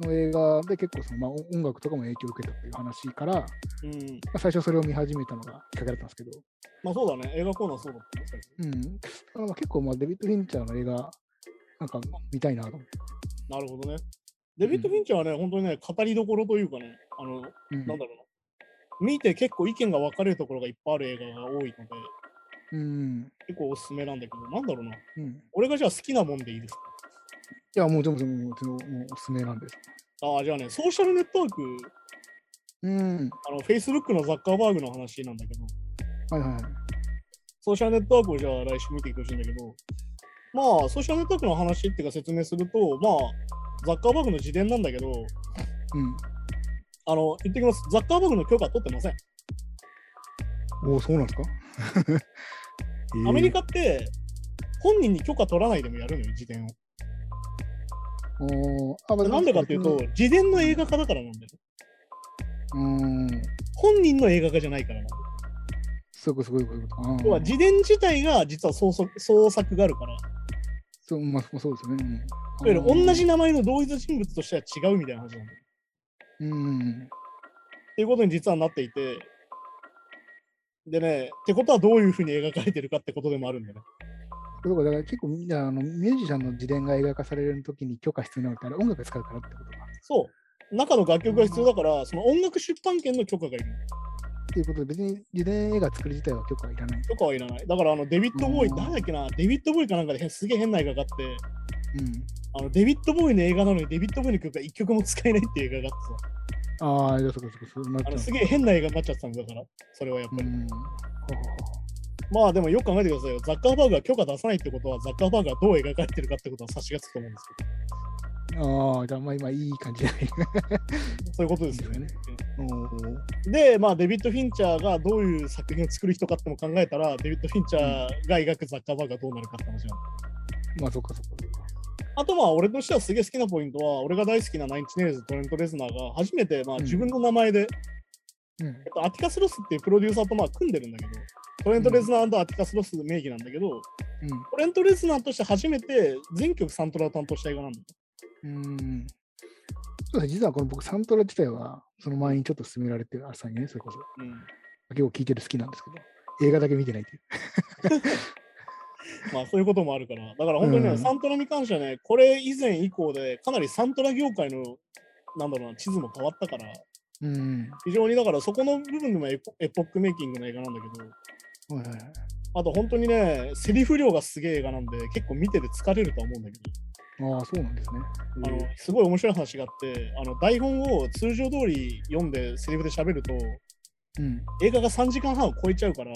Speaker 3: の映画で結構その、まあ、音楽とかも影響を受けたという話から、ま
Speaker 2: うん。
Speaker 3: あ、最初それを見始めたのがきっかけだったんですけど、
Speaker 2: まあそうだね。映画コーナーそうだったね最初
Speaker 3: うん、あのまあ結構まあデビッド・フィンチャーの映画、なんか見たいなと思って。
Speaker 2: なるほどね。デビッド・フィンチャーはね、本当にね、語りどころというかね、あの、
Speaker 3: うん
Speaker 2: なんだろうな。見て結構意見が分かれるところがいっぱいある映画が多いので、
Speaker 3: うん
Speaker 2: 結構おすすめなんだけど、なんだろうな。
Speaker 3: うん、
Speaker 2: 俺がじゃあ好きなもんでいいですか
Speaker 3: いや、もうでも、でももう、もうおすすめなんです。
Speaker 2: ああ、じゃあね、ソーシャルネットワーク、
Speaker 3: うん。
Speaker 2: あの、Facebook のザッカーバーグの話なんだけど、
Speaker 3: はいはいはい。
Speaker 2: ソーシャルネットワークをじゃあ来週見ていくほしいんだけど、まあ、ソーシャルネットワークの話っていうか説明すると、まあ、ザッカーバーグの自伝なんだけど、あの、言ってきます。ザッカーバーグの許可取ってません。
Speaker 3: うん。おお、そうなんですか、 [LAUGHS] えー
Speaker 2: アメリカって、本人に許可取らないでもやるのよ、自伝を。
Speaker 3: おーあ、まあ
Speaker 2: なんでかっていうと、、自伝の映画化だからなんだよ。
Speaker 3: うん。
Speaker 2: 本人の映画化じゃないからなんだよ。
Speaker 3: すごいすごいすごい。あー
Speaker 2: 要は、自伝自体が実は創作創作があるから、いわ
Speaker 3: そう、まあ、そうそうですよね。うん
Speaker 2: ゆる
Speaker 3: あー
Speaker 2: 同じ名前の同一人物としては違うみたいな話なんだよ。
Speaker 3: うん。
Speaker 2: っていうことに実はなっていて、でね、ってことはどういうふうに描かれてるかってことでもあるんだよね。
Speaker 3: そうか、だから結構みんな、あの、ミュージシャンの自伝が映画化される時に許可必要なのって、あれ音楽使うからってことか。
Speaker 2: そう。中の楽曲が必要だから、その音楽出版権の許可がいる。
Speaker 3: っていうことで、別に自伝映画作る自体は許可はいらない。
Speaker 2: 許可はいらない。だから、あの、デビッド・ボーイ、
Speaker 3: うん
Speaker 2: 誰だっけな、デビッド・ボーイかなんかで変すげえ変な映画があって、
Speaker 3: うん。
Speaker 2: あの、デビッド・ボーイの映画なのに、デビッド・ボーイの曲が一曲も使えないっていう映画があってさ。
Speaker 3: ああ、そうかそうか、そうなっ
Speaker 2: あの
Speaker 3: ち
Speaker 2: す
Speaker 3: ゃ
Speaker 2: げえ変な映画になっちゃったんだから、それはやっぱ
Speaker 3: う。う
Speaker 2: り。
Speaker 3: ん。は
Speaker 2: まあでもよく考えてくださいよ。ザッカーバーグは許可出さないってことは、ザッカーバーグはどう描かれてるかってことは察しがつくと思うんですけ
Speaker 3: あはあ、ああ、じゃあ、まあ今いい感じじゃない。
Speaker 2: ど、そういうことですよね。
Speaker 3: おー
Speaker 2: で、まあデビッド・フィンチャーがどういう作品を作る人かっても考えたら、デビッド・フィンチャーが描くザッカーバーグはどうなるかって話なんで
Speaker 3: まあ、そっかそっかそっか。
Speaker 2: あとまあ俺としてはすげえ好きなポイントは、俺が大好きなナインチネイルズ・トレント・レズナーが初めてまあ
Speaker 3: うん
Speaker 2: 自分の名前で、
Speaker 3: うん
Speaker 2: えっと、アティカス・ロスっていうプロデューサーとまあ組んでるんだけど、トレント・レズナーアティカス・ロス名義なんだけど、トレント・レスナーとして初めて全曲サントラを担当した映画なんだよ。
Speaker 3: うん。うん。そうですね、実はこの僕、サントラ自体は、その前にちょっと勧められて、朝にね、それこそ。結構聴いてる好きなんですけど、映画だけ見てないっていう。
Speaker 2: まあそういうこともあるから。だから本当にね、
Speaker 3: うん
Speaker 2: サントラに関してはね、これ以前以降でかなりサントラ業界のなんだろうな地図も変わったから、
Speaker 3: うん。
Speaker 2: 非常にだからそこの部分でもエポエポックメイキングの映画なんだけど、
Speaker 3: はいはいはい
Speaker 2: あと本当にね、セリフ量がすげえ映画なんで、結構見てて疲れるとは思うんだけど、
Speaker 3: ああ、そうなんですね。
Speaker 2: あのすごい面白い話があって、あの台本を通常通り読んでセリフで喋ると、
Speaker 3: うん。
Speaker 2: 映画が3時間半を超えちゃうから、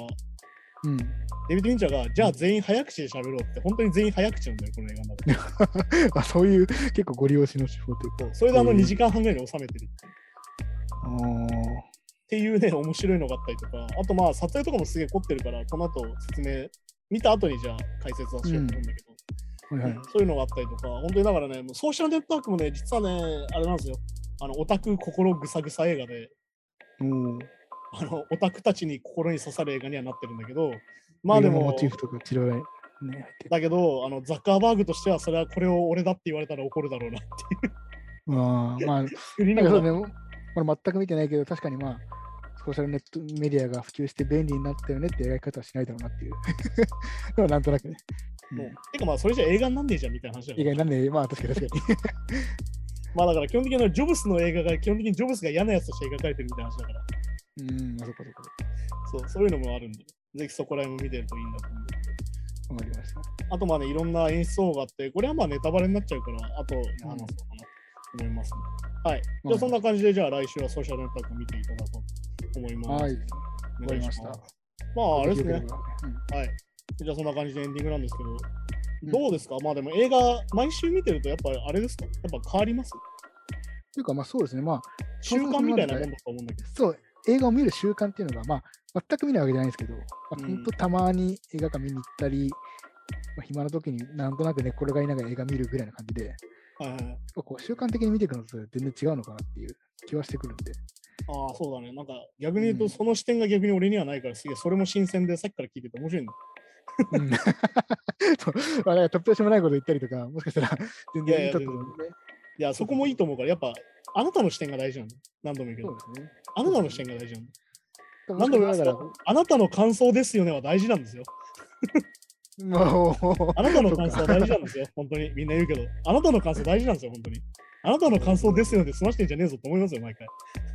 Speaker 3: うん。
Speaker 2: デビッド・フィンチャーが、じゃあ全員早口で喋ろうって、本当に全員早口なんだよ、この映画の中
Speaker 3: [LAUGHS]
Speaker 2: で。
Speaker 3: あそういう、結構ご利用しの手法というか。
Speaker 2: それであの
Speaker 3: うん
Speaker 2: 2時間半ぐらいに収めてるっていう
Speaker 3: ああ。
Speaker 2: っていうね、面白いのがあったりとか、あとまあ撮影とかもすげえ凝ってるから、この後説明、見た後にじゃあ解説はしようと思うんだけど、
Speaker 3: はいはい。
Speaker 2: そういうのがあったりとか、本当にだからね、もうソーシャルネットワークもね、実はね、あれなんですよ、あのオタク心ぐさぐさ映画で、
Speaker 3: おお。
Speaker 2: あのオタクたちに心に刺さる映画にはなってるんだけど、まあで
Speaker 3: 映画の
Speaker 2: も
Speaker 3: モ、チーフとか、散らばね、入ってる。
Speaker 2: だけど、あのザッカーバーグとしては、それはこれを俺だって言われたら怒るだろうなっていう。
Speaker 3: ああ、まあ、
Speaker 2: 国
Speaker 3: [LAUGHS] なん
Speaker 2: の
Speaker 3: かそうね、これ全く見てないけど、確かにまあ、ソーシャルネットメディアが普及して便利になったよねって描き方はしないだろうなっていう。 [LAUGHS] でもなんとなくね。
Speaker 2: もうてかまあそれじゃ映画になんねえじゃんみたいな話だか
Speaker 3: 意
Speaker 2: ら
Speaker 3: 外なんで、まあ確かに確かに。
Speaker 2: まあだから基本的にあのジョブスの映画が基本的にジョブスが嫌なやつとして描かれてるみたいな話だから
Speaker 3: うん、あそこそこ。
Speaker 2: そうそういうのもあるんでぜひそこら辺も見てるといいんだと思うんだけ
Speaker 3: わかりました。
Speaker 2: どあとまあねいろんな演出方があってこれはまあネタバレになっちゃうからあと話そうかなと思いますね、はいじゃあそんな感じでじゃあ来週はソーシャルネットワーク見ていただこうと思います
Speaker 3: はい、
Speaker 2: お
Speaker 3: わか
Speaker 2: 願
Speaker 3: り
Speaker 2: い
Speaker 3: ま
Speaker 2: し
Speaker 3: した。
Speaker 2: ますまああれですね
Speaker 3: よけばう
Speaker 2: はいじゃあそんな感じでエンディングなんですけど、
Speaker 3: ん
Speaker 2: ど
Speaker 3: うん
Speaker 2: うですかまあでも映画毎週見てるとやっぱあれですかやっぱ変わります
Speaker 3: っていうか、まあそうですね、まあ、
Speaker 2: 習慣みたいなもんだと思うんだけど
Speaker 3: そう、映画を見る習慣っていうのが、まあ、全く見ないわけじゃないんですけど、まあ
Speaker 2: うん
Speaker 3: 本当たまに映画館見に行ったり、まあ、暇な時になんとなく寝っ転がりながら映画見るぐらいな感じで、
Speaker 2: はいはい。
Speaker 3: こう習慣的に見ていくのと全然違うのかなっていう気はしてくるん
Speaker 2: [LAUGHS]
Speaker 3: で、
Speaker 2: ああ、そうだね。なんか逆に言う
Speaker 3: う
Speaker 2: と、
Speaker 3: ん
Speaker 2: その視点が逆に俺にはないから、すげえ、それも新鮮で、さっきから聞いてて面白いの。
Speaker 3: うん、 [LAUGHS] そうまあだから突拍子もないこと言ったりとか、もしかしたら全
Speaker 2: いやい
Speaker 3: 然い
Speaker 2: や
Speaker 3: いかと思うんで、
Speaker 2: いや、そこもいいと思うから、やっぱ、あなたの視点が大事なんだ。何度も言うけ
Speaker 3: そう
Speaker 2: ど、
Speaker 3: ですね。
Speaker 2: あなたの視点が大事なんだ。
Speaker 3: も
Speaker 2: 何
Speaker 3: し
Speaker 2: 度
Speaker 3: か
Speaker 2: も
Speaker 3: し
Speaker 2: 言います
Speaker 3: たらだか
Speaker 2: と、あなたの感想ですよねは大事なんですよ。
Speaker 3: ら、も
Speaker 2: あなたの感想は大事なんですよ。本当に。みんな言うけど、あなたの感想大事なんですよ、本当に。あなたの感想ですよねって済ましてんじゃねえぞと思いますよ、毎回。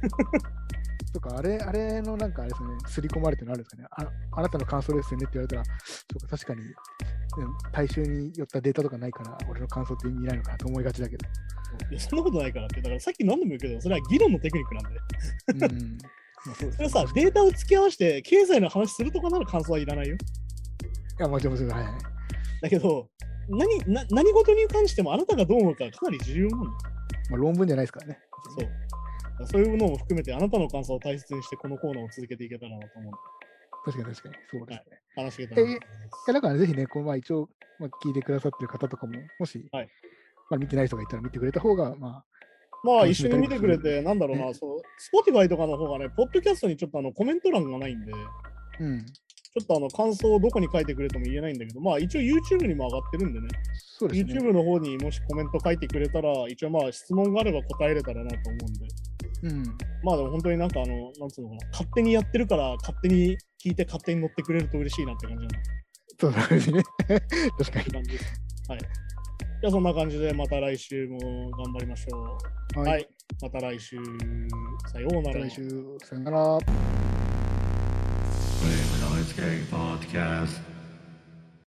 Speaker 3: う、とか、あれ、あれのなんかあれですね、刷り込まれてるのあるんですかねあ。あなたの感想ですよねって言われたら、そうか、確かに、うん大衆によったデータとかないから、俺の感想って意味ないのかなと思いがちだ
Speaker 2: [LAUGHS]
Speaker 3: けど。
Speaker 2: いや、そんなことないからって。だからさっき何度も言うけど、それは議論のテクニックなんで。
Speaker 3: うん。まあそうで
Speaker 2: そ
Speaker 3: すね
Speaker 2: れさ、データを付き合わせて、経済の話するとかなら感想はいらないよ。
Speaker 3: いや、もちろん、もちろん、はいはい。
Speaker 2: だけど、何な何事に関してもあなたがどう思うかはかなり重要なんだ。
Speaker 3: まあ、論文じゃないですからね。
Speaker 2: そう。だからそういうのも含めて、あなたの感想を大切にして、このコーナーを続けていけたらなと思う。
Speaker 3: 確かに確かに、そうですね。
Speaker 2: 話しけたらなと思います
Speaker 3: いやだからぜひね、こうまあ、一応、まあ、聞いてくださってる方とかも、もし、
Speaker 2: はい
Speaker 3: まあ、見てない人がいたら見てくれた方が、ま
Speaker 2: まあ、
Speaker 3: 楽
Speaker 2: 一
Speaker 3: し
Speaker 2: 緒
Speaker 3: め
Speaker 2: に
Speaker 3: たり
Speaker 2: 見
Speaker 3: も
Speaker 2: て
Speaker 3: する
Speaker 2: くれて、なんだろう
Speaker 3: [LAUGHS]
Speaker 2: な、そう、Spotify とかの方がね、ポッドキャストにちょっとあのコメント欄がないんで、ちょ
Speaker 3: あ、うん、
Speaker 2: っとあの感想をどこに書いてくれとも言えないんだけど、まあ、一応 YouTube にも上がってるんでね、
Speaker 3: そうですね。
Speaker 2: YouTube の方にもしコメント書いてくれたら、一応まあ、質問があれば答えれたらなと思うんで、
Speaker 3: うん。
Speaker 2: まあ、でも本当になんかあの、なんつうのかな、勝手にやってるから、勝手に聞いて、勝手に乗ってくれると嬉しいなって感じなんで
Speaker 3: そうですね。 [LAUGHS] 確か
Speaker 2: って感じです。はい。じゃあそんな感じでまた来週も頑張りましょ
Speaker 3: に。
Speaker 2: う。
Speaker 3: は。
Speaker 2: はいい。また来週。さような
Speaker 3: また
Speaker 2: ら。
Speaker 3: 来週、さよなら。
Speaker 1: Wave Noise Gang Podcast.